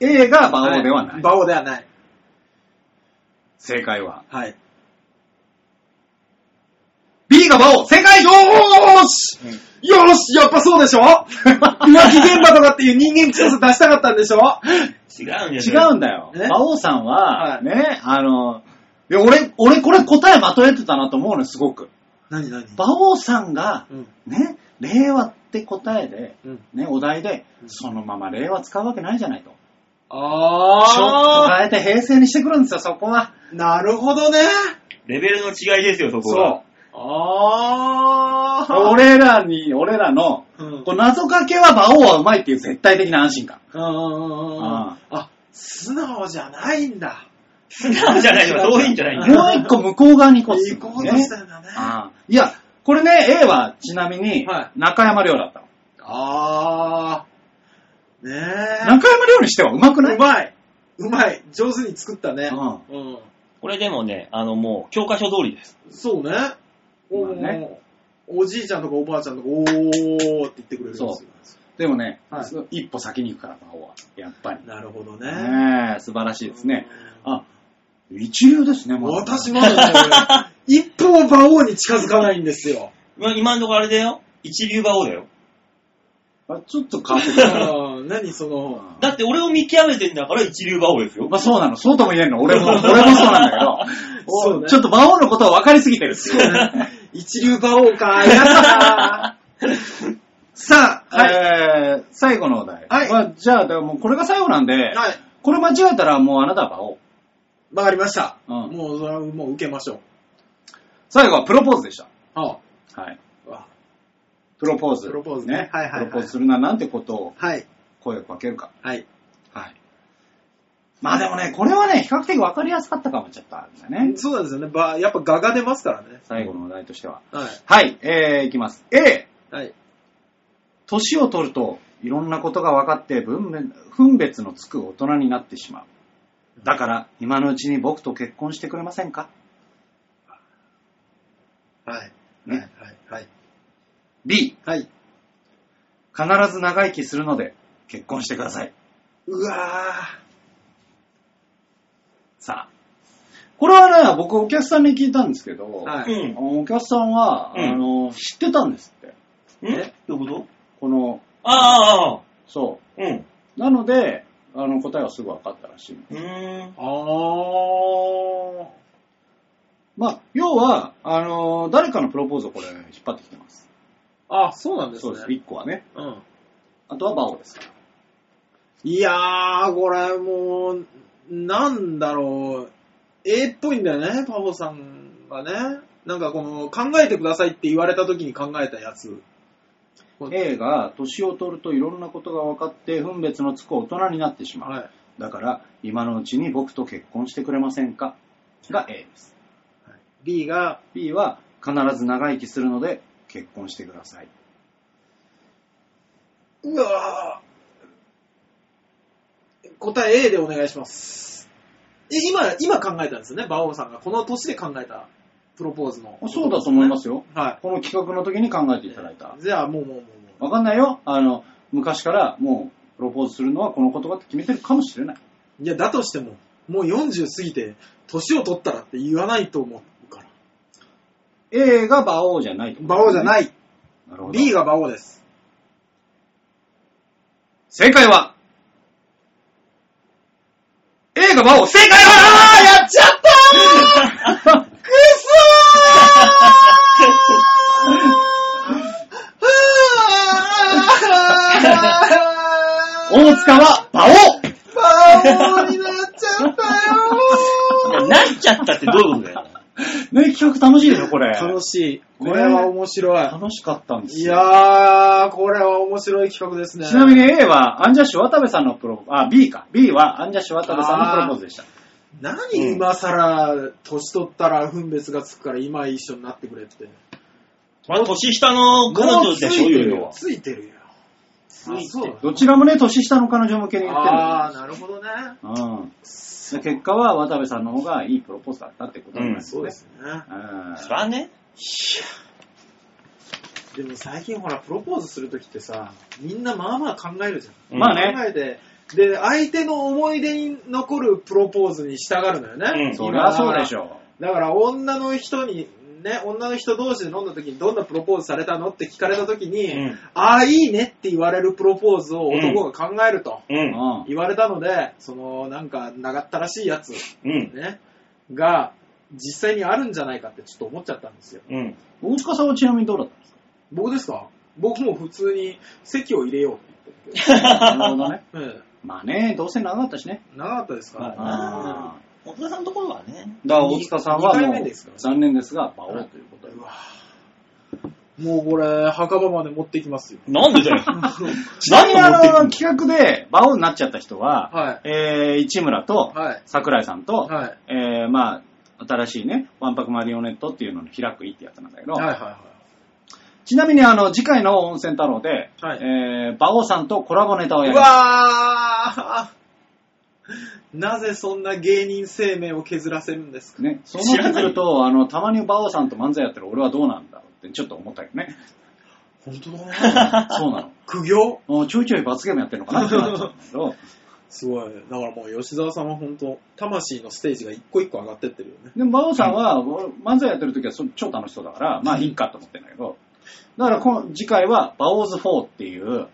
[SPEAKER 1] A が馬王ではない。
[SPEAKER 3] 馬王ではない。
[SPEAKER 1] 正解は。
[SPEAKER 3] はい。
[SPEAKER 1] B が馬王正解よーし
[SPEAKER 2] うん
[SPEAKER 3] よしやっぱそう
[SPEAKER 1] (laughs)
[SPEAKER 3] でしょ浮気現場とかっていう人間強さ出したかったん
[SPEAKER 1] (laughs)
[SPEAKER 3] でしょ
[SPEAKER 2] 違うんです
[SPEAKER 1] 違
[SPEAKER 2] よ。
[SPEAKER 1] うんだよ。
[SPEAKER 3] え
[SPEAKER 1] 馬王さん
[SPEAKER 3] は
[SPEAKER 1] は、
[SPEAKER 3] い
[SPEAKER 1] ね、あの、いや俺、俺これ答えまとえてたなと思うのすごく。
[SPEAKER 3] 何何
[SPEAKER 1] 馬王さんが、
[SPEAKER 3] うん。
[SPEAKER 1] ね、令和って答えで、
[SPEAKER 3] うん。
[SPEAKER 1] ね、お題で、
[SPEAKER 3] うん
[SPEAKER 1] そのまま令和使うわけないじゃないと。ちょっと
[SPEAKER 3] あ
[SPEAKER 1] 変えて平成にしてくるんですよ、そこは。
[SPEAKER 3] ー。なるほどね。
[SPEAKER 2] レベルの違いですよ、そこは。
[SPEAKER 1] そ
[SPEAKER 3] あ
[SPEAKER 1] う。。俺らに、俺らの、
[SPEAKER 3] うん。
[SPEAKER 1] こう謎かけは馬王はうまいっていう絶対的な安心感。
[SPEAKER 3] うんうんうんうん
[SPEAKER 1] あ
[SPEAKER 3] あ、素直じゃないんだ。
[SPEAKER 2] 素直じゃないのはそういうんじゃないんだ
[SPEAKER 1] もう
[SPEAKER 2] よ。
[SPEAKER 1] 一個向こう側に行こうっ
[SPEAKER 3] 行
[SPEAKER 1] て
[SPEAKER 3] こうとしたんだね。
[SPEAKER 1] ああいや、これね、A はちなみに
[SPEAKER 3] は、
[SPEAKER 1] 中山亮だったの。
[SPEAKER 3] あー。ねえ。
[SPEAKER 1] 中山亮にしてはうまくないう
[SPEAKER 3] まい。うまい。上手に作ったね。
[SPEAKER 1] う
[SPEAKER 3] うん。
[SPEAKER 2] これでもね、あのもう教科書通りです。
[SPEAKER 3] そうね。おー
[SPEAKER 1] まあね
[SPEAKER 3] おじいちゃんとかおばあちゃんとか、おーって言ってくれるんですよ
[SPEAKER 1] そ。でもね、
[SPEAKER 3] はい
[SPEAKER 1] そ一歩先に行くから、魔王は。やっぱり。
[SPEAKER 3] なるほどね。
[SPEAKER 1] ねえ、素晴らしいですね。あ、一流ですね、だ
[SPEAKER 3] 私まだね、俺一歩も馬王に近づかないんですよ。
[SPEAKER 2] ま今のところあれだよ。一流馬王だよ。
[SPEAKER 1] あちょっと変わってきた。 (laughs)
[SPEAKER 3] あー何その、
[SPEAKER 2] だって俺を見極めてんだから一流馬王ですよ。
[SPEAKER 1] まあそうなの、そうとも言えんの。俺も、俺もそうなんだけど、
[SPEAKER 3] (laughs) そうね
[SPEAKER 1] ちょっと魔王のことは分かりすぎてる。
[SPEAKER 3] 一流馬王か、や
[SPEAKER 1] (laughs)
[SPEAKER 3] だ
[SPEAKER 1] さあ、
[SPEAKER 3] はい
[SPEAKER 1] えー、最後のお題。
[SPEAKER 3] はい
[SPEAKER 1] まあじゃあ、だからもうこれが最後なんで、
[SPEAKER 3] ーはい。
[SPEAKER 1] これ間違えたらもうあなたは魔王。
[SPEAKER 3] わかりました。
[SPEAKER 1] うん
[SPEAKER 3] もう、それはもう受けましょう。
[SPEAKER 1] 最後はプロポーズでし
[SPEAKER 3] あ
[SPEAKER 1] た。はい。
[SPEAKER 3] あ
[SPEAKER 1] プロポーズ。
[SPEAKER 3] プロポーズねはいはいはい
[SPEAKER 1] プロポーズするな、なんてことを
[SPEAKER 3] はい。
[SPEAKER 1] 声をかけるか。
[SPEAKER 3] はい。
[SPEAKER 1] はい。まあでもね、これはね、比較的分かりやすかったかもちょっとあるんだね。
[SPEAKER 3] そうなんですよね。ばやっぱ画が出ますからね。
[SPEAKER 1] 最後のお題としては。
[SPEAKER 3] はい。
[SPEAKER 1] はい、えー、いきます。A、
[SPEAKER 3] はい。
[SPEAKER 1] 年を取ると、いろんなことが分かって分別、分別のつく大人になってしまう。だから、今のうちに僕と結婚してくれませんか
[SPEAKER 3] はい。はい
[SPEAKER 1] ね。。
[SPEAKER 3] はい。
[SPEAKER 1] B、
[SPEAKER 3] はい。
[SPEAKER 1] 必ず長生きするので、結婚してください。
[SPEAKER 3] うわ
[SPEAKER 1] さあ。これはね、僕お客さんに聞いたんですけど、
[SPEAKER 3] ぁ。は
[SPEAKER 2] う
[SPEAKER 3] い。
[SPEAKER 2] ん。
[SPEAKER 1] お客さんは、
[SPEAKER 2] うん
[SPEAKER 1] あの、知ってたんですって。
[SPEAKER 2] えどういうこと
[SPEAKER 1] この、
[SPEAKER 2] ああ、ああ、
[SPEAKER 1] そ
[SPEAKER 2] うん。
[SPEAKER 1] う。なので、あの、答えはすぐ分かったらしい。
[SPEAKER 2] うーん。
[SPEAKER 3] あー。
[SPEAKER 1] まあ、要は、あの、誰かのプロポーズをこれ引っ張ってきてます。
[SPEAKER 3] あ、そうなんです
[SPEAKER 1] そう
[SPEAKER 3] ね。
[SPEAKER 1] です。1個はね。
[SPEAKER 3] うん。
[SPEAKER 1] あとはバオですから。
[SPEAKER 3] いやー、これもう、なんだろう。A っぽいんだよね、パフォさんがね。なんかこの、考えてくださいって言われた時に考えたやつ。
[SPEAKER 1] A が、年を取るといろんなことが分かって、分別のつく大人になってしまう。
[SPEAKER 3] はい。
[SPEAKER 1] だから、今のうちに僕と結婚してくれませんかが A です。
[SPEAKER 3] B が、
[SPEAKER 1] B は、必ず長生きするので、結婚してください。
[SPEAKER 3] うわー答え A でお願いします。え、今、今考えたんですよね、馬王さんが。この年で考えたプロポーズの。
[SPEAKER 1] そうだと思います
[SPEAKER 3] よ。
[SPEAKER 1] よ。
[SPEAKER 3] は
[SPEAKER 1] この企画の時に考えていただいた
[SPEAKER 3] い。。じゃあ、もうもうもうも
[SPEAKER 1] わかんないよ。あの、昔からもう、プロポーズするのはこの言葉って決めてるかもしれない。
[SPEAKER 3] いや、だとしても、もう40過ぎて、年を取ったらって言わないと思うから。
[SPEAKER 1] A が馬王じゃないってこと
[SPEAKER 3] 馬王じゃない。
[SPEAKER 1] なるほど。
[SPEAKER 3] B が馬王です。
[SPEAKER 1] 正解は A が馬王正解はあーやっちゃったーくそ (laughs) ー大塚は馬王
[SPEAKER 3] 馬王になっちゃった
[SPEAKER 2] いやなっちゃったってどういうことだよ。
[SPEAKER 1] ね、企画楽しいでしょ、これ。 (laughs)
[SPEAKER 3] よ楽しい。これは面白い。
[SPEAKER 1] 楽しかったんです
[SPEAKER 3] い
[SPEAKER 1] よ。
[SPEAKER 3] やー、これは面白い企画ですね。
[SPEAKER 1] ちなみに A は、アンジャッシュ渡部さんのプロ、あ、B か。B は、アンジャッシュ渡部さんのプロポーズでした。
[SPEAKER 3] 何今更、年取ったら分別がつくから今一緒になってくれって。
[SPEAKER 2] (laughs) まあ、年下の彼女でしょ、
[SPEAKER 1] もうついてる
[SPEAKER 2] 言うのは。
[SPEAKER 3] ついてるよ。あ、そう
[SPEAKER 1] どちらもね、年下の彼女向けに言ってる
[SPEAKER 3] あ
[SPEAKER 1] の
[SPEAKER 3] あ、なるほどね。
[SPEAKER 1] うん。で結果は、渡部さんの方がいいプロポーズだったってことになる、
[SPEAKER 2] うん
[SPEAKER 3] そうで。すね。
[SPEAKER 1] うん。
[SPEAKER 2] そらね。
[SPEAKER 3] でも最近ほら、プロポーズするときってさ、みんなまあまあ考えるじゃ
[SPEAKER 2] うん
[SPEAKER 1] まあね
[SPEAKER 3] ん。考えて、で、相手の思い出に残るプロポーズに従うのよね。
[SPEAKER 2] うん
[SPEAKER 1] そりゃそうでし
[SPEAKER 3] ょ。
[SPEAKER 1] ょ
[SPEAKER 3] だから女の人に、ね、女の人同士で飲んだときにどんなプロポーズされたのって聞かれたときに、
[SPEAKER 2] うん
[SPEAKER 3] ああ、いいねって言われるプロポーズを男が考えると
[SPEAKER 2] う。
[SPEAKER 1] う。うんん。
[SPEAKER 3] 言われたので、その、なんか、長ったらしいやつ、
[SPEAKER 2] うん。
[SPEAKER 3] ね、が、実際にあるんじゃないかってちょっと思っちゃったんですよ。
[SPEAKER 2] うん。
[SPEAKER 1] 大塚さんはちなみにどうだったん (laughs) です
[SPEAKER 3] 僕ですか僕も普通に席を入れようって言ってるけど。
[SPEAKER 1] かなるほどね。
[SPEAKER 3] え
[SPEAKER 1] まあね、どうせ長かったしね。
[SPEAKER 3] え、長かったですからね。
[SPEAKER 1] あ
[SPEAKER 2] 奥田さんのところはね。
[SPEAKER 1] ーだから大塚さんは
[SPEAKER 3] 二
[SPEAKER 1] も
[SPEAKER 3] 回目
[SPEAKER 1] う
[SPEAKER 3] ですから
[SPEAKER 1] 残念ですが、馬王という
[SPEAKER 3] (laughs)
[SPEAKER 1] ことで
[SPEAKER 3] う。わぁもうこれ、墓場まで持ってきますよ。
[SPEAKER 2] なんでだよ。
[SPEAKER 1] ちなみにあ (laughs)
[SPEAKER 2] 何を持ってく
[SPEAKER 1] の
[SPEAKER 2] の
[SPEAKER 1] 企画で馬王になっちゃった人は、
[SPEAKER 3] は
[SPEAKER 1] えー、市村と
[SPEAKER 3] はい
[SPEAKER 1] 桜井さんと、
[SPEAKER 3] はい
[SPEAKER 1] えー、まあ、新しいね、ワンパクマリオネットっていうのの開くいってやつなんだけど、
[SPEAKER 3] はいはいは
[SPEAKER 1] ちなみにあの、次回の温泉太郎で、
[SPEAKER 3] はい
[SPEAKER 1] えー、馬王さんとコラボネタ
[SPEAKER 3] い。
[SPEAKER 1] を
[SPEAKER 3] う
[SPEAKER 1] やります。
[SPEAKER 3] わぁなぜそんな芸人生命を削らせるんですか
[SPEAKER 1] ね、そう
[SPEAKER 2] 知
[SPEAKER 1] な
[SPEAKER 2] ら
[SPEAKER 1] って
[SPEAKER 2] な
[SPEAKER 1] く
[SPEAKER 2] い
[SPEAKER 1] ると、あの、たまに馬王さんと漫才やってる俺はどうなんだろうってちょっと思ったけど
[SPEAKER 3] (laughs)
[SPEAKER 1] ね。
[SPEAKER 3] 本当だね。
[SPEAKER 1] そうなの
[SPEAKER 3] 苦行
[SPEAKER 1] もう。ちょいちょい罰ゲームやってるのかなってなっちゃうんだけど、
[SPEAKER 3] すごい。だからもう吉沢さんは本当、魂のステージが一個一個上がってってるよね。
[SPEAKER 1] でも馬王さんは、俺漫才やってる時はそ超楽しそうだから、まあいいかと思ってんだけど、だからこの次回は、バオーズ4っていう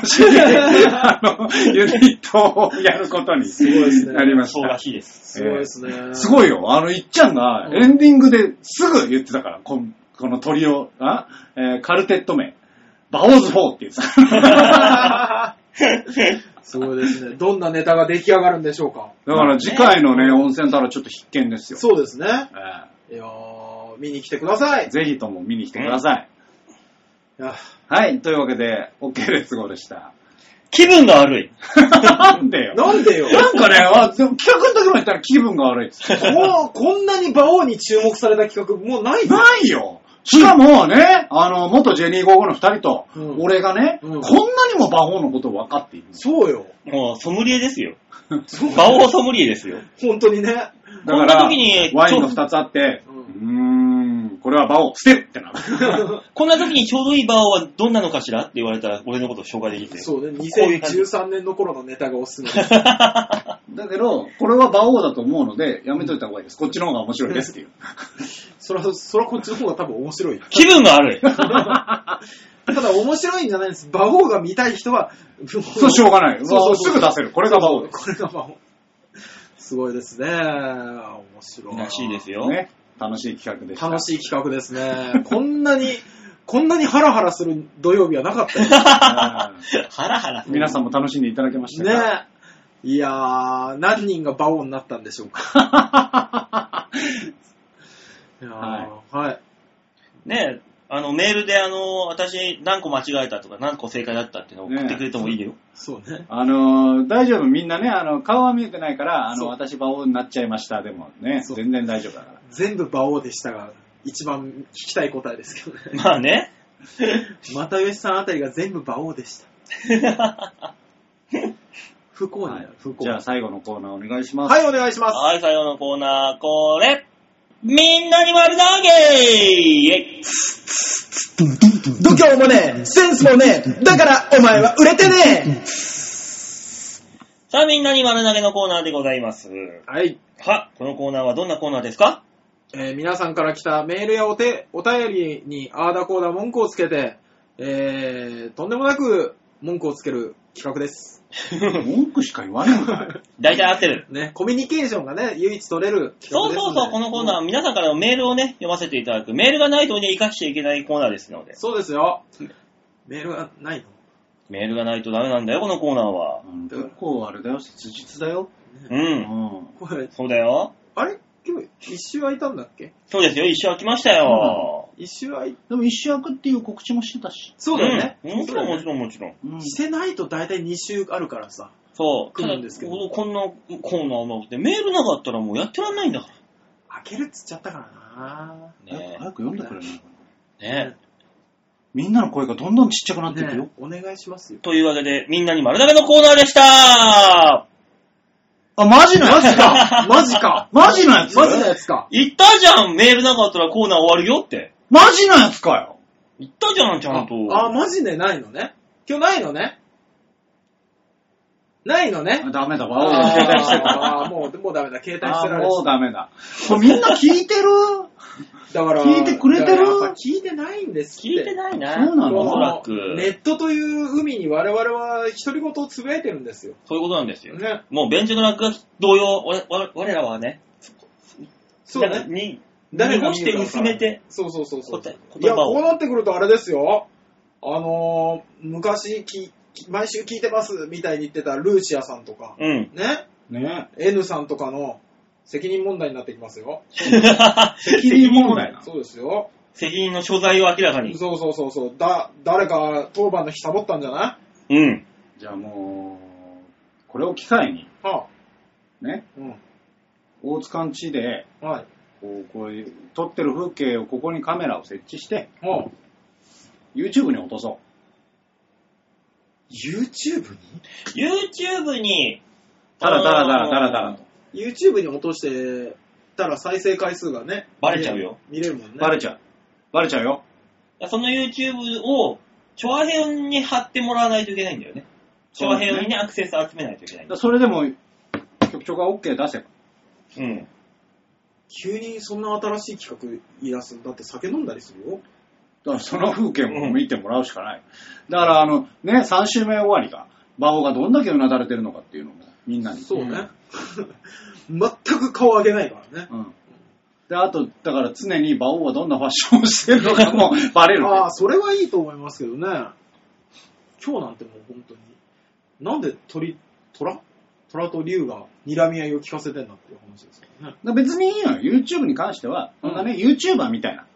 [SPEAKER 1] 新しい
[SPEAKER 3] (laughs)
[SPEAKER 1] あのユニットをやること
[SPEAKER 3] ご
[SPEAKER 1] に
[SPEAKER 3] いですね
[SPEAKER 1] なりました。
[SPEAKER 2] そうらしいです。
[SPEAKER 3] すごいですね。
[SPEAKER 1] すごいよ。あの、いっちゃんがエンディングですぐ言ってたから、こんこの鳥を、あえーカルテット名。バオーズ4って言って
[SPEAKER 3] (laughs)
[SPEAKER 1] た。
[SPEAKER 3] すごいですね。どんなネタが出来上がるんでしょうか。
[SPEAKER 1] だから次回のね、温泉太郎ちょっと必見ですよ。
[SPEAKER 3] そうですね。
[SPEAKER 1] え
[SPEAKER 3] いやー、見に来てください。
[SPEAKER 1] ーぜひとも見に来てください。
[SPEAKER 3] いや
[SPEAKER 1] はい。というわけで、OK レッツゴーでした。
[SPEAKER 2] 気分が悪い。
[SPEAKER 1] なんでよ。
[SPEAKER 3] なんでよ。
[SPEAKER 1] なんかね、あでも企画の時も言ったら気分が悪いっつって
[SPEAKER 3] もう、こんなに馬王に注目された企画、もうないぞ。
[SPEAKER 1] ないよ。しかもね、あの、元ジェニー55の二人と
[SPEAKER 3] うん、
[SPEAKER 1] 俺がね、
[SPEAKER 3] うん
[SPEAKER 1] こんなにも馬王のことを分かっているんです
[SPEAKER 3] そうよ。
[SPEAKER 2] もうソムリエですよ。 (laughs) 馬王ソムリエですよ。
[SPEAKER 3] 本当にね。
[SPEAKER 1] だか
[SPEAKER 2] こんな
[SPEAKER 1] ら
[SPEAKER 2] 時に、
[SPEAKER 1] ワインが2つあって、
[SPEAKER 3] う
[SPEAKER 1] うんーん、これは場を捨てるってなる。
[SPEAKER 2] こんな時にちょうどいい馬王はどんなのかしらって言われたら、俺のことを紹介できて。
[SPEAKER 3] そうね。
[SPEAKER 2] こういう感じ
[SPEAKER 3] 2013年の頃のネタがお (laughs) すすめです。
[SPEAKER 1] だけど、これは馬王だと思うので、やめといた方がいいです。こっちの方が面白いですっていう。
[SPEAKER 3] そら、そらこっちの方が多分面白い。
[SPEAKER 2] 気分が悪い。
[SPEAKER 3] ただ面白いんじゃないんです。馬王が見たい人は、
[SPEAKER 1] そう、しょうがない。
[SPEAKER 3] そうそうそう
[SPEAKER 1] すぐ出せる。これが馬王です。
[SPEAKER 3] これが馬王。すごいですね。面白い。
[SPEAKER 2] らしいですよ。
[SPEAKER 1] ね。楽しい企画でした。
[SPEAKER 3] 楽しい企画ですね。こんなに、こんなにハラハラする土曜日はなかったよ
[SPEAKER 2] ハラハラ
[SPEAKER 1] うん。皆さんも楽しんでいただけましたか
[SPEAKER 3] ね。いやー、何人が馬王になったんでしょうか。 (laughs) いやー
[SPEAKER 1] は
[SPEAKER 3] はい。
[SPEAKER 2] ねえ、あの、メールで、あの、私、何個間違えたとか、何個正解だったっていうのを送ってくれてもいいよ。
[SPEAKER 3] そうね。
[SPEAKER 1] あのー大丈夫。みんなね、あの、顔は見えてないから、あ
[SPEAKER 3] そ
[SPEAKER 1] の、
[SPEAKER 3] う
[SPEAKER 1] 私馬王になっちゃいました。でもね、
[SPEAKER 3] そう
[SPEAKER 1] 全然大丈夫だから。
[SPEAKER 3] 全部馬王でしたが、一番聞きたい答えですけどね。
[SPEAKER 2] まあ
[SPEAKER 3] (laughs)
[SPEAKER 2] ね。
[SPEAKER 3] 又吉さんあたりが全部馬王でした。不幸になる、不幸
[SPEAKER 1] じゃあ最後のコーナーお願いします。
[SPEAKER 3] はい、お願いします。
[SPEAKER 2] はい、最後のコーナー、これ。みんなに丸投げ
[SPEAKER 3] 度胸もねえ、センスもねえ、だからお前は売れてねえ。
[SPEAKER 2] さあみんなに丸投げのコーナーでございます。
[SPEAKER 3] はい。
[SPEAKER 2] は、このコーナーはどんなコーナーですか
[SPEAKER 3] えー皆さんから来たメールやお手、お便りにあーだこーだ文句をつけて、えー、とんでもなく文句をつける企画です。
[SPEAKER 1] 文句しか言わないのか (laughs) い。
[SPEAKER 2] 大体合ってる。
[SPEAKER 3] ね、コミュニケーションがね、唯一取れる企
[SPEAKER 2] そ
[SPEAKER 3] 画
[SPEAKER 2] う
[SPEAKER 3] です
[SPEAKER 2] そ
[SPEAKER 3] の
[SPEAKER 2] う
[SPEAKER 3] で
[SPEAKER 2] そう、このコーナー、皆さんからのメールをね、読ませていただく。メールがないとね、生かしていけないコーナーですので。
[SPEAKER 3] そうですよ。メールがない
[SPEAKER 2] メールがないとダメなんだよ、このコーナーは。
[SPEAKER 1] うん結構あれだよ、切実だよ。
[SPEAKER 2] う。
[SPEAKER 1] うんん。
[SPEAKER 3] の。これ、
[SPEAKER 2] そうだよ。
[SPEAKER 3] (laughs) あれ今日一周空いたんだっけ
[SPEAKER 2] そうですよ、一生来ましたよ。
[SPEAKER 3] 一周空い、
[SPEAKER 1] でも一週空くっていう告知もしてたし。
[SPEAKER 3] そうだよね。
[SPEAKER 2] うんもちろん、もちろん、もちろん。
[SPEAKER 1] うん
[SPEAKER 3] してないと大体2週あるからさ。
[SPEAKER 2] そう。
[SPEAKER 3] 来
[SPEAKER 2] ただ
[SPEAKER 3] るんですけど
[SPEAKER 2] こんなコーナーなくて、メールなかったらもうやってらんないんだか
[SPEAKER 3] 開けるっつっちゃったからな
[SPEAKER 2] ら。ね
[SPEAKER 1] 早く早く読んでくれないかな。
[SPEAKER 2] ね
[SPEAKER 1] みんなの声がどんどんちっちゃくなっていくよ。
[SPEAKER 3] ねお願いしますよ。
[SPEAKER 2] というわけで、みんなに丸投げのコーナーでした
[SPEAKER 1] あ、マジのやつ
[SPEAKER 2] (laughs)
[SPEAKER 1] か
[SPEAKER 3] マジか
[SPEAKER 1] マジのやつ
[SPEAKER 3] マジのやつか
[SPEAKER 2] 言ったじゃんメールなかったらコーナー終わるよって。
[SPEAKER 1] マジのやつかよ
[SPEAKER 2] 言ったじゃん、ちゃんと。
[SPEAKER 3] あ、マジでないのね。今日ないのね。ないのね。
[SPEAKER 1] ダメだわ。
[SPEAKER 3] ああ、もう、もうダメだ。携帯
[SPEAKER 1] あ
[SPEAKER 3] して
[SPEAKER 1] ー
[SPEAKER 3] られ
[SPEAKER 1] も
[SPEAKER 3] ち
[SPEAKER 1] う
[SPEAKER 3] ゃっ
[SPEAKER 1] ダメだ。これみんな聞いてる
[SPEAKER 3] た。だから、
[SPEAKER 1] 聞いてくれて
[SPEAKER 3] だ
[SPEAKER 1] る
[SPEAKER 3] からやっぱ聞いてないんですって。
[SPEAKER 2] 聞いてないな。
[SPEAKER 1] そうなの
[SPEAKER 2] おそら
[SPEAKER 3] こ
[SPEAKER 2] く
[SPEAKER 3] の。ネットという海に我々は独り言をつぶやいてるんですよ。
[SPEAKER 2] そういうことなんですよ。
[SPEAKER 3] ね。
[SPEAKER 2] もう、ベンチの落書き同様、我我我らはね、
[SPEAKER 3] そう
[SPEAKER 2] なんか
[SPEAKER 3] ね。
[SPEAKER 2] に、
[SPEAKER 3] 誰が
[SPEAKER 2] 濁して薄めて、
[SPEAKER 3] そうそうそうそう。
[SPEAKER 2] 答え
[SPEAKER 3] い
[SPEAKER 2] 言
[SPEAKER 3] や、
[SPEAKER 2] 葉を
[SPEAKER 3] こうなってくるとあれですよ。あのー、昔き、き毎週聞いてますみたいに言ってたルーシアさんとか、
[SPEAKER 2] うん。
[SPEAKER 3] ね、
[SPEAKER 1] ね
[SPEAKER 3] N さんとかの責任問題になってきますよ。
[SPEAKER 1] 責任問題なの。
[SPEAKER 3] そうですよ。
[SPEAKER 2] (laughs) 責任の所在を明らかに。
[SPEAKER 3] そうそうそうそう。だ、誰か当番の日サボったんじゃな
[SPEAKER 2] うん。
[SPEAKER 1] じゃあもう、これを機会に、
[SPEAKER 3] いはあ、
[SPEAKER 1] ね、
[SPEAKER 3] うん。
[SPEAKER 1] 大塚んちで、
[SPEAKER 3] はい。
[SPEAKER 1] こう、こういう、撮ってる風景をここにカメラを設置して、
[SPEAKER 3] はあ、
[SPEAKER 1] YouTube に落とそ
[SPEAKER 3] YouTube に
[SPEAKER 2] YouTube に、
[SPEAKER 1] う。ただただただただただと。
[SPEAKER 3] ?YouTube に落としてたら再生回数がね。
[SPEAKER 2] バレちゃうよ。
[SPEAKER 3] 見れるもんね。
[SPEAKER 1] バレちゃう。バレちゃうよ。
[SPEAKER 2] その YouTube を、チョアヘオに貼ってもらわないといけないんだよね。チョアヘオにね、アクセス集めないといけないん
[SPEAKER 1] だ
[SPEAKER 2] だ
[SPEAKER 1] から。それでも、局長が OK 出せば。
[SPEAKER 2] うん。
[SPEAKER 3] 急にそんな新しい企画言い出すだって酒飲んだりするよ。
[SPEAKER 1] だからその風景も見てもらうしかない。だからあの、ね、3週目終わりが、馬王がどんだけうなだれてるのかっていうのも、みんなに。
[SPEAKER 3] そうね。全く顔上げないからね。
[SPEAKER 1] うん。で、あと、だから常に馬王はどんなファッションをしてるのかもバレるね。
[SPEAKER 3] ああ、それはいいと思いますけどね。今日なんてもう本当に。なんで鳥、虎虎と竜が睨み合いを聞かせてんだっていう話ですよね。
[SPEAKER 1] だから別にいいのよ。YouTube に関しては、そんなね、YouTuber みたいな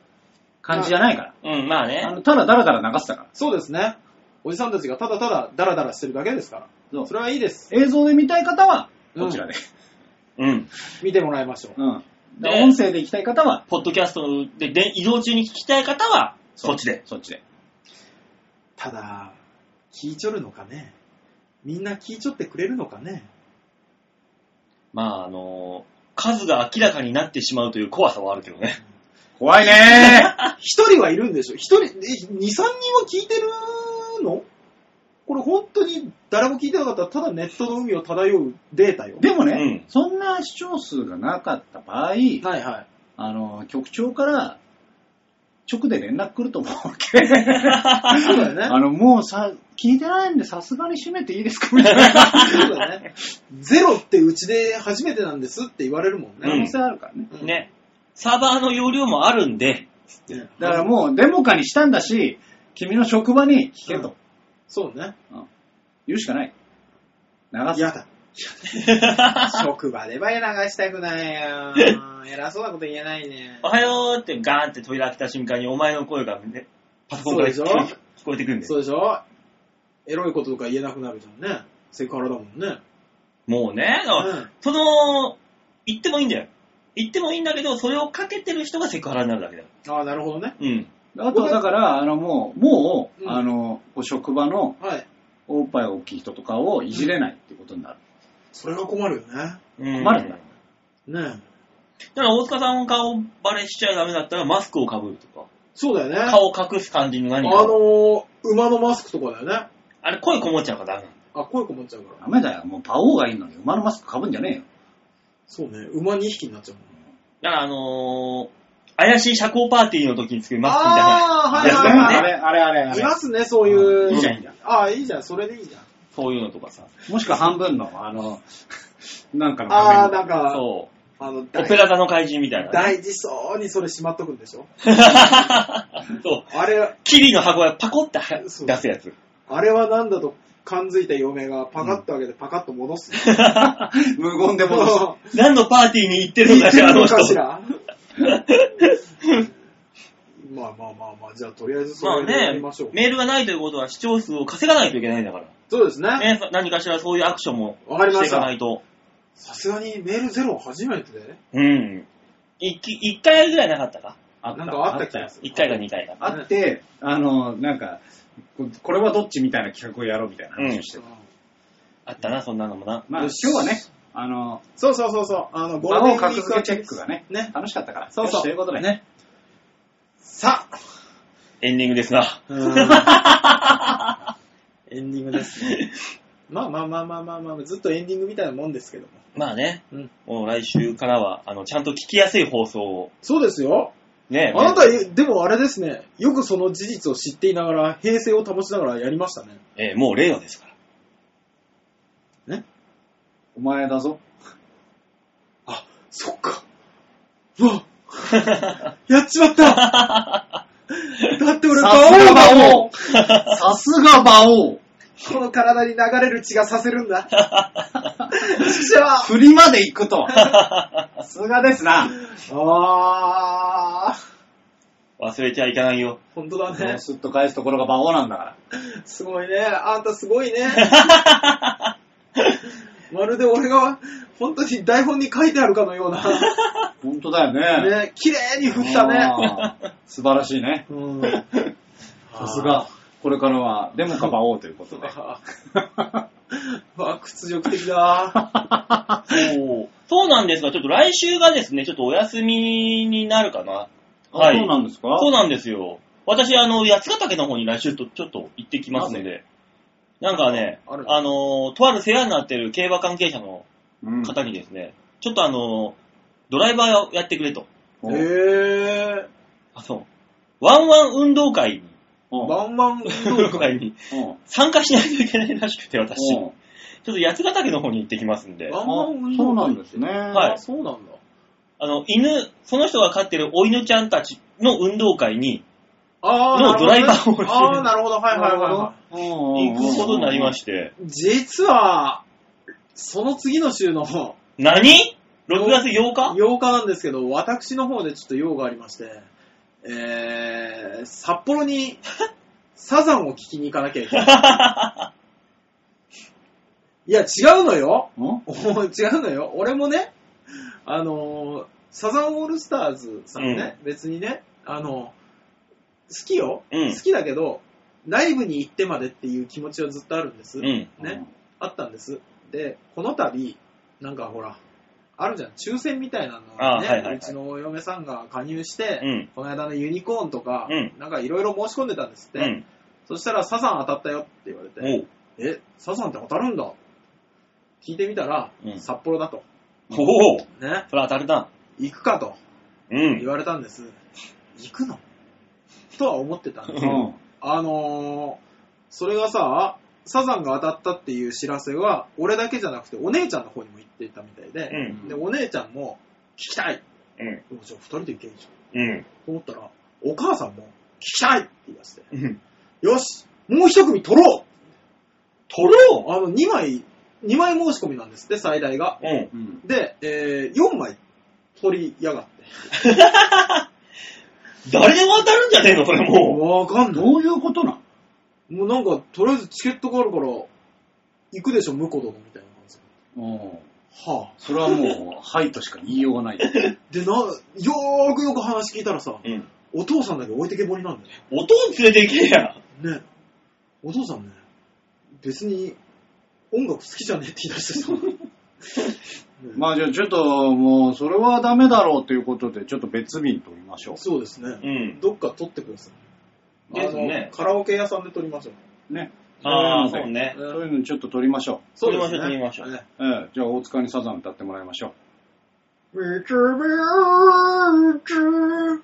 [SPEAKER 1] 感じじゃないから。
[SPEAKER 2] うん、まあ
[SPEAKER 1] あ
[SPEAKER 2] ね。
[SPEAKER 1] の、ただだらだら流してたから。
[SPEAKER 3] そうですね。おじさんたちがただただダラダラしてるだけですか
[SPEAKER 1] そ
[SPEAKER 3] ら。
[SPEAKER 1] う
[SPEAKER 3] それはいいです。
[SPEAKER 1] 映像で見たい方は、こちらで。
[SPEAKER 2] うん。
[SPEAKER 3] 見てもらいましょう。
[SPEAKER 1] うん。だから
[SPEAKER 2] で
[SPEAKER 1] 音声で行きたい方は、
[SPEAKER 2] ポッドキャストでで移動中に聞きたい方は、
[SPEAKER 1] そう
[SPEAKER 2] そっちで。
[SPEAKER 1] そっちで。
[SPEAKER 3] ただ、聞いちょるのかね。みんな聞いちょってくれるのかね。
[SPEAKER 2] まあ、あのー数が明らかになってしまうという怖さはあるけどね。
[SPEAKER 1] 怖いねー
[SPEAKER 3] 一人はいるんでしょ一人、え二、三人は聞いてるのこれ本当に誰も聞いてなかったらただネットの海を漂うデータよ。 (laughs)
[SPEAKER 1] でもね、
[SPEAKER 2] うん
[SPEAKER 1] そんな視聴数がなかった場合、
[SPEAKER 3] はいはい。
[SPEAKER 1] あの、局長から直で連絡来ると思うわ
[SPEAKER 3] そう
[SPEAKER 1] け。
[SPEAKER 3] だよね。
[SPEAKER 1] あの、もうさ、聞いてないんでさすがに閉めていいですかみたいな
[SPEAKER 3] そうだよね。ゼロってうちで初めてなんですって言われるもん
[SPEAKER 1] 可
[SPEAKER 2] う
[SPEAKER 1] 能
[SPEAKER 2] ん
[SPEAKER 3] ね。
[SPEAKER 1] 性あるからね。
[SPEAKER 3] うん
[SPEAKER 2] ね。サーバーの容量もあるんで、
[SPEAKER 3] ね
[SPEAKER 1] だからもうデモ化にしたんだし、君の職場に聞けと
[SPEAKER 3] そうね。
[SPEAKER 1] 言うしかない。流す。
[SPEAKER 3] 嫌だ。職場では流したくないよ。偉そうなこと言えないね
[SPEAKER 2] お。はようってガーンって扉開けた瞬間にお前の声がね、パソコンから
[SPEAKER 3] そ
[SPEAKER 2] 聞
[SPEAKER 3] うでし
[SPEAKER 2] こ
[SPEAKER 3] ょ
[SPEAKER 2] え聞こえてくるんで。
[SPEAKER 3] そうでしょエロいこととか言えなくなるじゃんね。セクハラだもんね。
[SPEAKER 2] もうね、だから
[SPEAKER 3] うん
[SPEAKER 2] その、言ってもいいんだよ。言ってもいいんだけど、それをかけてる人がセクハラになるだけだよ。
[SPEAKER 3] ああ、なるほどね。
[SPEAKER 2] うん。
[SPEAKER 1] あとはだから、あのもう、もう、
[SPEAKER 3] うん
[SPEAKER 1] あの、こう職場の
[SPEAKER 3] はい。
[SPEAKER 1] おっぱい大きい人とかをいじれないってことになる。
[SPEAKER 3] それが困るよね。
[SPEAKER 2] うん
[SPEAKER 1] 困るんだ
[SPEAKER 3] ねえ。
[SPEAKER 2] だから大塚さんが顔バレしちゃダメだったらマスクをかぶるとか、
[SPEAKER 3] そうだよね。あ
[SPEAKER 2] 顔を隠す感じに何か。あ
[SPEAKER 3] のー、馬のマスクとかだよね。
[SPEAKER 2] れ声こもっちゃうからダメなんだよ。
[SPEAKER 3] あ、声こもっちゃうから。
[SPEAKER 1] ダメだよ。もうパオーがいいのに馬のマスク被んじゃねえよ。
[SPEAKER 3] そうね、馬2匹になっちゃうもん。
[SPEAKER 2] だからあのー、怪しい社交パーティーの時に作るマスクみたいな。
[SPEAKER 3] ああー、はい
[SPEAKER 2] や
[SPEAKER 3] はいはい
[SPEAKER 1] あれ、あれ、あれ、あ
[SPEAKER 3] い
[SPEAKER 1] れ。
[SPEAKER 3] ますね、そういう。
[SPEAKER 2] うんいいじゃんいいじ
[SPEAKER 3] ゃん。ああ、いいじゃん、それでいいじゃん。
[SPEAKER 2] そういうのとかさ。
[SPEAKER 1] もしくは半分の、あの、なんかの
[SPEAKER 3] ああ、
[SPEAKER 1] 画
[SPEAKER 3] な
[SPEAKER 1] 面
[SPEAKER 3] んか、
[SPEAKER 2] そ
[SPEAKER 3] あの、
[SPEAKER 2] う。オ
[SPEAKER 3] 大
[SPEAKER 2] ペラ座の怪人みたいなね、
[SPEAKER 3] 大事そうにそれしまっとくんでしょ
[SPEAKER 2] (laughs) そう。
[SPEAKER 3] あれ、
[SPEAKER 2] キリの箱がパコって出すやつ。 (laughs)
[SPEAKER 3] あれはなんだと感づいた嫁がパカッと開けてパカッと戻す。
[SPEAKER 1] 無言で戻す。
[SPEAKER 2] 何のパーティーに行ってるの
[SPEAKER 3] 言
[SPEAKER 2] か
[SPEAKER 3] っ
[SPEAKER 2] してら、あ
[SPEAKER 3] る
[SPEAKER 2] の
[SPEAKER 3] の
[SPEAKER 2] 人。
[SPEAKER 3] かしらまあまあまあまあ、じゃあとりあえずそ
[SPEAKER 2] まあ
[SPEAKER 3] れでや
[SPEAKER 2] ね
[SPEAKER 3] りましょう、。
[SPEAKER 2] メールがないということは視聴数を稼がないといけないんだか
[SPEAKER 3] そうです
[SPEAKER 2] ら。
[SPEAKER 3] ね。
[SPEAKER 2] ね、何かしらそういうアクションも
[SPEAKER 3] わかり
[SPEAKER 2] し
[SPEAKER 3] ま
[SPEAKER 2] てい
[SPEAKER 3] し
[SPEAKER 2] かな
[SPEAKER 3] た。
[SPEAKER 2] いと。
[SPEAKER 3] さすがにメールゼロは初めてで。
[SPEAKER 2] うん。一き一回ぐらいなかったか
[SPEAKER 1] あ
[SPEAKER 3] なんかあった気が
[SPEAKER 1] よ
[SPEAKER 3] する。
[SPEAKER 2] 一回か二回か。
[SPEAKER 1] あって、あの、なんか、ここれはどっちみたいな企画をやろうみたいな話をして
[SPEAKER 3] う
[SPEAKER 1] る
[SPEAKER 3] ん。
[SPEAKER 2] あったな、そんなのもな。
[SPEAKER 1] まあ、
[SPEAKER 3] よ
[SPEAKER 1] 今
[SPEAKER 3] し
[SPEAKER 1] 日はね、あの、
[SPEAKER 3] そうそうそうそう。あの、ゴー
[SPEAKER 1] 場
[SPEAKER 3] ルデン
[SPEAKER 1] を
[SPEAKER 3] ウィ
[SPEAKER 1] 格
[SPEAKER 3] ーク
[SPEAKER 1] 付け
[SPEAKER 3] 明
[SPEAKER 1] チ
[SPEAKER 3] け
[SPEAKER 1] ェ
[SPEAKER 3] で
[SPEAKER 1] ッ
[SPEAKER 3] す
[SPEAKER 1] クがね、
[SPEAKER 3] ね。
[SPEAKER 1] 楽しかったから。
[SPEAKER 3] そうそう
[SPEAKER 1] よしということで。
[SPEAKER 3] ね。さあ、
[SPEAKER 2] エンディングですが。
[SPEAKER 3] エンディングですね。まあまあまあまあまあまあ、ずっとエンディングみたいなもんですけども。
[SPEAKER 2] まあね、
[SPEAKER 3] うん
[SPEAKER 2] もう来週からは、あの、ちゃんと聞きやすい放送を。
[SPEAKER 3] そうですよ。
[SPEAKER 2] ね、
[SPEAKER 3] あなた、でもあれですね、よくその事実を知っていながら、平静を保ちながらやりましたね。
[SPEAKER 2] えーもう令和ですから。
[SPEAKER 1] お前だぞ。
[SPEAKER 3] あ、そっか。う (laughs) わ、やっちまっただって俺、
[SPEAKER 1] さ
[SPEAKER 3] 馬王
[SPEAKER 1] すが
[SPEAKER 3] だも
[SPEAKER 1] 馬
[SPEAKER 3] ん
[SPEAKER 1] 王さすが馬王
[SPEAKER 3] この体に流れる血がさせるん (laughs) だ。じゃ (laughs) あ
[SPEAKER 1] 振りまで行くと。さすがですな。
[SPEAKER 3] あー、
[SPEAKER 2] 忘れちゃいけないよ。
[SPEAKER 3] 本当だね。
[SPEAKER 1] すっと返すところが馬王なんだから。
[SPEAKER 3] すごいね。あんたすごいね。まるで俺が本当に台本に書いてあるかのような、
[SPEAKER 1] 本当だよね。
[SPEAKER 3] ね、綺麗に振ったね。
[SPEAKER 1] ね。素晴らしいね。
[SPEAKER 3] うん
[SPEAKER 1] さすが。これからは、デモか馬王ということで。
[SPEAKER 3] あーうわ、屈辱的だ。
[SPEAKER 2] そうなんですが、ちょっと来週がですね、ちょっとお休みになるかな。
[SPEAKER 1] あ
[SPEAKER 2] はい
[SPEAKER 1] そうなんですか
[SPEAKER 2] そうなんですよ。私、あの、八ヶ岳の方に来週とちょっと行ってきますので。なんかね、
[SPEAKER 3] ある
[SPEAKER 2] あの、とある世話になってる競馬関係者の
[SPEAKER 1] うん
[SPEAKER 2] 方にですね、ちょっとあの、ドライバーをやってくれと。
[SPEAKER 1] おう
[SPEAKER 3] へえ。
[SPEAKER 2] あ、そう。ワンワン運動会に、
[SPEAKER 1] おう
[SPEAKER 3] バンバン
[SPEAKER 2] 運動会に
[SPEAKER 1] おう
[SPEAKER 2] 参加しないといけないらしくて、私。ち
[SPEAKER 1] お
[SPEAKER 2] ょ
[SPEAKER 1] う
[SPEAKER 2] っと八ヶ岳の方に行ってきますんで。
[SPEAKER 3] バンバン
[SPEAKER 1] あ
[SPEAKER 3] 運動会
[SPEAKER 1] そうなんですね。
[SPEAKER 2] はい
[SPEAKER 3] あそうなんだ。
[SPEAKER 2] あの、犬、その人が飼ってるお犬ちゃんたちの運動会に
[SPEAKER 3] あー
[SPEAKER 2] の
[SPEAKER 3] なるほどね
[SPEAKER 2] ドライバーをしてる
[SPEAKER 3] ああ、なるほど。はいはいはいは
[SPEAKER 2] 行
[SPEAKER 1] 行
[SPEAKER 2] くことになりま
[SPEAKER 1] し
[SPEAKER 2] して。
[SPEAKER 3] い。実は、その次の週の8
[SPEAKER 2] 何 ?6 月8日 (laughs)
[SPEAKER 3] 日なんですけど、私の方でちょっと用がありまして、えー、札幌にサザンを聞きに行かなきゃいけない。
[SPEAKER 2] (laughs)
[SPEAKER 3] いや、違うのよ。 (laughs)
[SPEAKER 1] た。ん
[SPEAKER 3] おー違うのよ。俺もね、あのーサザンオールスターズさんね、別にね、あの好きよ、
[SPEAKER 2] うん
[SPEAKER 3] 好きだけど、ライブに行ってまでっていう気持ちはずっとあるんです。
[SPEAKER 2] うん。
[SPEAKER 3] ね、あったんです。で、この度、なんかほら、あるじゃん、抽選みたいなのね、
[SPEAKER 2] あーはいはいはいう
[SPEAKER 3] ちのお嫁さんが加入して、
[SPEAKER 2] うん。
[SPEAKER 3] この間のユニコーンとか、
[SPEAKER 2] うん
[SPEAKER 3] なんかいろいろ申し込んでたんですって、
[SPEAKER 2] うん。
[SPEAKER 3] そしたらサザン当たったよって言われて、
[SPEAKER 2] おう。
[SPEAKER 3] え、サザンって当たるんだ聞いてみたら、
[SPEAKER 2] うん
[SPEAKER 3] 札幌だと。
[SPEAKER 2] おおそ
[SPEAKER 3] ね、
[SPEAKER 2] れ当たるな。
[SPEAKER 3] 行くかと
[SPEAKER 2] う
[SPEAKER 3] 言
[SPEAKER 2] ん。
[SPEAKER 3] われたんです。行くのとは思ってたんで
[SPEAKER 1] う
[SPEAKER 3] す。
[SPEAKER 1] ん。
[SPEAKER 3] あのー、それがさ、サザンが当たったっていう知らせは、俺だけじゃなくてお姉ちゃんの方にも行っていたみたいで、
[SPEAKER 2] うん。
[SPEAKER 3] で、お姉ちゃんも、聞きたい
[SPEAKER 2] うん。
[SPEAKER 3] でもじゃあ二人で行けんじゃん。
[SPEAKER 2] うん。
[SPEAKER 3] と思ったら、お母さんも、聞きたいって言い出して、
[SPEAKER 2] うん。
[SPEAKER 3] よしもう一組取ろ
[SPEAKER 2] 取ろ
[SPEAKER 3] うあの、2枚、2枚申し込みなんですって、最大が。
[SPEAKER 2] ううん。
[SPEAKER 1] うん。
[SPEAKER 3] で、えー、4枚取りやがって。
[SPEAKER 2] 誰でも当たるんじゃねえのそれも
[SPEAKER 3] わかんない。
[SPEAKER 1] どういうことなの
[SPEAKER 3] もうなんか、とりあえずチケットがあるから、行くでしょ、婿殿みたいな感じ。
[SPEAKER 1] うん
[SPEAKER 3] は
[SPEAKER 1] それはもう、はいとしか言いよう (laughs) がないよ。
[SPEAKER 3] あ。で、な、よーくよく話聞いたらさ
[SPEAKER 2] う。、うん。
[SPEAKER 3] お父さんだけ置いてけぼりなんだよ
[SPEAKER 2] 音を連れて行けや。
[SPEAKER 3] ね。ね。お父さんね、別に音楽好きじゃねえって言い出して
[SPEAKER 2] (laughs)
[SPEAKER 3] さ。ね
[SPEAKER 1] まあじゃあちょっともう、それはダメだろうということで、ちょっと別便取りましょ
[SPEAKER 3] そうですね。
[SPEAKER 2] うん。
[SPEAKER 3] どっか撮ってください。
[SPEAKER 2] ですね
[SPEAKER 3] あのカラオケ屋さんで撮りましょう。
[SPEAKER 1] う。ね。
[SPEAKER 2] ああ、
[SPEAKER 1] そう
[SPEAKER 2] そうね。
[SPEAKER 3] うん
[SPEAKER 1] そういうのちょっと撮りましょ
[SPEAKER 3] そうです
[SPEAKER 2] 撮りましょう撮りましょう
[SPEAKER 3] ね。
[SPEAKER 1] う。ええじゃあ、大塚にサザン歌ってもらいましょ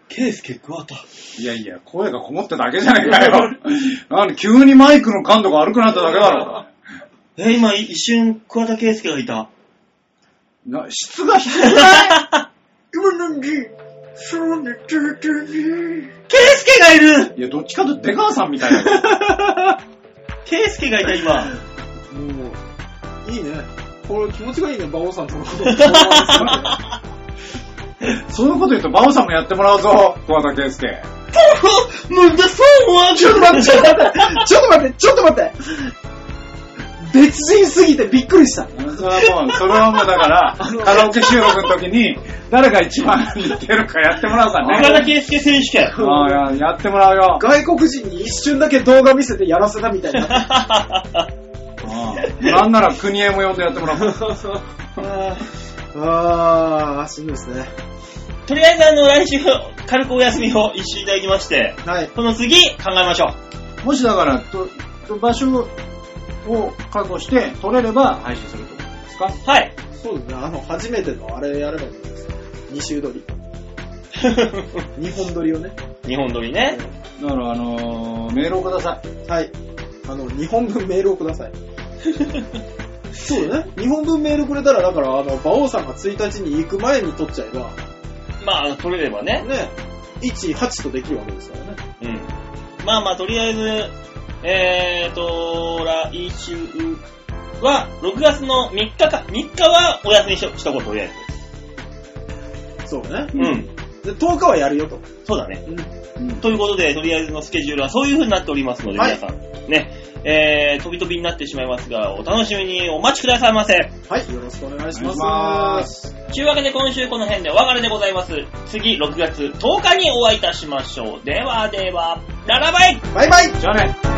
[SPEAKER 2] ケースケ桑田。
[SPEAKER 1] う。いやいや、声がこもっただけじゃないか (laughs) よ。なんで急にマイクの感度が悪くなっただけだろ。
[SPEAKER 2] え、今一瞬桑田ケースケがいた。
[SPEAKER 1] (laughs) な質が低い。
[SPEAKER 2] ケースケがいる
[SPEAKER 1] いや、どっちかというと出川さんみたい (laughs) な。
[SPEAKER 2] (laughs) ケースケがいた (laughs) 今。
[SPEAKER 3] もう、いいね。これ気持ちがいいね、馬王さんとのこと。
[SPEAKER 2] (laughs)
[SPEAKER 1] そのこと言うと、バオさんもやってもらうぞ、桑田圭介。
[SPEAKER 2] なんでそう思わ (laughs) んちょっと待って、ちょっと待って。
[SPEAKER 3] ちょっと待って、ちょっと待って。別人すぎてびっくりした。
[SPEAKER 1] それはもう、それはもうだ (laughs) から、カラオケ収録の時に、誰が一番似てるかやってもらうから
[SPEAKER 2] 桑田
[SPEAKER 1] ね。
[SPEAKER 2] 圭介選手権。
[SPEAKER 1] ああやってもらう (laughs) よ。
[SPEAKER 3] 外国人に一瞬だけ動画見せてやらせたみたいな。
[SPEAKER 1] うんなんなら国へも呼んでやってもらおう。
[SPEAKER 3] あー、しんどいですね。
[SPEAKER 2] (laughs) とりあえずあの、来週、軽くお休みを一周いただきまして、
[SPEAKER 3] はい。
[SPEAKER 2] その次、考えましょう。
[SPEAKER 1] (laughs) もしだから、とと場所を確保して、取れれば配信するってことですか
[SPEAKER 2] はい。
[SPEAKER 3] そうですね、あの、初めてのあれやればいいんですよ。二周撮り。二本撮りをね。
[SPEAKER 2] (laughs) 日本撮りね。
[SPEAKER 1] だから、あのーメールをください。
[SPEAKER 3] はい。あの、2本分メールをください。そうだね。2本分メールくれたら、だから、あの、馬王さんが1日に行く前に撮っちゃえば、
[SPEAKER 2] まあ、撮れればね。
[SPEAKER 3] ね、1、8とできるわけですからね。
[SPEAKER 2] うん。まあまあ、とりあえず、えーと、来週は、6月の3日か、3日はお休みしとしとこう、とりあえ
[SPEAKER 3] そうね。
[SPEAKER 2] ず。うん。
[SPEAKER 3] で、10日はやるよと。
[SPEAKER 2] そうだね。
[SPEAKER 3] うん。
[SPEAKER 1] うん
[SPEAKER 2] ということで、とりあえずのスケジュールはそういう風になっておりますので、
[SPEAKER 3] はい
[SPEAKER 2] 皆さん、ね、えー、飛び飛びになってしまいますが、お楽しみにお待ちくださいませ。
[SPEAKER 3] はい、よろしくお願いします。
[SPEAKER 1] お願いし
[SPEAKER 2] というわけで今週この辺でお別れでございます。次、6月10日にお会いいたしましょう。ではでは、ララバイ
[SPEAKER 3] バイバイ
[SPEAKER 1] じゃあね。